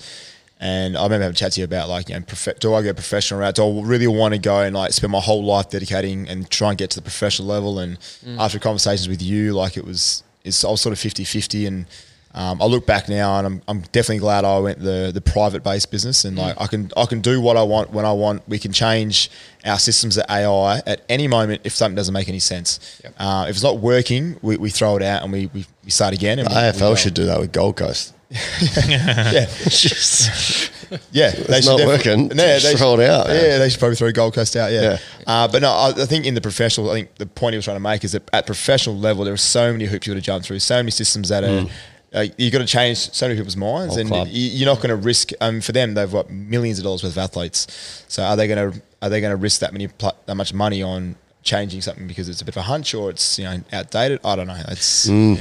Speaker 2: and I remember having a chat to you about like, you know, prof- do I go professional route? Do I really want to go and like spend my whole life dedicating and try and get to the professional level? And after conversations with you, like it was, it's I was sort of 50-50 and. Um, I look back now, and I'm, I'm definitely glad I went the the private based business, and like I can I can do what I want when I want. We can change our systems at AI at any moment if something doesn't make any sense.
Speaker 3: Yep.
Speaker 2: Uh, if it's not working, we, we throw it out and we, we, we start again. And we,
Speaker 1: AFL
Speaker 2: we go.
Speaker 1: should do that with Gold Coast
Speaker 2: yeah, yeah, they
Speaker 1: not
Speaker 2: definitely-
Speaker 1: working. Just throw it
Speaker 2: should-
Speaker 1: out,
Speaker 2: Yeah,
Speaker 1: man.
Speaker 2: they should probably throw Gold Coast out. Yeah,
Speaker 1: Yeah.
Speaker 2: Uh, but no, I, I think in the professional, I think the point he was trying to make is that at professional level, there are so many hoops you got to jump through, so many systems that are. Uh, you've got to change so many people's minds,
Speaker 1: Mm. Whole
Speaker 2: and
Speaker 1: club.
Speaker 2: you, you're not going to risk. Um, for them, they've got millions of dollars worth of athletes. So are they going to are they going to risk that many pl- that much money on changing something because it's a bit of a hunch or it's you know outdated? I don't know. It's
Speaker 1: Mm.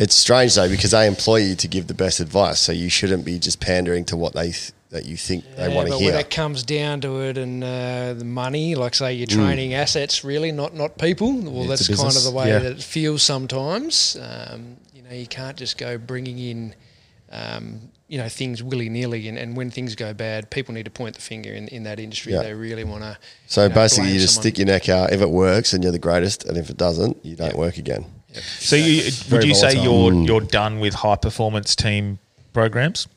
Speaker 1: it's strange though because they employ you to give the best advice so you shouldn't be just pandering to what they th- that you think they
Speaker 3: Yeah,
Speaker 1: want to
Speaker 3: but
Speaker 1: hear
Speaker 3: when it comes down to it, and uh, the money, like say, you're training
Speaker 1: Mm.
Speaker 3: assets, really, not not people. Well,
Speaker 2: It's a
Speaker 3: that's kind of
Speaker 2: business.
Speaker 3: the way
Speaker 2: Yeah.
Speaker 3: that it feels sometimes. Um, you know, you can't just go bringing in, um, you know, things willy nilly, and, and when things go bad, people need to point the finger in, in that industry.
Speaker 1: Yeah.
Speaker 3: They really want to.
Speaker 1: so basically you just stick your neck out if it works and you're the greatest and if it doesn't you don't work again
Speaker 4: So, you, would
Speaker 2: Very
Speaker 4: you say
Speaker 2: volatile. Mm.
Speaker 4: you're you're done with high performance team programs?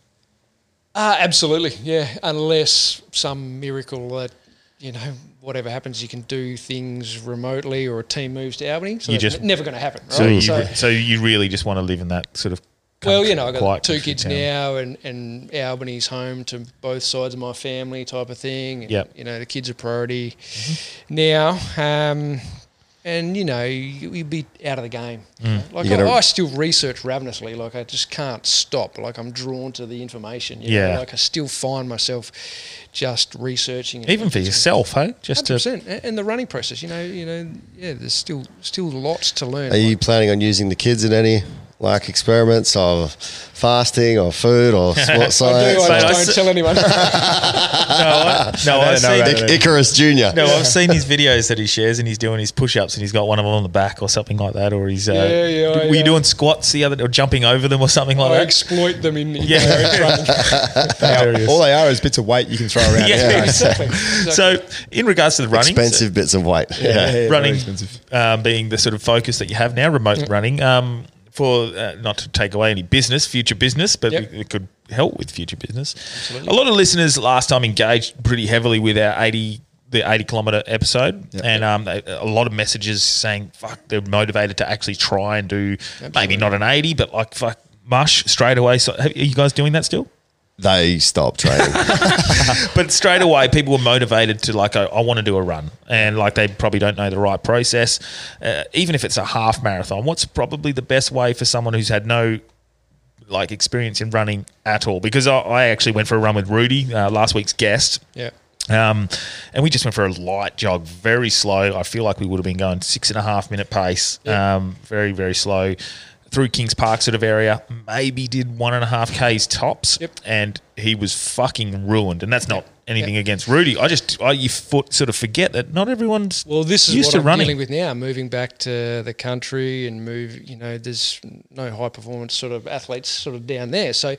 Speaker 3: Uh, absolutely, yeah. Unless some miracle that you know whatever happens, you can do things remotely, or a team moves to Albany. So
Speaker 4: You
Speaker 3: that's
Speaker 4: just-
Speaker 3: never going to happen. Right?
Speaker 4: So, you, re- so you really just want to live in that sort of
Speaker 3: Oh, well,
Speaker 4: country-
Speaker 3: you know, I've got
Speaker 4: quiet
Speaker 3: two
Speaker 4: country
Speaker 3: kids
Speaker 4: town.
Speaker 3: now, and, and Albany's home to both sides of my family, type of thing. And,
Speaker 4: Yep. Mm-hmm.
Speaker 3: You know, the kids are priority now. Um, and, you know, you, you'd be out of the game. Like,
Speaker 4: Mm.
Speaker 1: You gotta-
Speaker 3: I, I still research ravenously. Like, I just can't stop. Like, I'm drawn to the information. You
Speaker 4: Yeah.
Speaker 3: Know? Like, I still find myself just researching. and-
Speaker 4: even for yourself, hey? Just to
Speaker 3: 100%. A- And the running process, you know, you know, yeah, there's still still lots to learn.
Speaker 1: are you planning on using the kids in any like experiments of fasting or food or sports
Speaker 3: I do,
Speaker 1: science.
Speaker 4: Mate,
Speaker 3: I
Speaker 4: I
Speaker 3: just
Speaker 4: s-
Speaker 3: don't tell anyone.
Speaker 4: Oh, I, no, I've
Speaker 2: no,
Speaker 4: seen,
Speaker 2: no,
Speaker 1: Ic- Icarus Junior.
Speaker 4: no, I've seen his videos that he shares, and he's doing his push-ups, and he's got one of them on the back or something like that, or he's uh,
Speaker 3: Yeah, yeah,
Speaker 4: were
Speaker 3: yeah. Oh,
Speaker 4: you doing squats the other or jumping over them or something like
Speaker 3: I
Speaker 4: that?
Speaker 3: exploit them in, in
Speaker 4: Yeah.
Speaker 3: their own running.
Speaker 2: All they are is bits of weight you can throw around.
Speaker 4: Yeah.
Speaker 2: yeah.
Speaker 3: Exactly.
Speaker 4: So, in regards to the running,
Speaker 1: Expensive bits of weight.
Speaker 2: Yeah, yeah,
Speaker 4: running
Speaker 2: very expensive.
Speaker 4: um, being the sort of focus that you have now, remote running. Um, for uh, not to take away any business, future business, but
Speaker 3: Yep.
Speaker 4: we, it could help with future business. A lot of listeners last time engaged pretty heavily with our eighty the eighty kilometer episode, and um, they, a lot of messages saying fuck they're motivated to actually try and do maybe not an eighty, but like fuck mush straight away. So, have, are you guys doing that still?
Speaker 1: They stopped training.
Speaker 4: but straight away, people were motivated to like, I, I want to do a run, and like they probably don't know the right process. Uh, even if it's a half marathon, what's probably the best way for someone who's had no like experience in running at all? Because I, I actually went for a run with Rudy, uh, last week's guest.
Speaker 3: Yeah.
Speaker 4: Um, and we just went for a light jog, very slow. I feel like we would have been going six and a half minute pace, um, very, very slow through Kings Park sort of area. Maybe did one and a half Ks tops,
Speaker 3: Yep.
Speaker 4: and he was fucking ruined. And that's not anything against Rudy. I just, I, you foot sort of forget that not everyone's
Speaker 3: Well, this is
Speaker 4: used
Speaker 3: what
Speaker 4: to
Speaker 3: I'm
Speaker 4: running.
Speaker 3: dealing with now. Moving back to the country and move, you know, there's no high performance sort of athletes sort of down there. So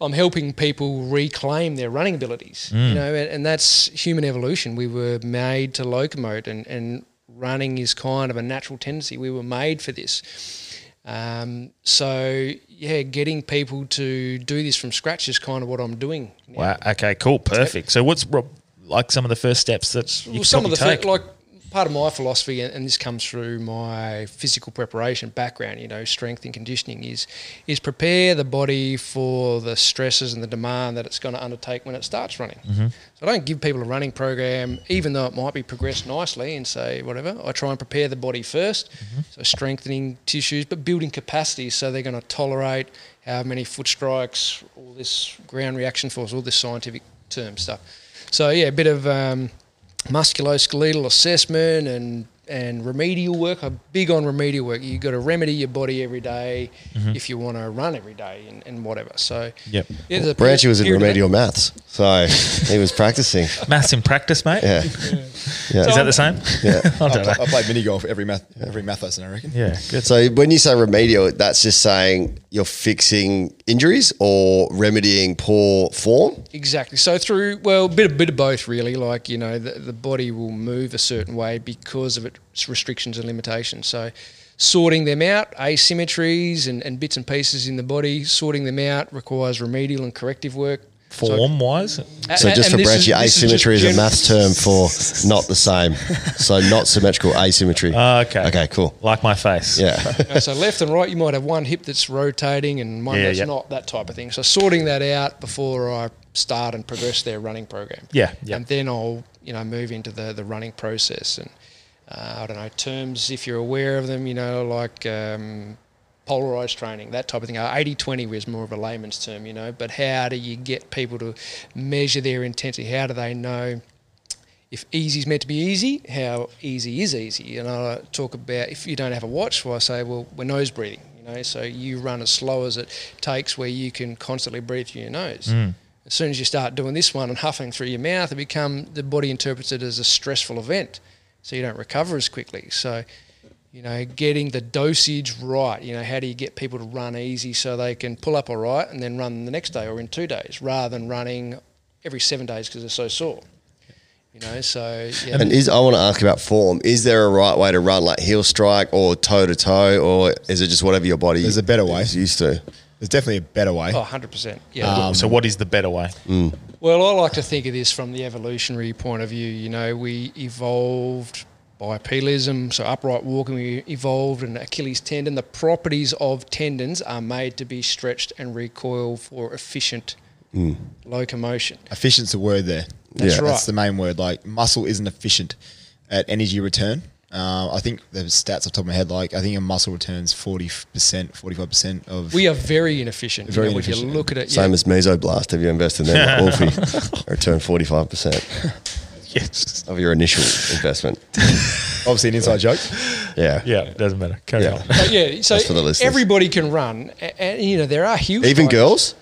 Speaker 3: I'm helping people reclaim their running abilities,
Speaker 4: Mm.
Speaker 3: you know, and, and that's human evolution. We were made to locomote, and, and running is kind of a natural tendency. We were made for this. Um, so yeah, getting people to do this from scratch is kind of what I'm doing. now.
Speaker 4: Wow. Okay. Cool. Perfect. So what's Rob? Like some of the first steps that you
Speaker 3: well,
Speaker 4: can
Speaker 3: some of the
Speaker 4: take.
Speaker 3: thi- like part of my philosophy, and, and this comes through my physical preparation background, you know, strength and conditioning is is prepare the body for the stresses and the demand that it's going to undertake when it starts running.
Speaker 4: Mm-hmm.
Speaker 3: So I don't give people a running program, even though it might be progressed nicely and say whatever. I try and prepare the body 1st
Speaker 4: Mm-hmm.
Speaker 3: so strengthening tissues, but building capacity so they're going to tolerate how many foot strikes, all this ground reaction force, all this scientific term stuff. So yeah, a bit of um, musculoskeletal assessment and and remedial work. I'm big on remedial work. You've got to remedy your body every day
Speaker 1: Mm-hmm.
Speaker 3: if you want to run every day and, and whatever. So
Speaker 4: Yep.
Speaker 3: yeah, there's a
Speaker 1: Branchy was in
Speaker 3: period of that.
Speaker 1: remedial maths, so he was practicing.
Speaker 4: maths in practice, mate.
Speaker 1: Yeah, yeah.
Speaker 4: Is that the same?
Speaker 1: Yeah.
Speaker 4: I don't know.
Speaker 2: I, I played mini golf every math every math lesson, I reckon.
Speaker 4: Yeah. Good.
Speaker 1: So when you say remedial, that's just saying you're fixing injuries or remedying poor form.
Speaker 3: Exactly. So through well, a bit of bit of both really. Like you know, the, the body will move a certain way because of its restrictions and limitations. So sorting them out, asymmetries and, and bits and pieces in the body, sorting them out requires remedial and corrective work.
Speaker 4: Form wise,
Speaker 1: So
Speaker 3: A- a-
Speaker 1: just
Speaker 3: and
Speaker 1: for Branchy,
Speaker 3: this this just
Speaker 1: asymmetry is a
Speaker 3: gen-
Speaker 1: maths term for not the same. So not symmetrical, asymmetry.
Speaker 3: Ah,
Speaker 4: Okay.
Speaker 1: Okay, cool.
Speaker 4: Like my face.
Speaker 1: Yeah.
Speaker 3: you know, so left and right, you might have one hip that's rotating and one
Speaker 4: Yeah,
Speaker 3: that's
Speaker 4: yeah.
Speaker 3: not. That type of thing. So sorting that out before I start and progress their running program.
Speaker 4: Yeah, yeah.
Speaker 3: And then I'll you know move into the the running process and uh, I don't know terms if you're aware of them. You know like. Um, polarized training that type of thing Uh, 80-20 is more of a layman's term you know but how do you get people to measure their intensity how do they know if easy is meant to be easy, how easy is easy? And I talk about if you don't have a watch, well, I say, well, we're nose breathing, you know, so you run as slow as it takes where you can constantly breathe through your nose.
Speaker 4: Mm.
Speaker 3: As soon as you start doing this one and huffing through your mouth, it become the body interprets it as a stressful event, so you don't recover as quickly. So, you know, getting the dosage right. You know, how do you get people to run easy so they can pull up all right and then run the next day or in two days, rather than running every seven days because they're so sore. You know, so yeah.
Speaker 1: And is I want to ask about form. Is there a right way to run, like heel strike or toe to toe, or is it just whatever your body
Speaker 2: There's a better way.
Speaker 1: is used to?
Speaker 2: There's definitely a better way.
Speaker 3: Oh, 100%. Yeah.
Speaker 4: so what is the better way?
Speaker 2: Mm.
Speaker 3: Well, I like to think of this from the evolutionary point of view. You know, we evolved by pileism, so upright walking, we evolved an Achilles tendon. The properties of tendons are made to be stretched and recoil for efficient
Speaker 1: Hmm.
Speaker 3: locomotion.
Speaker 2: Efficient's the word there.
Speaker 1: That's Yeah. right.
Speaker 2: That's the main word. Like muscle isn't efficient at energy return. Uh, I think the stats off the top of my head, like I think a muscle returns forty percent, forty five percent of.
Speaker 3: We are very inefficient.
Speaker 2: Very
Speaker 3: you know, If
Speaker 2: inefficient.
Speaker 3: you look at it,
Speaker 1: Same
Speaker 3: yeah.
Speaker 1: as mesoblast. Have you invested in that, like Wolfie? Return forty five percent
Speaker 4: Yes.
Speaker 1: of your initial investment.
Speaker 2: obviously an inside joke.
Speaker 1: Yeah.
Speaker 4: Yeah, it doesn't matter. Carry
Speaker 1: Yeah.
Speaker 4: on.
Speaker 3: But yeah, so
Speaker 1: That's for the listeners.
Speaker 3: everybody can run, and, and you know there are huge
Speaker 1: Even
Speaker 3: guys-
Speaker 1: girls?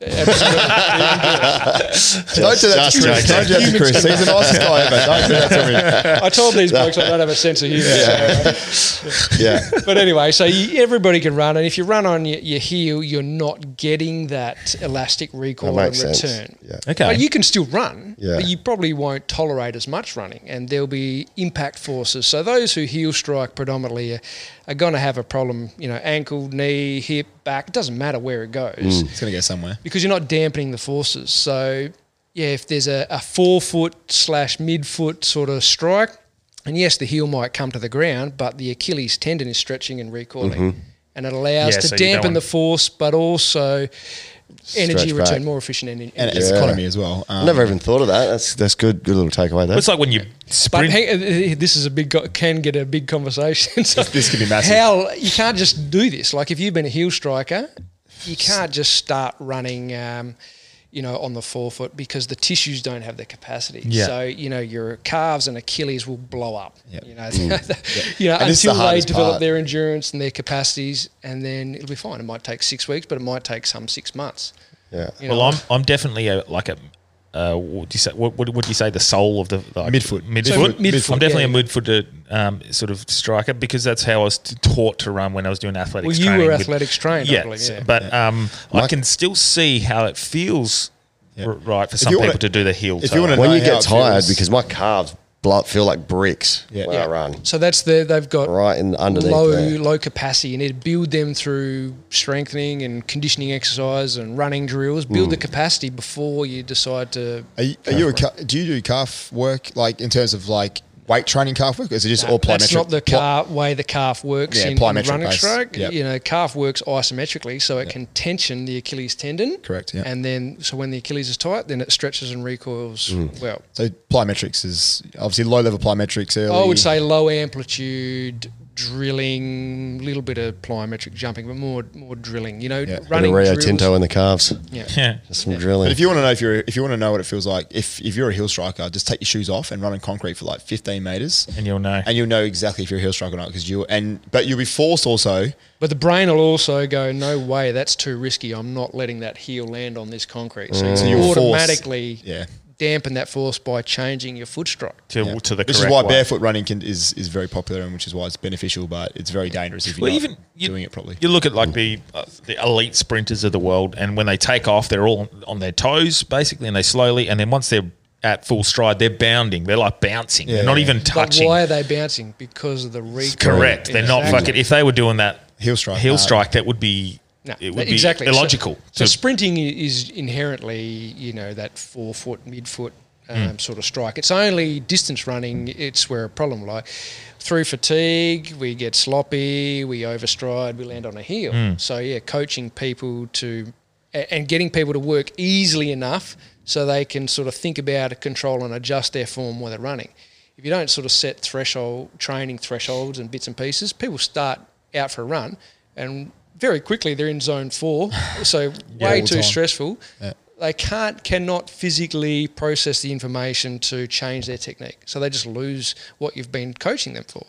Speaker 2: Don't do that
Speaker 1: Just
Speaker 2: to Chris.
Speaker 1: joking.
Speaker 2: Don't do that to Chris. He's the nicest guy ever. Don't do that to him.
Speaker 3: I told these blokes I don't have a sense of humour. so- uh,
Speaker 1: Yeah.
Speaker 3: but anyway, so you, everybody can run, and if you run on your, your heel, you're not getting that elastic
Speaker 1: That
Speaker 3: recoil and
Speaker 1: makes
Speaker 3: return.
Speaker 1: sense. Yeah.
Speaker 4: Okay.
Speaker 3: But you can still run,
Speaker 1: Yeah.
Speaker 3: but you probably won't tolerate as much running, and there'll be impact forces. So those who heel strike predominantly are, are going to have a problem. You know, ankle, knee, hip, back. It doesn't matter where it goes
Speaker 1: Hmm.
Speaker 2: It's going to go somewhere.
Speaker 3: because you're not dampening the forces. So yeah, if there's a, a four foot slash mid foot sort of strike, and yes, the heel might come to the ground, but the Achilles tendon is stretching and recoiling, and it allows
Speaker 4: Yeah,
Speaker 3: to
Speaker 4: so you don't
Speaker 3: dampen
Speaker 4: want-
Speaker 3: the force, but also energy
Speaker 1: Stretch back.
Speaker 3: return, more efficient energy.
Speaker 2: And it's
Speaker 1: Yeah.
Speaker 2: economy as well. Um,
Speaker 1: Never even thought of that. That's that's good. Good little takeaway there.
Speaker 4: It's like when you
Speaker 3: But
Speaker 4: sprint.
Speaker 3: hang, uh, uh, this is a big co- can get a big conversation. So
Speaker 2: This could be massive.
Speaker 3: How you can't just do this. Like if you've been a heel striker, you can't just start running. Um, you know, on the forefoot because the tissues don't have the capacity.
Speaker 4: Yeah.
Speaker 3: So you know your calves and Achilles will blow up. You know, you know
Speaker 1: And this is the
Speaker 3: until they
Speaker 1: hardest
Speaker 3: develop
Speaker 1: part.
Speaker 3: their endurance and their capacities, and then it'll be fine. It might take six weeks, but it might take some six months.
Speaker 1: yeah.
Speaker 3: You know,
Speaker 4: well, I'm I'm definitely a, like a. Uh, what do you say? What, what would you say? The soul of the like,
Speaker 2: Midfoot.
Speaker 4: midfoot.
Speaker 3: So midfoot,
Speaker 4: I'm definitely
Speaker 3: yeah.
Speaker 4: a midfoot uh, um, sort of striker because that's how I was t- taught to run when I was doing athletics.
Speaker 3: Well, you
Speaker 4: training
Speaker 3: were
Speaker 4: with-
Speaker 3: athletics trained, I
Speaker 4: yeah.
Speaker 3: believe,
Speaker 4: s-
Speaker 3: yeah.
Speaker 4: But um, I
Speaker 1: Mike-
Speaker 4: can still see how it feels r- right for some
Speaker 2: you
Speaker 4: people
Speaker 2: wanna-
Speaker 4: to do the heel.
Speaker 2: if
Speaker 4: toe.
Speaker 2: you wanna-
Speaker 1: when
Speaker 2: know
Speaker 1: you
Speaker 2: how
Speaker 1: get
Speaker 2: it
Speaker 1: tired,
Speaker 2: feels.
Speaker 1: because my calves blow, feel like bricks
Speaker 2: Yeah.
Speaker 1: when I
Speaker 3: Yeah.
Speaker 1: run.
Speaker 3: So that's the they've got
Speaker 1: Right in underneath
Speaker 3: low
Speaker 1: there.
Speaker 3: low capacity. You need to build them through strengthening and conditioning exercise and running drills. Build
Speaker 2: Hmm.
Speaker 3: the capacity before you decide to.
Speaker 2: Are you, are you a, ca- do you do calf work like in terms of like weight training calf work? Or is it just all plyometric?
Speaker 3: That's not the
Speaker 2: Ply-
Speaker 3: car, way the calf works
Speaker 2: Yeah,
Speaker 3: in, in
Speaker 2: plyometric
Speaker 3: running
Speaker 2: base.
Speaker 3: stroke.
Speaker 2: Yep.
Speaker 3: You know, calf works isometrically, so it can tension the Achilles tendon.
Speaker 2: Correct, yeah.
Speaker 3: And then, so when the Achilles is tight, then it stretches and recoils.
Speaker 2: Hmm.
Speaker 3: Well,
Speaker 2: So plyometrics is obviously low level plyometrics. Early.
Speaker 3: I would say low amplitude drilling, little bit of plyometric jumping, but more more drilling. You know,
Speaker 2: Yeah.
Speaker 1: The
Speaker 3: running
Speaker 1: Rio
Speaker 3: drills.
Speaker 1: Tinto in the calves.
Speaker 3: Yeah.
Speaker 4: yeah.
Speaker 1: Just some drilling.
Speaker 2: But if you want to know if you're if you want to know what it feels like, if if you're a heel striker, just take your shoes off and run on concrete for like 15 meters,
Speaker 4: And you'll know.
Speaker 2: and you'll know exactly if you're a heel striker or not because you and but you'll be forced also.
Speaker 3: But the brain will also go, no way, that's too risky. I'm not letting that heel land on this concrete.
Speaker 4: Mm.
Speaker 3: So,
Speaker 2: So
Speaker 3: you
Speaker 2: you're forced-
Speaker 3: automatically
Speaker 2: Yeah.
Speaker 3: dampen that force by changing your foot strike.
Speaker 4: to, to the
Speaker 2: Which is
Speaker 4: correct
Speaker 2: why
Speaker 4: way.
Speaker 2: barefoot running can, is is very popular and which is why it's beneficial, but it's very dangerous if you're
Speaker 4: Well,
Speaker 2: not
Speaker 4: even you-
Speaker 2: doing it properly.
Speaker 4: You look at like the uh, the elite sprinters of the world, and when they take off, they're all on their toes basically, and they slowly, and then once they're at full stride, they're bounding. They're like bouncing. they're not
Speaker 2: yeah.
Speaker 4: even touching.
Speaker 3: But why are they bouncing? Because of the recoil.
Speaker 4: Correct. They're not
Speaker 3: Exactly.
Speaker 4: fucking. If they were doing that
Speaker 2: Heel strike,
Speaker 4: heel
Speaker 2: no.
Speaker 4: strike, that would be
Speaker 3: No,
Speaker 4: it would
Speaker 3: exactly.
Speaker 4: be illogical.
Speaker 3: So, so
Speaker 4: to-
Speaker 3: sprinting i- is inherently, you know, that four foot, mid foot um, sort of strike. It's only distance running. It's where a problem lie. Through fatigue, we get sloppy, we overstride, we land on a heel. So yeah, coaching people to a- and getting people to work easily enough so they can sort of think about, control, and adjust their form while they're running. If you don't sort of set threshold training thresholds and bits and pieces, people start out for a run and very quickly they're in zone four, so way
Speaker 2: all the
Speaker 3: too
Speaker 2: time.
Speaker 3: stressful. They can't, cannot physically process the information to change their technique, so they just lose what you've been coaching them for.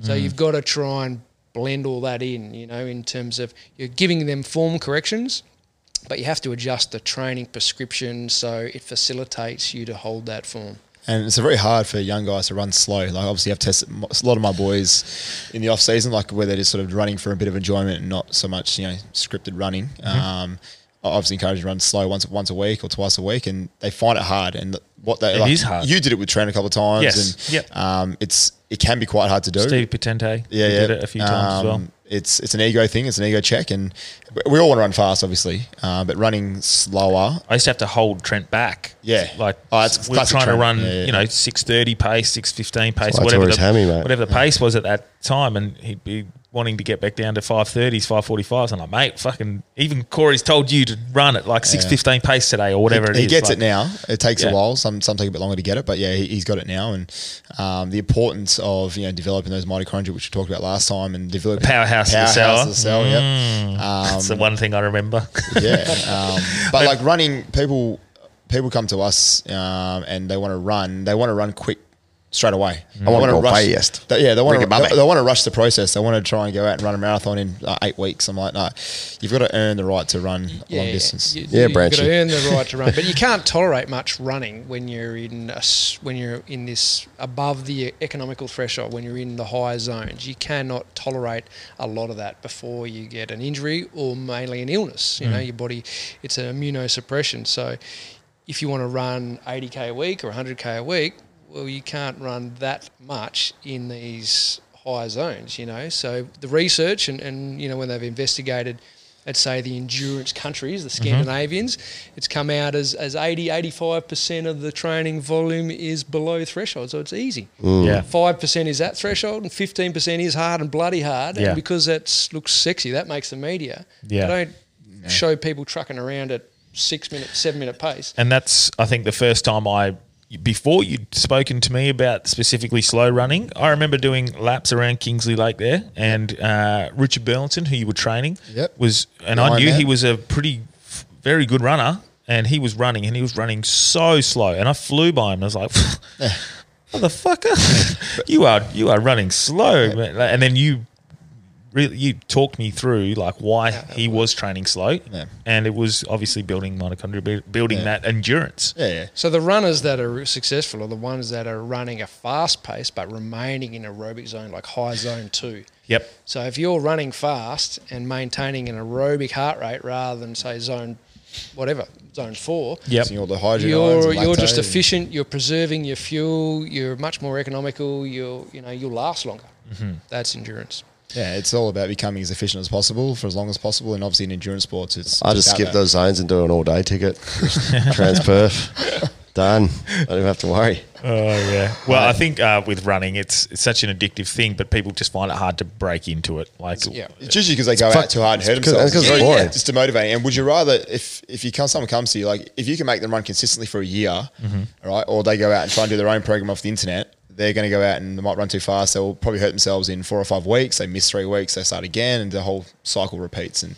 Speaker 2: Mm.
Speaker 3: So you've got to try and blend all that in, you know, in terms of you're giving them form corrections, but you have to adjust the training prescription so it facilitates you to hold that form.
Speaker 2: And it's very hard for young guys to run slow. Like obviously, I've tested mo- a lot of my boys in the off season, like where they're just sort of running for a bit of enjoyment and not so much, you know, scripted running.
Speaker 4: Mm-hmm.
Speaker 2: Um, I obviously encourage them to run slow once once a week or twice a week, and they find it hard. And th- what they
Speaker 4: It
Speaker 2: like,
Speaker 4: is hard.
Speaker 2: You did it with Trent a couple of times,
Speaker 4: Yes.
Speaker 2: and
Speaker 4: Yep.
Speaker 2: um, it's it can be quite hard to do.
Speaker 4: Steve Patente,
Speaker 2: yeah, yeah,
Speaker 4: did it a few times as well.
Speaker 2: Um, It's it's an ego thing. It's an ego check, and we all want to run fast, obviously, uh, but running slower
Speaker 4: I used to have to hold Trent back.
Speaker 2: Yeah.
Speaker 4: like
Speaker 2: Oh, that's
Speaker 4: we were
Speaker 2: classic
Speaker 4: trying to
Speaker 2: Trent.
Speaker 4: run,
Speaker 2: Yeah, yeah.
Speaker 4: you know, six thirty pace, six fifteen pace,
Speaker 1: why I
Speaker 4: whatever
Speaker 1: tore
Speaker 4: the
Speaker 1: his hammy, mate.
Speaker 4: whatever the pace was at that time, and he'd be wanting to get back down to five thirties, five forty fives. I'm like, mate, fucking. Even Corey's told you to run at like six fifteen pace today or whatever it is.
Speaker 2: he gets
Speaker 4: Like,
Speaker 2: it now. It takes
Speaker 4: Yeah.
Speaker 2: a while. Some some take a bit longer to get it, but yeah, he, he's got it now. And um, the importance of you know developing those mitochondria, which we talked about last time, and developing
Speaker 4: powerhouse of the cell. Mm.
Speaker 2: of the cell. yeah,
Speaker 4: That's the one thing I remember.
Speaker 2: um, yeah. Um, but like running, people people come to us um, and they want to run. They want to run quick straight away. I
Speaker 8: wanna go
Speaker 2: rush.
Speaker 8: fast.
Speaker 2: They, yeah, they want to.
Speaker 8: Rigamame.
Speaker 2: They, want to rush the process. They want to try and go out and run a marathon in like, eight weeks. I'm like, no, you've got to earn the right to run a long distance.
Speaker 3: You,
Speaker 1: Yeah,
Speaker 3: you've got
Speaker 1: Branchy.
Speaker 3: to earn the right to run, but you can't tolerate much running when you're in a s when you're in this above the economical threshold. When you're in the higher zones, you cannot tolerate a lot of that before you get an injury or mainly an illness. You know,
Speaker 2: Mm.
Speaker 3: your body it's an immunosuppression. So, if you want to run 80k a week or 100k a week, well, you can't run that much in these higher zones, you know. So the research and, and you know when they've investigated, let's say the endurance countries, the Scandinavians,
Speaker 4: Mm-hmm.
Speaker 3: it's come out as, as 80, 85% of the training volume is below threshold. So it's easy.
Speaker 2: Mm.
Speaker 4: Yeah.
Speaker 3: 5% is that threshold and 15% is hard and bloody hard.
Speaker 4: Yeah.
Speaker 3: And because that looks sexy, that makes the media.
Speaker 4: Yeah.
Speaker 3: They don't show people trucking around at six minute, seven minute pace.
Speaker 4: and that's I think the first time I before you'd spoken to me about specifically slow running. I remember doing laps around Kingsley Lake there, and uh, Richard Burlington, who you were training,
Speaker 2: Yep.
Speaker 4: was and
Speaker 2: Iron
Speaker 4: I knew
Speaker 2: Man.
Speaker 4: he was a pretty f- very good runner, and he was running and he was running so slow, and I flew by him. and I was like. Motherfucker, you are you are running slow, man. and then you really you talked me through like why he was training slow,
Speaker 2: Yeah.
Speaker 4: and it was obviously building mitochondria, bu- building
Speaker 2: Yeah.
Speaker 4: that endurance.
Speaker 2: Yeah, yeah.
Speaker 3: So the runners that are successful are the ones that are running a fast pace but remaining in aerobic zone, like high zone two.
Speaker 4: Yep.
Speaker 3: So if you're running fast and maintaining an aerobic heart rate rather than say zone, whatever zone four,
Speaker 4: Yep.
Speaker 2: Using all the hydrogen. ions
Speaker 3: you're
Speaker 2: and
Speaker 3: you're just
Speaker 2: lactate and-
Speaker 3: efficient. You're preserving your fuel. You're much more economical. You're you know you'll last longer. That's endurance.
Speaker 2: Yeah, it's all about becoming as efficient as possible for as long as possible. And obviously in endurance sports, it's.
Speaker 1: I just
Speaker 2: about
Speaker 1: skip
Speaker 2: that.
Speaker 1: those zones and do an all day ticket. Transperf. Done. I don't even have to worry.
Speaker 4: Oh yeah. Well, I think uh, with running, it's, it's such an addictive thing, but people just find it hard to break into it. Like,
Speaker 3: Yeah.
Speaker 2: It's usually because they go out too hard and hurt
Speaker 1: because-
Speaker 2: themselves.
Speaker 1: because
Speaker 2: it's,
Speaker 1: it's
Speaker 2: very-
Speaker 1: boring.
Speaker 2: it's demotivating. And would you rather if if you come, someone comes to you like if you can make them run consistently for a year,
Speaker 1: Mm-hmm.
Speaker 2: all right, or they go out and try and do their own program off the internet, they're going to go out and they might run too fast. They'll probably hurt themselves in four or five weeks. They miss three weeks. They start again, and the whole cycle repeats. And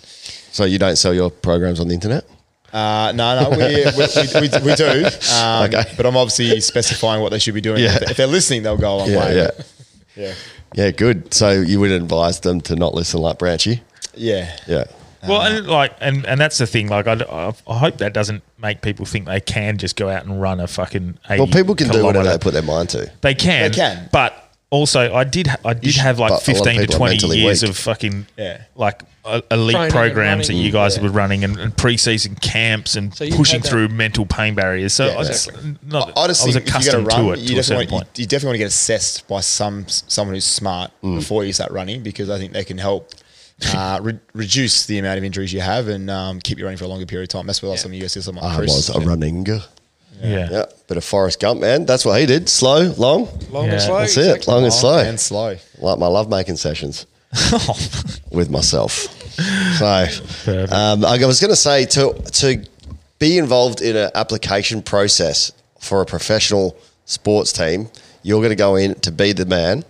Speaker 1: So you don't sell your programs on the internet?
Speaker 2: uh, no, no, we, we, we, we do. Um,
Speaker 1: Okay.
Speaker 2: But I'm obviously specifying what they should be doing.
Speaker 1: Yeah.
Speaker 2: If, if they're listening, they'll go a long
Speaker 1: Yeah,
Speaker 2: way.
Speaker 1: yeah.
Speaker 2: yeah,
Speaker 1: Yeah, good. So you would advise them to not listen like Branchy?
Speaker 2: yeah.
Speaker 1: Yeah.
Speaker 4: well,
Speaker 1: Uh-huh.
Speaker 4: and like, and, and that's the thing. Like, I, I, I hope that doesn't make people think they can just go out and run a fucking. 80
Speaker 1: Well, people can do
Speaker 4: kilometre.
Speaker 1: whatever they put their mind to.
Speaker 4: They can.
Speaker 2: They can.
Speaker 4: But also, I did I did
Speaker 1: should-
Speaker 4: have like
Speaker 1: but a lot of
Speaker 4: fifteen to
Speaker 1: people are
Speaker 4: twenty
Speaker 1: mentally
Speaker 4: years
Speaker 1: weak.
Speaker 4: of fucking
Speaker 2: Yeah.
Speaker 4: like uh, elite
Speaker 3: Training and
Speaker 4: programs that
Speaker 3: running.
Speaker 4: you guys were running and, and preseason camps and
Speaker 3: So you've
Speaker 4: pushing
Speaker 3: had that-
Speaker 4: through mental pain barriers. So
Speaker 2: Yeah,
Speaker 4: I just not,
Speaker 2: I just
Speaker 4: I
Speaker 2: think if
Speaker 4: was
Speaker 2: you
Speaker 4: accustomed
Speaker 2: got to
Speaker 4: to
Speaker 2: run,
Speaker 4: it
Speaker 2: you
Speaker 4: to
Speaker 2: definitely
Speaker 4: a certain
Speaker 2: want
Speaker 4: point.
Speaker 2: you definitely want to get assessed by some someone who's smart before you start running because I think they can help uh, re- reduce the amount of injuries you have and um, keep you running for a longer period of time. That's where last
Speaker 3: Yeah.
Speaker 2: time you guys did something like
Speaker 1: I
Speaker 2: Chris
Speaker 1: was a
Speaker 2: did.
Speaker 1: running.
Speaker 4: yeah.
Speaker 1: Yeah, bit of Forrest Gump, man. That's what he did. Slow, long.
Speaker 3: Long
Speaker 4: Yeah.
Speaker 3: and slow.
Speaker 1: That's it. Long and slow.
Speaker 2: and slow.
Speaker 1: Like my love making sessions with myself. So um, I was going to say to to be involved in an application process for a professional sports team, you're going to go in to be the man.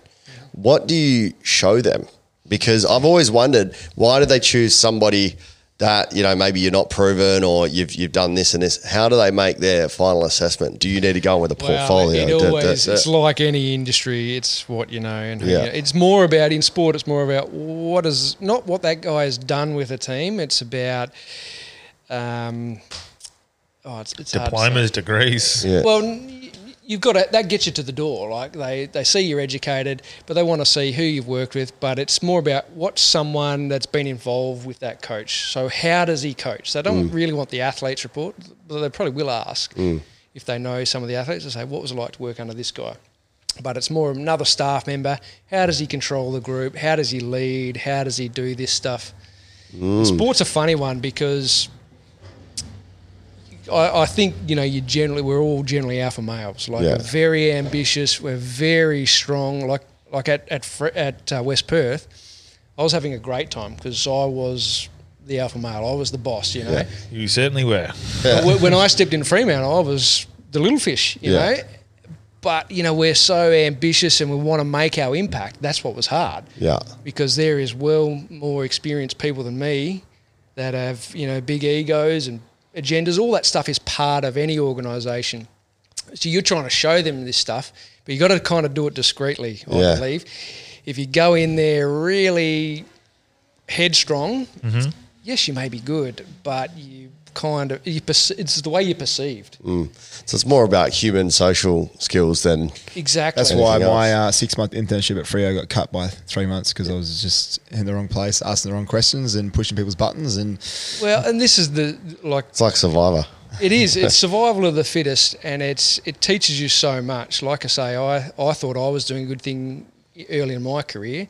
Speaker 1: What do you show them? Because I've always wondered why do they choose somebody that you know maybe you're not proven or you've you've done this and this. How do they make their final assessment? Do you need to go in with a portfolio?
Speaker 3: It
Speaker 1: Da- da-
Speaker 3: always,
Speaker 1: da-
Speaker 3: It's like any industry. It's what you know, and who you
Speaker 1: Yeah.
Speaker 3: know. it's more about in sport. It's more about what is not what that guy has done with a team. It's about um, oh, it's, it's hard to say.
Speaker 4: Diplomas, degrees.
Speaker 1: Yeah.
Speaker 3: Well, n- y- you've got to, that gets you to the door. Like they, they see you're educated, but they want to see who you've worked with. But it's more about what's someone that's been involved with that coach. So how does he coach? They don't really want the athletes report. Though They probably will ask if they know some of the athletes. They say, "What was it like to work under this guy?" But it's more another staff member. How does he control the group? How does he lead? How does he do this stuff? Sports a funny one because I, I think you know you generally we're all generally alpha males. Like
Speaker 1: Yeah.
Speaker 3: we're very ambitious, we're very strong. Like like at at Fre- at uh, West Perth, I was having a great time because I was the alpha male. I was the boss. You know,
Speaker 4: You certainly were.
Speaker 3: Wh- when I stepped in Fremantle, I was the little fish. You
Speaker 1: Yeah.
Speaker 3: know. But you know we're so ambitious and we want to make our impact. That's what was hard
Speaker 1: yeah.
Speaker 3: because there is well more experienced people than me that have you know big egos and agendas. All that stuff is part of any organisation. so you're trying to show them this stuff, but you got to kind of do it discreetly, I
Speaker 1: Yeah.
Speaker 3: believe. If you go in there really headstrong, yes, you may be good, but you kind of you perce- it's the way you're perceived.
Speaker 2: Mm.
Speaker 1: Mm. So it's more about human social skills than
Speaker 3: Exactly.
Speaker 2: That's why
Speaker 1: Anything
Speaker 2: my uh, six month internship at Frio got cut by three months because I was just in the wrong place, asking the wrong questions and pushing people's buttons. And
Speaker 3: Well, and this is the like
Speaker 1: it's like Survivor.
Speaker 3: It is. It's survival of the fittest, and it's it teaches you so much. Like I say, I, I thought I was doing a good thing early in my career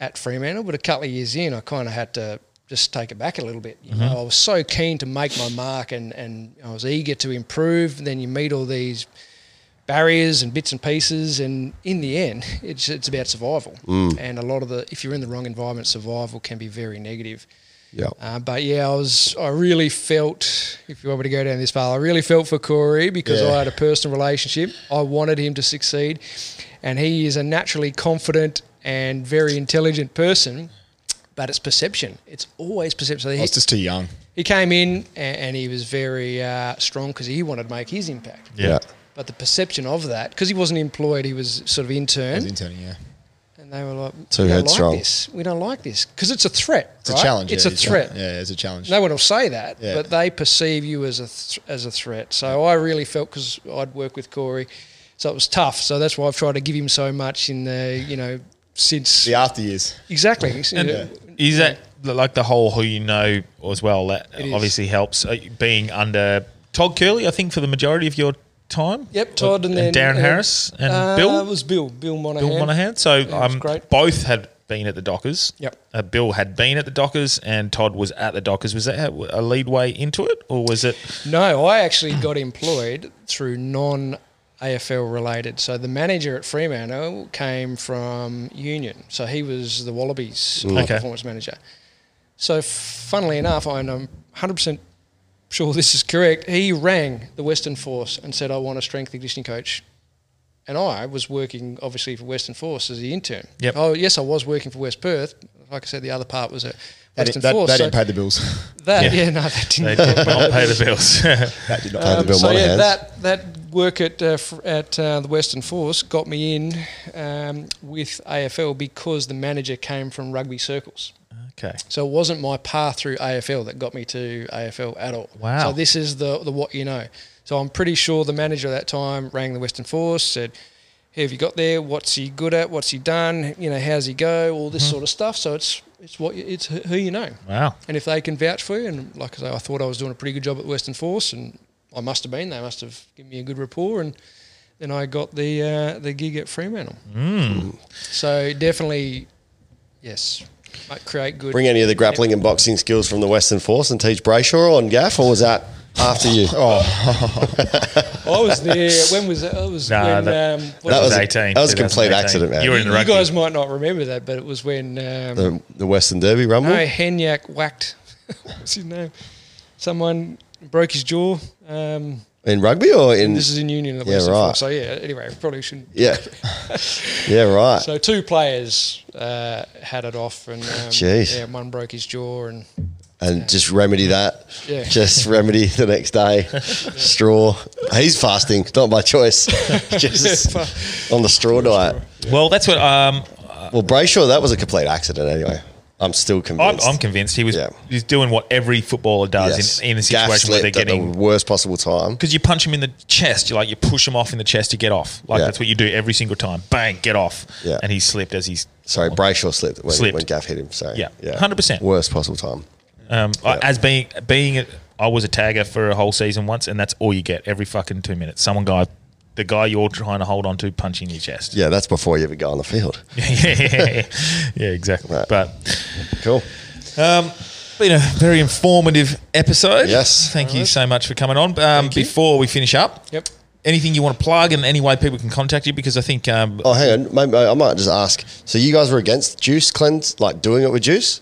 Speaker 3: at Fremantle, but a couple of years in, I kind of had to just take it back a little bit. You know, I was so keen to make my mark, and and I was eager to improve. And then you meet all these barriers and bits and pieces, and in the end, it's it's about survival. And a lot of the if you're in the wrong environment, survival can be very negative.
Speaker 1: Yeah.
Speaker 3: Uh, but yeah, I was. I really felt, if you want me to go down this path, I really felt for Corey because I had a personal relationship. I wanted him to succeed, and he is a naturally confident and very intelligent person. But it's perception. It's always perception.
Speaker 2: I
Speaker 3: He,
Speaker 2: was just too young.
Speaker 3: he came in and, and he was very uh, strong because he wanted to make his impact.
Speaker 1: Yeah.
Speaker 3: But the perception of that, because he wasn't employed, he was sort of
Speaker 2: I was
Speaker 3: intern,
Speaker 2: interning, yeah.
Speaker 3: and they were like,
Speaker 1: Too
Speaker 3: "We don't
Speaker 1: headstrong.
Speaker 3: like this. We don't like this because it's a threat.
Speaker 2: It's a challenge.
Speaker 3: It's
Speaker 2: yeah,
Speaker 3: a threat.
Speaker 2: Yeah, it's a challenge.
Speaker 3: No one will say that,
Speaker 2: Yeah.
Speaker 3: but they perceive you as a th- as a threat. So I really felt because I'd work with Corey, so it was tough. So that's why I've tried to give him so much in the you know since
Speaker 2: The after years.
Speaker 3: exactly.
Speaker 4: And
Speaker 3: Yeah.
Speaker 4: is that like the whole who you know as well? That
Speaker 3: is.
Speaker 4: obviously helps. Uh, Being under Todd Curley, I think, for the majority of your time.
Speaker 3: Yep, Todd and, then
Speaker 4: Darren
Speaker 3: uh,
Speaker 4: Harris and
Speaker 3: uh, It
Speaker 4: Bill.
Speaker 3: was Bill Bill Monahan.
Speaker 4: Bill Monahan. So
Speaker 3: was
Speaker 4: um,
Speaker 3: great.
Speaker 4: both had been at the Dockers.
Speaker 3: Yep.
Speaker 4: Uh, Bill had been at the Dockers, and Todd was at the Dockers. Was that how- a lead way into it, or was it?
Speaker 3: No, I actually got employed through non AFL related. So the manager at Fremantle came from Union. So he was the Wallabies high
Speaker 4: Mm. Okay.
Speaker 3: performance manager. So funnily enough, and I'm 100% sure this is correct, he rang the Western Force and said, I want a strength and conditioning coach. And I was working obviously for Western Force as the intern.
Speaker 4: Yep.
Speaker 3: Oh, yes, I was working for West Perth. Like I said, the other part was at
Speaker 2: That, didn't-
Speaker 3: Western
Speaker 2: that,
Speaker 3: Force.
Speaker 2: that
Speaker 3: So
Speaker 2: didn't pay the bills.
Speaker 3: that-
Speaker 4: Yeah.
Speaker 3: yeah. no, that didn't.
Speaker 4: They did not pay the bills.
Speaker 2: that did not pay the
Speaker 3: Um,
Speaker 2: bills.
Speaker 3: so yeah,
Speaker 1: Monahan's.
Speaker 3: that that work at uh, fr- at uh, the Western Force got me in um, with AFL because the manager came from rugby circles.
Speaker 4: okay.
Speaker 3: So it wasn't my path through AFL that got me to AFL at all.
Speaker 4: Wow.
Speaker 3: So this is the the what you know. So I'm pretty sure the manager at that time rang the Western Force said. "Who have you got there? What's he good at? What's he done? You know, how's he go? All this sort of stuff. So it's it's what you, it's who you know
Speaker 4: Mm-hmm. Wow.
Speaker 3: and if they can vouch for you, and like I say, I thought I was doing a pretty good job at Western Force, and I must have been. They must have given me a good rapport, and then I got the uh, the gig at Fremantle.
Speaker 4: Mm.
Speaker 3: So definitely, yes, like, create good.
Speaker 1: Bring any of the grappling and boxing skills from the Western Force and teach Brayshaw on Gaff, or was that after you?
Speaker 3: Oh. I was there. When was that? It was
Speaker 4: Nah,
Speaker 3: when
Speaker 4: that-
Speaker 3: um,
Speaker 1: that was
Speaker 3: you-
Speaker 1: a- that was a complete
Speaker 4: 2018.
Speaker 1: accident, man.
Speaker 4: You were in the
Speaker 3: you
Speaker 4: rugby.
Speaker 3: guys might not remember that, but it was when um,
Speaker 1: the, the Western Derby Rumble.
Speaker 3: No, Henyak whacked. what's his name? Someone broke his jaw. Um,
Speaker 1: In rugby or in
Speaker 3: this is in Union at
Speaker 1: Yeah,
Speaker 3: Western
Speaker 1: right.
Speaker 3: Force. So yeah. Anyway, probably shouldn't.
Speaker 1: yeah, yeah, right.
Speaker 3: So two players uh, had it off, and um,
Speaker 1: Jeez.
Speaker 3: yeah, one broke his jaw, and
Speaker 1: and just remedy that.
Speaker 3: Yeah.
Speaker 1: Just remedy the next day. Straw. He's fasting, not by choice. just on the straw diet.
Speaker 4: Well, that's what um,
Speaker 1: Well, Brayshaw, that was a complete accident anyway. I'm still
Speaker 4: I'm,
Speaker 1: convinced.
Speaker 4: I'm convinced. He was
Speaker 1: Yeah.
Speaker 4: he's doing what every footballer does
Speaker 1: Yes.
Speaker 4: in, in a
Speaker 1: Gaff
Speaker 4: situation where they're
Speaker 1: slipped at
Speaker 4: getting
Speaker 1: the worst possible time.
Speaker 4: because you punch him in the chest. You like you push him off in the chest to get off. Like
Speaker 1: Yeah.
Speaker 4: that's what you do every single time. Bang, get off.
Speaker 1: Yeah.
Speaker 4: And he slipped as he's
Speaker 1: Sorry, Brayshaw slipped when,
Speaker 4: Slipped.
Speaker 1: when Gaff hit him. So
Speaker 4: Yeah. 100%.
Speaker 1: Worst possible time.
Speaker 4: um, I- as being being a, I was a tagger for a whole season once, and that's all you get every fucking two minutes. Someone guy, the guy you're trying to hold on to, punch in your chest.
Speaker 1: Yeah, that's before you ever go on the field.
Speaker 4: yeah, yeah, exactly.
Speaker 1: Right.
Speaker 4: But
Speaker 1: Cool.
Speaker 4: Um, been a very informative episode.
Speaker 1: Yes.
Speaker 4: Thank you so much for coming on. Um, before we finish up,
Speaker 3: yep.
Speaker 4: anything you want to plug and any way people can contact you? Because I think um,
Speaker 1: Oh, hang on. Maybe, I might just ask. So you guys were against juice cleanse, like doing it with juice?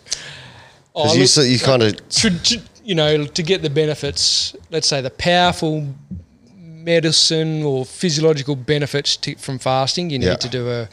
Speaker 3: Oh,
Speaker 1: Because
Speaker 3: look,
Speaker 1: you, so you kind of
Speaker 3: should- should- you know to get the benefits, let's say the powerful medicine or physiological benefits to, from fasting, you need
Speaker 1: Yeah.
Speaker 3: to do a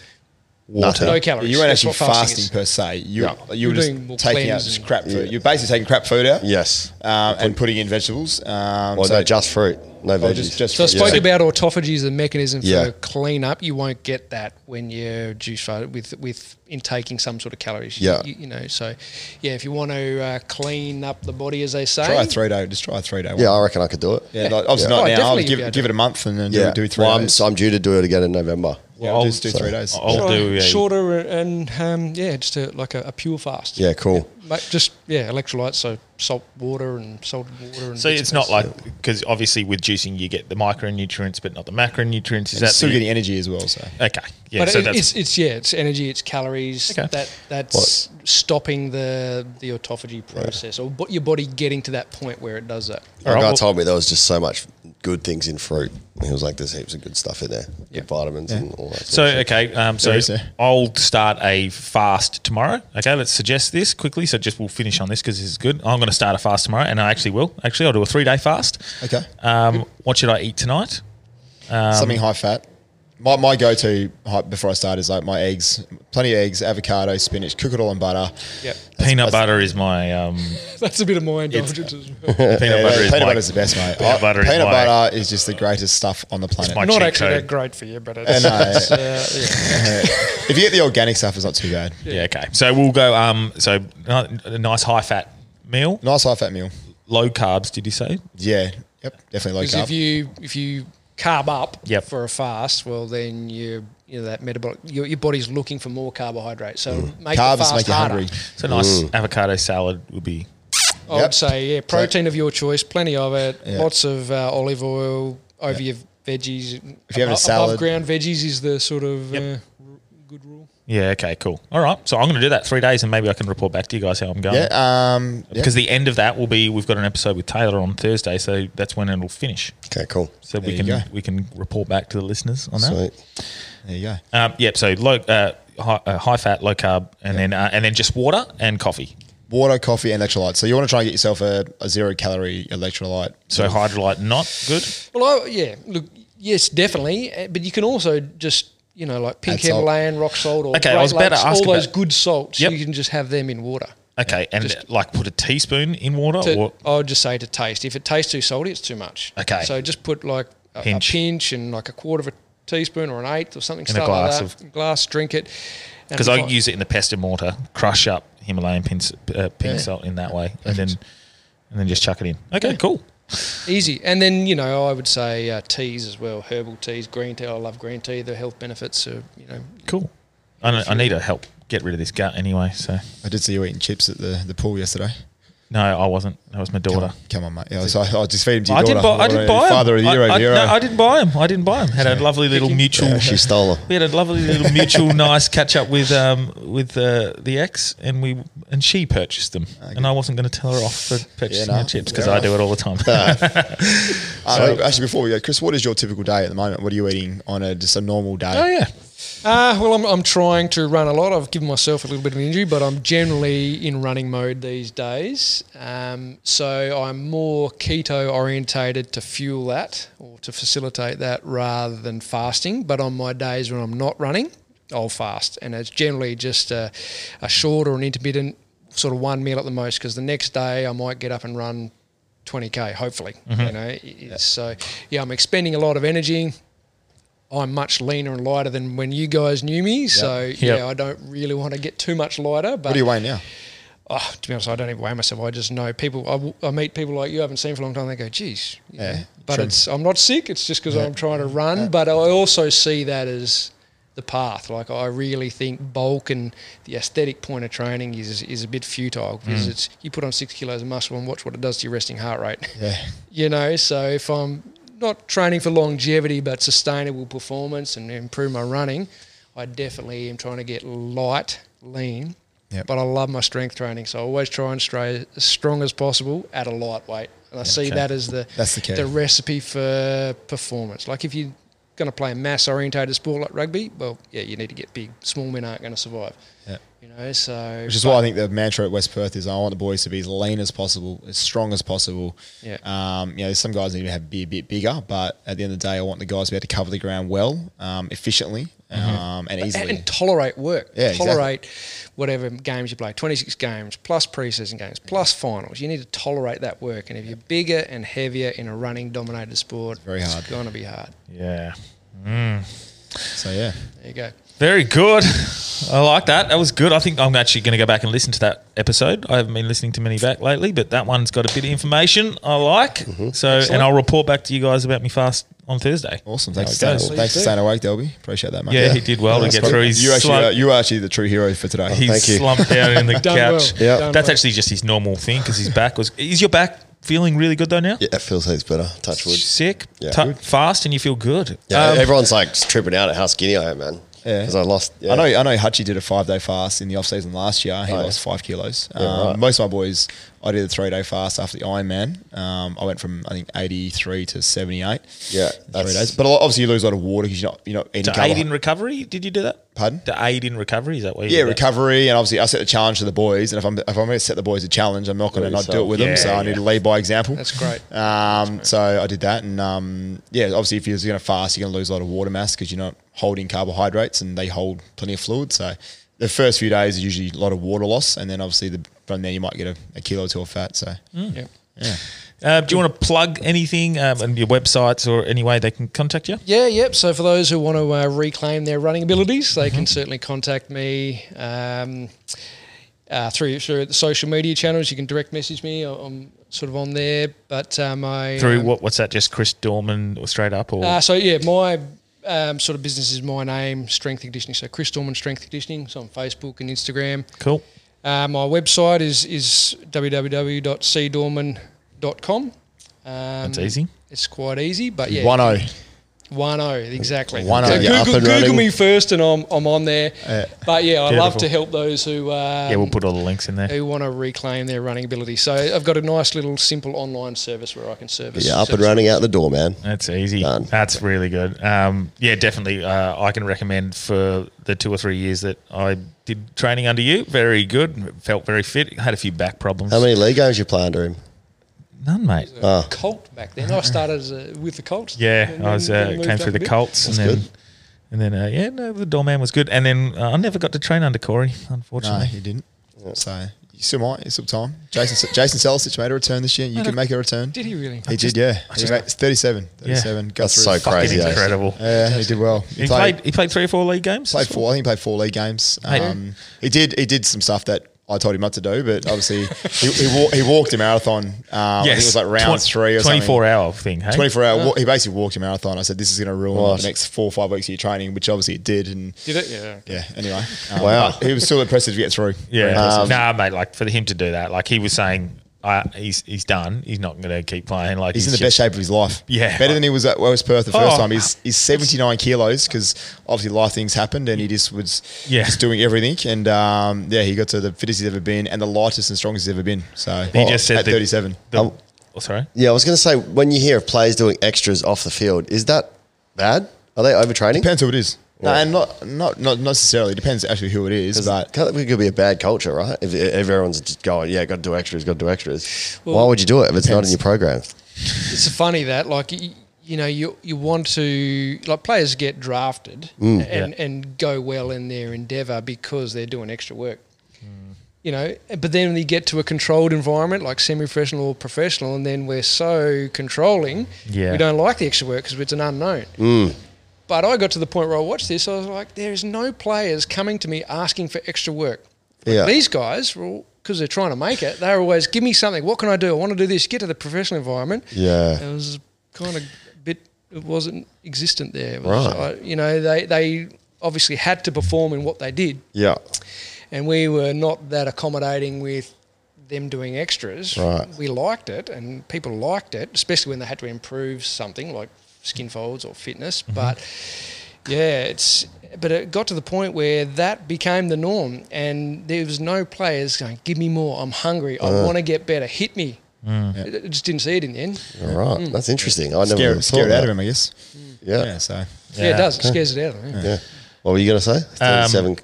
Speaker 1: water.
Speaker 3: No calories.
Speaker 2: You weren't
Speaker 3: That's
Speaker 2: actually
Speaker 3: what fasting
Speaker 2: fasting
Speaker 3: is.
Speaker 2: per se. You
Speaker 1: No.
Speaker 2: you were
Speaker 3: You're doing more
Speaker 2: just taking out
Speaker 3: cleanse
Speaker 2: just
Speaker 3: and-
Speaker 2: crap food. You're basically taking crap food out.
Speaker 1: Yes.
Speaker 2: Um, and putting in vegetables. Um,
Speaker 1: Well,
Speaker 2: so-
Speaker 1: no, just fruit, no
Speaker 2: Oh,
Speaker 1: veggies.
Speaker 2: just, just
Speaker 3: So I
Speaker 2: fruit.
Speaker 3: spoke about autophagy as a mechanism for
Speaker 1: Yeah.
Speaker 3: clean up. You won't get that when you're juice fed with with intaking some sort of calories.
Speaker 1: Yeah.
Speaker 3: you, you know. So, yeah, if you want to uh, clean up the body, as they say,
Speaker 2: Try a three day. Just try a three day.
Speaker 1: yeah, I reckon I could do it.
Speaker 2: Yeah, like, obviously
Speaker 3: Yeah.
Speaker 2: not
Speaker 3: Oh,
Speaker 2: now. I
Speaker 3: definitely
Speaker 2: would
Speaker 3: you'd be
Speaker 2: give,
Speaker 3: able
Speaker 2: give it
Speaker 3: to.
Speaker 2: a month and then do, do three
Speaker 1: Well, I'm,
Speaker 2: days.
Speaker 1: so I'm due to do it again in November.
Speaker 2: yeah,
Speaker 4: I'll-
Speaker 2: just do three days.
Speaker 4: I'll
Speaker 3: Try
Speaker 4: do yeah.
Speaker 3: shorter and um, yeah, just a, like a, a pure fast.
Speaker 1: Yeah, cool.
Speaker 3: Ma- just yeah, electrolytes, so salt water and salted water. And
Speaker 4: So
Speaker 3: bits
Speaker 4: it's
Speaker 3: and
Speaker 4: not
Speaker 3: pieces.
Speaker 4: like because obviously with juicing you get the micronutrients but not the macronutrients. Is
Speaker 2: It's
Speaker 4: that
Speaker 2: still
Speaker 4: the-
Speaker 2: getting energy as well. So
Speaker 4: Okay, yeah.
Speaker 3: but
Speaker 4: so
Speaker 3: it-
Speaker 4: that's
Speaker 3: it's it's yeah, it's energy, it's calories.
Speaker 4: Okay.
Speaker 3: That that's stopping the the autophagy process, or bo- your body getting to that point where it does that.
Speaker 1: A
Speaker 4: right,
Speaker 1: guy
Speaker 4: well-
Speaker 1: told me there was just so much good things in fruit. He was like, "There's heaps of good stuff in there, good vitamins and all that."
Speaker 4: so
Speaker 1: sort of
Speaker 4: okay. Um, so
Speaker 2: There is a-
Speaker 4: I'll start a fast tomorrow. Okay, let's suggest this quickly. So just we'll finish on this because this is good. I'm going to start a fast tomorrow, and I actually will. Actually, I'll do a three day fast.
Speaker 2: Okay.
Speaker 4: Um, what should I eat tonight?
Speaker 1: Um,
Speaker 2: something high fat. My, my go to before I start is like my eggs, plenty of eggs, avocado, spinach, cook it all in butter.
Speaker 3: Yep,
Speaker 4: Peanut butter is my um,
Speaker 3: that's a bit of my indulgence. as well.
Speaker 4: peanut butter is
Speaker 2: Uh, peanut
Speaker 4: my
Speaker 2: butter is the best, mate.
Speaker 4: Peanut
Speaker 2: I-
Speaker 4: butter is
Speaker 2: peanut
Speaker 4: my-
Speaker 2: butter is just the greatest stuff on the planet.
Speaker 4: my
Speaker 3: Not
Speaker 4: cheat
Speaker 3: actually
Speaker 4: code.
Speaker 3: that great for you, but it's,
Speaker 2: I know.
Speaker 3: it's, uh, yeah.
Speaker 2: if you get the organic stuff, it's not too bad.
Speaker 4: Yeah. Okay. So we'll go. Um. So ni- a nice high fat meal,
Speaker 2: Nice high fat meal.
Speaker 4: low carbs. Did you say?
Speaker 2: Yeah. Yep. Definitely uh, low
Speaker 3: Because
Speaker 2: carb.
Speaker 3: if you if you carb up
Speaker 4: Yep.
Speaker 3: for a fast, well then you you know that metabolic your, your body's looking for more carbohydrates. So make the
Speaker 2: Mm. Carbs
Speaker 3: fast
Speaker 2: make you
Speaker 3: harder.
Speaker 2: hungry.
Speaker 4: So nice
Speaker 2: Mm.
Speaker 4: avocado salad would be.
Speaker 3: I would
Speaker 2: Yep.
Speaker 3: say yeah, protein of your choice, plenty of it,
Speaker 2: Yeah.
Speaker 3: lots of uh, olive oil over your veggies.
Speaker 2: If you have a
Speaker 3: Abo-
Speaker 2: salad-
Speaker 3: above ground veggies is the sort of
Speaker 4: Yep.
Speaker 3: uh, r- good rule.
Speaker 4: Yeah. Okay. Cool. All right. So I'm going to do that three days, and maybe I can report back to you guys how I'm going.
Speaker 2: yeah. Um, yeah.
Speaker 4: Because the end of that will be we've got an episode with Taylor on Thursday, so that's when it'll finish.
Speaker 1: shit. okay, cool.
Speaker 4: So we
Speaker 2: There
Speaker 4: can
Speaker 2: you go.
Speaker 4: we can report back to the listeners on that.
Speaker 1: Sweet.
Speaker 2: There you go.
Speaker 4: Um, yep. So low, uh, high, uh, high fat, low carb, and then uh, and then just water and coffee.
Speaker 2: Water, coffee, and electrolytes. So you want to try and get yourself a, a zero calorie electrolyte.
Speaker 4: So hydrolyte not good.
Speaker 3: Well, I, yeah, look, yes, definitely, uh, but you can also just you know like pink
Speaker 2: Add salt.
Speaker 3: Himalayan rock salt or
Speaker 4: Okay, I
Speaker 3: Great
Speaker 4: was about to
Speaker 3: Lakes,
Speaker 4: ask
Speaker 3: all those
Speaker 4: about-
Speaker 3: good salts.
Speaker 4: Yep.
Speaker 3: You can just have them in water.
Speaker 4: Okay, and uh,
Speaker 3: Just-
Speaker 4: like put a teaspoon in water.
Speaker 3: To-
Speaker 4: or
Speaker 3: I would just say to taste. If it tastes too salty, it's too much.
Speaker 4: Okay.
Speaker 3: So just put like a a
Speaker 4: Pinch.
Speaker 3: pinch, and like a quarter of a teaspoon or an eighth or something.
Speaker 4: a
Speaker 3: start
Speaker 4: glass
Speaker 3: like that. glass, drink it. And
Speaker 4: because I
Speaker 3: if
Speaker 4: use it in the pasta mortar, crush up Himalayan pink, uh, pink
Speaker 2: Yeah.
Speaker 4: salt in that way, and then and then just chuck it in. Okay, cool.
Speaker 3: Easy. And then, you know, I would say uh, teas as well, herbal teas, green tea. I love green tea. The health benefits are, you know,
Speaker 4: Cool. I, don't- I need to help get rid of this gut anyway. So
Speaker 2: I did see you eating chips at the, the pool yesterday.
Speaker 4: no, I wasn't. That was my
Speaker 2: Come
Speaker 4: daughter.
Speaker 2: on, come on mate. Yeah, so I, I just feed him to your
Speaker 4: I
Speaker 2: daughter.
Speaker 4: did, buy, I did buy 'em.
Speaker 2: Father of the year
Speaker 4: I, I,
Speaker 2: over year.
Speaker 4: no, I didn't buy them. I didn't buy them. Had a lovely little mutual.
Speaker 1: She stole them.
Speaker 4: We had a lovely little mutual nice catch up with um, with uh, the ex, and we and she purchased them, and I wasn't going to tell her off for purchasing
Speaker 2: no,
Speaker 4: the chips because
Speaker 2: fair
Speaker 4: I do it all the time.
Speaker 2: Uh, actually, before we go, Chris, what is your typical day at the moment? What are you eating on a just a normal day?
Speaker 4: oh yeah,
Speaker 3: Uh, well, I'm, I'm trying to run a lot. I've given myself a little bit of an injury, but I'm generally in running mode these days. Um, so I'm more keto orientated to fuel that or to facilitate that rather than fasting. But on my days when I'm not running, I'll fast. And it's generally just a, a short or an intermittent sort of one meal at the most because the next day I might get up and run 20K, hopefully. You know, it- it's- so yeah, I'm expending a lot of energy. I'm much leaner and lighter than when you guys knew me. So yeah, I don't really want to get too much lighter. But
Speaker 2: What are you weighing now?
Speaker 3: oh, to be honest, I don't even weigh myself. I just know people. I, w- I meet people like you I haven't seen for a long time. They go, "Geez," you
Speaker 2: Yeah,
Speaker 3: know. but
Speaker 2: true.
Speaker 3: it's I'm not sick. It's just because I'm trying to run. But I also see that as the path. Like I really think bulk and the aesthetic point of training is is a bit futile because
Speaker 2: Mm.
Speaker 3: it's you put on six kilos of muscle and watch what it does to your resting heart rate
Speaker 2: Yeah,
Speaker 3: you know so if i'm not training for longevity but sustainable performance and improve my running i definitely am trying to get light lean
Speaker 2: Yep.
Speaker 3: but i love my strength training so i always try and stray as strong as possible at a light weight and i see that as the
Speaker 2: That's the key.
Speaker 3: recipe for performance like if you're going to play a mass orientated sport like rugby well yeah you need to get big small men aren't going to survive
Speaker 2: Yep.
Speaker 3: You know, so
Speaker 2: Which is why I think the mantra at West Perth is I want the boys to be as lean as possible, as strong as possible.
Speaker 3: Yeah.
Speaker 2: Um, you know, some guys need to have be a bit bigger, but at the end of the day, I want the guys to be able to cover the ground well, um, efficiently,
Speaker 1: Mm-hmm.
Speaker 2: um, and easily.
Speaker 3: and, and tolerate work.
Speaker 2: Yeah, exactly.
Speaker 3: tolerate whatever games you play. Twenty six games plus preseason games plus finals. You need to tolerate that work. And if you're bigger and heavier in a running dominated sport, it's
Speaker 2: very hard.
Speaker 3: It's gonna be hard.
Speaker 4: Yeah.
Speaker 2: so yeah,
Speaker 3: There you go.
Speaker 4: Very good. I like that. That was good. I think I'm actually going to go back and listen to that episode. I haven't been listening to many back lately, but that one's got a bit of information I like.
Speaker 2: Mm-hmm.
Speaker 4: So, and I'll report back to you guys about me fast on Thursday.
Speaker 2: awesome. Thanks, for
Speaker 4: How it
Speaker 2: staying,
Speaker 4: goes.
Speaker 2: thanks for staying awake, Delby. Appreciate that, mate.
Speaker 4: Yeah, he did well to
Speaker 2: That's
Speaker 4: get
Speaker 2: probably-
Speaker 4: through. He's
Speaker 2: You actually,
Speaker 4: slumped-
Speaker 2: are, you are actually the true hero for today.
Speaker 4: He
Speaker 2: Oh, Thank you.
Speaker 4: slumped down in the
Speaker 3: Done
Speaker 4: couch.
Speaker 3: well. Yeah. Done
Speaker 4: That's
Speaker 3: well.
Speaker 4: actually just his normal thing because his back was. Is your back feeling really good though now?
Speaker 1: Yeah, it feels heaps better. Touch wood.
Speaker 4: Sick,
Speaker 1: Yeah.
Speaker 4: tu-
Speaker 1: Good.
Speaker 4: fast, and you feel good.
Speaker 1: Yeah,
Speaker 4: Um,
Speaker 1: everyone's like tripping out at how skinny I am, man.
Speaker 2: Yeah.
Speaker 1: because I lost. Yeah.
Speaker 2: I know. I know. Hutchie did a five day fast in the off season last year. He
Speaker 1: Oh, yeah.
Speaker 2: lost five kilos.
Speaker 1: Yeah,
Speaker 2: um,
Speaker 1: right.
Speaker 2: Most of my boys, I did a three day fast after the Ironman. Um, I went from I think eighty three to seventy eight.
Speaker 1: Yeah,
Speaker 2: three
Speaker 1: that's-
Speaker 2: days. But a lot- obviously, you lose a lot of water because you're not you're not eating.
Speaker 4: to aid
Speaker 2: carbo-
Speaker 4: in recovery, did you do that?
Speaker 2: Pardon?
Speaker 4: To aid in recovery, is that what? You
Speaker 2: yeah,
Speaker 4: did that?
Speaker 2: recovery, and obviously I set the challenge to the boys, and if I'm if I'm going to set the boys a challenge, I'm not going to
Speaker 1: Do
Speaker 2: not do it
Speaker 1: yourself.
Speaker 2: with
Speaker 4: Yeah,
Speaker 2: them. So I
Speaker 4: yeah.
Speaker 2: need to lead by example.
Speaker 3: That's great.
Speaker 2: Um, so I did that, and um, yeah, obviously if you're going to fast, you're going to lose a lot of water mass because you're not holding carbohydrates, and they hold plenty of fluid. So the first few days is usually a lot of water loss, and then obviously the, from there you might get a, a kilo or two of fat. So
Speaker 3: Yeah.
Speaker 4: Uh, do you want to plug anything um, and your websites or any way they can contact you?
Speaker 3: Yeah, yep. So for those who want to uh, reclaim their running abilities, they
Speaker 2: Mm-hmm.
Speaker 3: can certainly contact me um, uh, through through the social media channels. You can direct message me. I- I'm sort of on there, but uh, my
Speaker 4: Through
Speaker 3: um,
Speaker 4: what? What's that? Just Chris Dorman or straight up or?
Speaker 3: Uh, so yeah, my um, sort of business is my name, strength and conditioning. So Chris Dorman Strength and Conditioning. So on Facebook and Instagram.
Speaker 4: cool.
Speaker 3: Uh, my website is is www.cdorman.com. Um, That's
Speaker 4: easy.
Speaker 3: It's quite easy, but yeah,
Speaker 2: one o.
Speaker 3: one o exactly.
Speaker 2: One
Speaker 3: so
Speaker 2: O,
Speaker 1: yeah, up
Speaker 3: Google,
Speaker 1: and
Speaker 3: Google
Speaker 1: running.
Speaker 3: me first, and I'm I'm on there. but yeah, I love
Speaker 4: Beautiful.
Speaker 3: to help those who uh,
Speaker 4: Yeah, we'll put all the links in there.
Speaker 3: who want to reclaim their running ability. So I've got a nice little simple online service where I can service.
Speaker 1: yeah, up and
Speaker 3: service
Speaker 1: running out the door, man.
Speaker 4: That's easy.
Speaker 1: Done.
Speaker 4: That's really good. Um, yeah, definitely. Uh, I can recommend for the two or three years that I did training under you. Very good. Felt very fit. Had a few back problems.
Speaker 1: How many league games you Ah, play under him?
Speaker 4: None, mate.
Speaker 3: Colt back then. I started as a, with the Colts.
Speaker 4: Yeah,
Speaker 3: and
Speaker 4: I was
Speaker 3: then-
Speaker 4: uh,
Speaker 3: then moved
Speaker 4: came
Speaker 3: up
Speaker 4: through
Speaker 3: a
Speaker 4: the
Speaker 3: bit.
Speaker 4: Colts and then.
Speaker 1: good.
Speaker 4: And then, uh, yeah, no, the doorman was good. And then uh, I never got to train under Corey,
Speaker 2: No,
Speaker 4: unfortunately.
Speaker 2: you didn't. Uh, So you still might. It's still time. Jason Jason Selisic made a return this year. You can make a return.
Speaker 3: Did he really?
Speaker 2: He did, yeah. He made 37. 37. Got
Speaker 1: That's
Speaker 2: through
Speaker 1: so
Speaker 2: his-
Speaker 1: crazy.
Speaker 4: Fucking
Speaker 1: eh?
Speaker 4: incredible.
Speaker 2: Yeah, he did well.
Speaker 4: He played. He played three or four league games.
Speaker 2: played four. I think he played four league games.
Speaker 4: Hey.
Speaker 2: Um, he did. He did some stuff that I told him not to do, but obviously he, he, wa- he walked a marathon. Um, I think it was like round
Speaker 4: Twen-
Speaker 2: three or something.
Speaker 4: Twenty-four eh? hour thing. Hey?
Speaker 2: 24 hour. wa- He basically walked a marathon. I said, "This is going to ruin
Speaker 1: Nice.
Speaker 2: the next four or five weeks of your training," which obviously it did. And
Speaker 3: Did it? Yeah.
Speaker 2: yeah, anyway, um,
Speaker 1: Wow.
Speaker 2: but He was still impressive to get through. Um, Very
Speaker 4: Yeah.
Speaker 2: impressive.
Speaker 4: nah, mate. Like for him to do that, like he was saying, I he's he's done. He's not going to keep playing. Like
Speaker 2: He's in the
Speaker 4: just-
Speaker 2: best shape of his life.
Speaker 4: Yeah.
Speaker 2: better than he was at West Perth the first
Speaker 4: Oh.
Speaker 2: time. He's he's seventy nine kilos because obviously life things happened and he just was
Speaker 4: Yeah.
Speaker 2: just doing everything and um, yeah he got to the fittest he's ever been and the lightest and strongest he's ever been. So oh,
Speaker 4: He just said
Speaker 2: at
Speaker 4: that-
Speaker 2: thirty seven.
Speaker 4: the-
Speaker 1: Um,
Speaker 4: oh, sorry.
Speaker 1: Yeah, I was going to say when you hear of players doing extras off the field, is that bad? Are they overtraining?
Speaker 2: Depends who it is. No,
Speaker 1: Yeah.
Speaker 2: and not not not necessarily depends actually who it is,
Speaker 1: 'Cause
Speaker 2: but
Speaker 1: can't- it could be a bad culture, right? If, if everyone's just going, yeah, got to do extras, got to do extras. Why would you do it if it's not in your program?
Speaker 3: It's funny that like you, you know you you want to like players get drafted and and go well in their endeavour because they're doing extra work. You know, but then when you get to a controlled environment like semi-professional or professional, and then we're so controlling,
Speaker 4: Yeah.
Speaker 3: we don't like the extra work because it's an unknown. But I got to the point where I watched this. I was like, there is no players coming to me asking for extra work. Like,
Speaker 1: Yeah.
Speaker 3: These guys, because they're trying to make it, they're always, give me something. What can I do? I want to do this. Get to the professional environment.
Speaker 1: Yeah.
Speaker 3: It was kind of a bit, it wasn't existent there. It was,
Speaker 1: Right.
Speaker 3: I- you know, they, they obviously had to perform in what they did.
Speaker 1: Yeah.
Speaker 3: And we were not that accommodating with them doing extras.
Speaker 1: Right.
Speaker 3: We liked it and people liked it, especially when they had to improve something like skin folds or fitness.
Speaker 1: Mm-hmm.
Speaker 3: But yeah, it's but it got to the point where that became the norm and there was no players going, Give me more, I'm hungry, I
Speaker 1: Uh.
Speaker 3: want to get better, hit me. I I just didn't see it in the end.
Speaker 1: All right. That's interesting. I never
Speaker 2: scare
Speaker 1: thought
Speaker 2: it Hmm. scared
Speaker 1: that.
Speaker 2: out of him, I guess.
Speaker 1: Yeah.
Speaker 2: Yeah, so
Speaker 3: Yeah, it does. It scares it out of me.
Speaker 2: Um,
Speaker 1: Yeah. What were you going to say? 37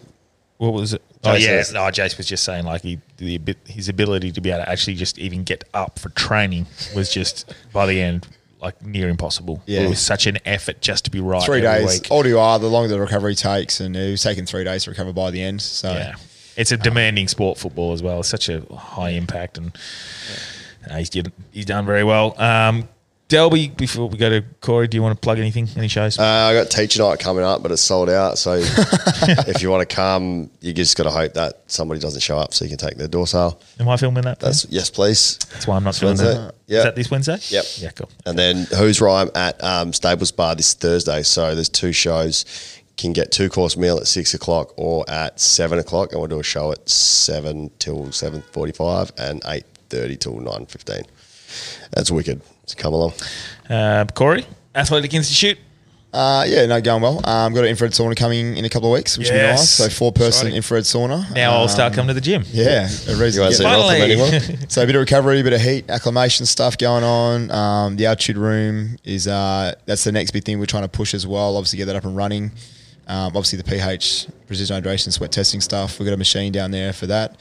Speaker 4: What was it? Oh
Speaker 1: Jace
Speaker 4: yeah,
Speaker 1: was-
Speaker 4: no, Jace was just saying like he, the abi- his ability to be able to actually just even get up for training was just by the end like near impossible.
Speaker 2: Yeah.
Speaker 4: it was such an effort just to be right.
Speaker 2: Three
Speaker 4: every
Speaker 2: days.
Speaker 4: week.
Speaker 2: Older you are, the longer the recovery takes, and it was taking three days to recover by the end. So
Speaker 4: Yeah, it's a demanding sport, football as well. It's such a high impact, and uh, he's given, he's done very well. Um, Delby, before we go to Corey, do you want to plug anything? Any shows?
Speaker 1: Uh, I got teacher night coming up, but it's sold out. So if you want to come, you just got to hope that somebody doesn't show up so you can take their door sale.
Speaker 4: Am I filming that?
Speaker 1: That's yes, please.
Speaker 4: That's why I'm not doing
Speaker 1: Wednesday.
Speaker 4: that.
Speaker 1: Yeah.
Speaker 4: Is that this Wednesday?
Speaker 1: Yep.
Speaker 4: Yeah, cool.
Speaker 1: And then Who's Rhyme at um, Stables Bar this Thursday. So there's two shows. Can get two course meal at six o'clock or at seven o'clock, and we'll do a show at seven till seven forty-five and eight thirty till nine fifteen. That's wicked. So come along.
Speaker 4: Uh, Corey, Athletic Institute.
Speaker 2: Uh, yeah, no, going well. Um, got an infrared sauna coming in a couple of weeks, which will be
Speaker 4: Yes.
Speaker 2: nice. So four person
Speaker 4: Exciting.
Speaker 2: infrared sauna.
Speaker 4: Now I'll start
Speaker 2: Um,
Speaker 4: coming to the gym.
Speaker 2: Yeah, a reason to
Speaker 1: won't
Speaker 2: get
Speaker 1: see
Speaker 2: there.
Speaker 1: it all from
Speaker 4: Finally.
Speaker 1: anyone.
Speaker 2: So a bit of recovery, a bit of heat, acclimation stuff going on. Um, the altitude room is uh, that's the next big thing we're trying to push as well. Obviously, get that up and running. Um, obviously, the pH, precision hydration, sweat testing stuff. We've got a machine down there for that.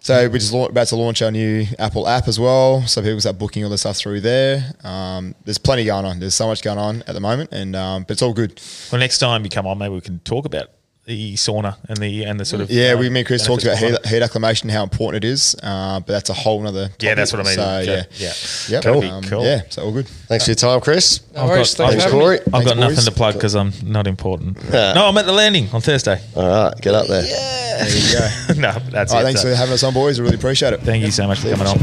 Speaker 2: So we're just lau- about to launch our new Apple app as well. So people start booking all the stuff through there. Um, there's plenty going on. There's so much going on at the moment, and um, but it's all good.
Speaker 4: Well, next time you come on, maybe we can talk about the sauna and the and the sort of
Speaker 2: Yeah,
Speaker 4: uh,
Speaker 2: we me and Chris talked about
Speaker 4: benefits
Speaker 2: heat,
Speaker 4: of it.
Speaker 2: heat acclimation, how important it is, uh, but that's a whole nother.
Speaker 4: Yeah,
Speaker 2: topic.
Speaker 4: that's what I mean.
Speaker 2: So
Speaker 4: Yeah,
Speaker 2: yeah,
Speaker 4: yeah.
Speaker 2: yeah,
Speaker 4: That'd be
Speaker 2: Um,
Speaker 4: cool.
Speaker 2: Yeah, so all good. Um,
Speaker 1: Thanks for your time, Chris.
Speaker 3: No worries.
Speaker 4: got-
Speaker 1: Thanks,
Speaker 3: Thanks for having me.
Speaker 1: Corey.
Speaker 4: I've got
Speaker 2: Thanks,
Speaker 4: nothing
Speaker 2: boys.
Speaker 4: to plug because I'm not important. no, I'm at the landing on Thursday.
Speaker 1: All right, get up there.
Speaker 2: There you go.
Speaker 4: no, that's
Speaker 2: All
Speaker 4: it.
Speaker 2: right, thanks
Speaker 4: So,
Speaker 2: for having us on, boys. I really appreciate it.
Speaker 4: thank you so much for coming on.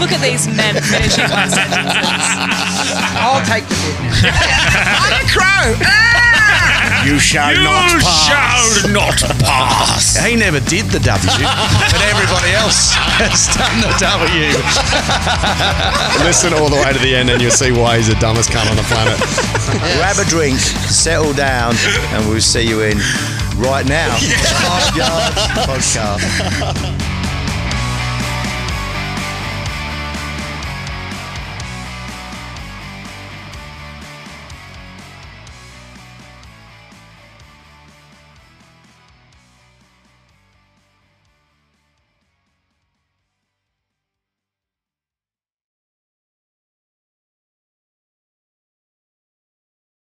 Speaker 5: Look at these men finishing my sentences.
Speaker 6: I'll take the bid now.
Speaker 5: I'm a crow.
Speaker 9: You shall not pass.
Speaker 4: shall not pass.
Speaker 7: He never did the W, but everybody else has done the W.
Speaker 8: Listen all the way to the end, and you'll see why he's the dumbest cunt on the planet.
Speaker 7: Grab a drink, settle down, and we'll see you in right now. Lifeguard podcast.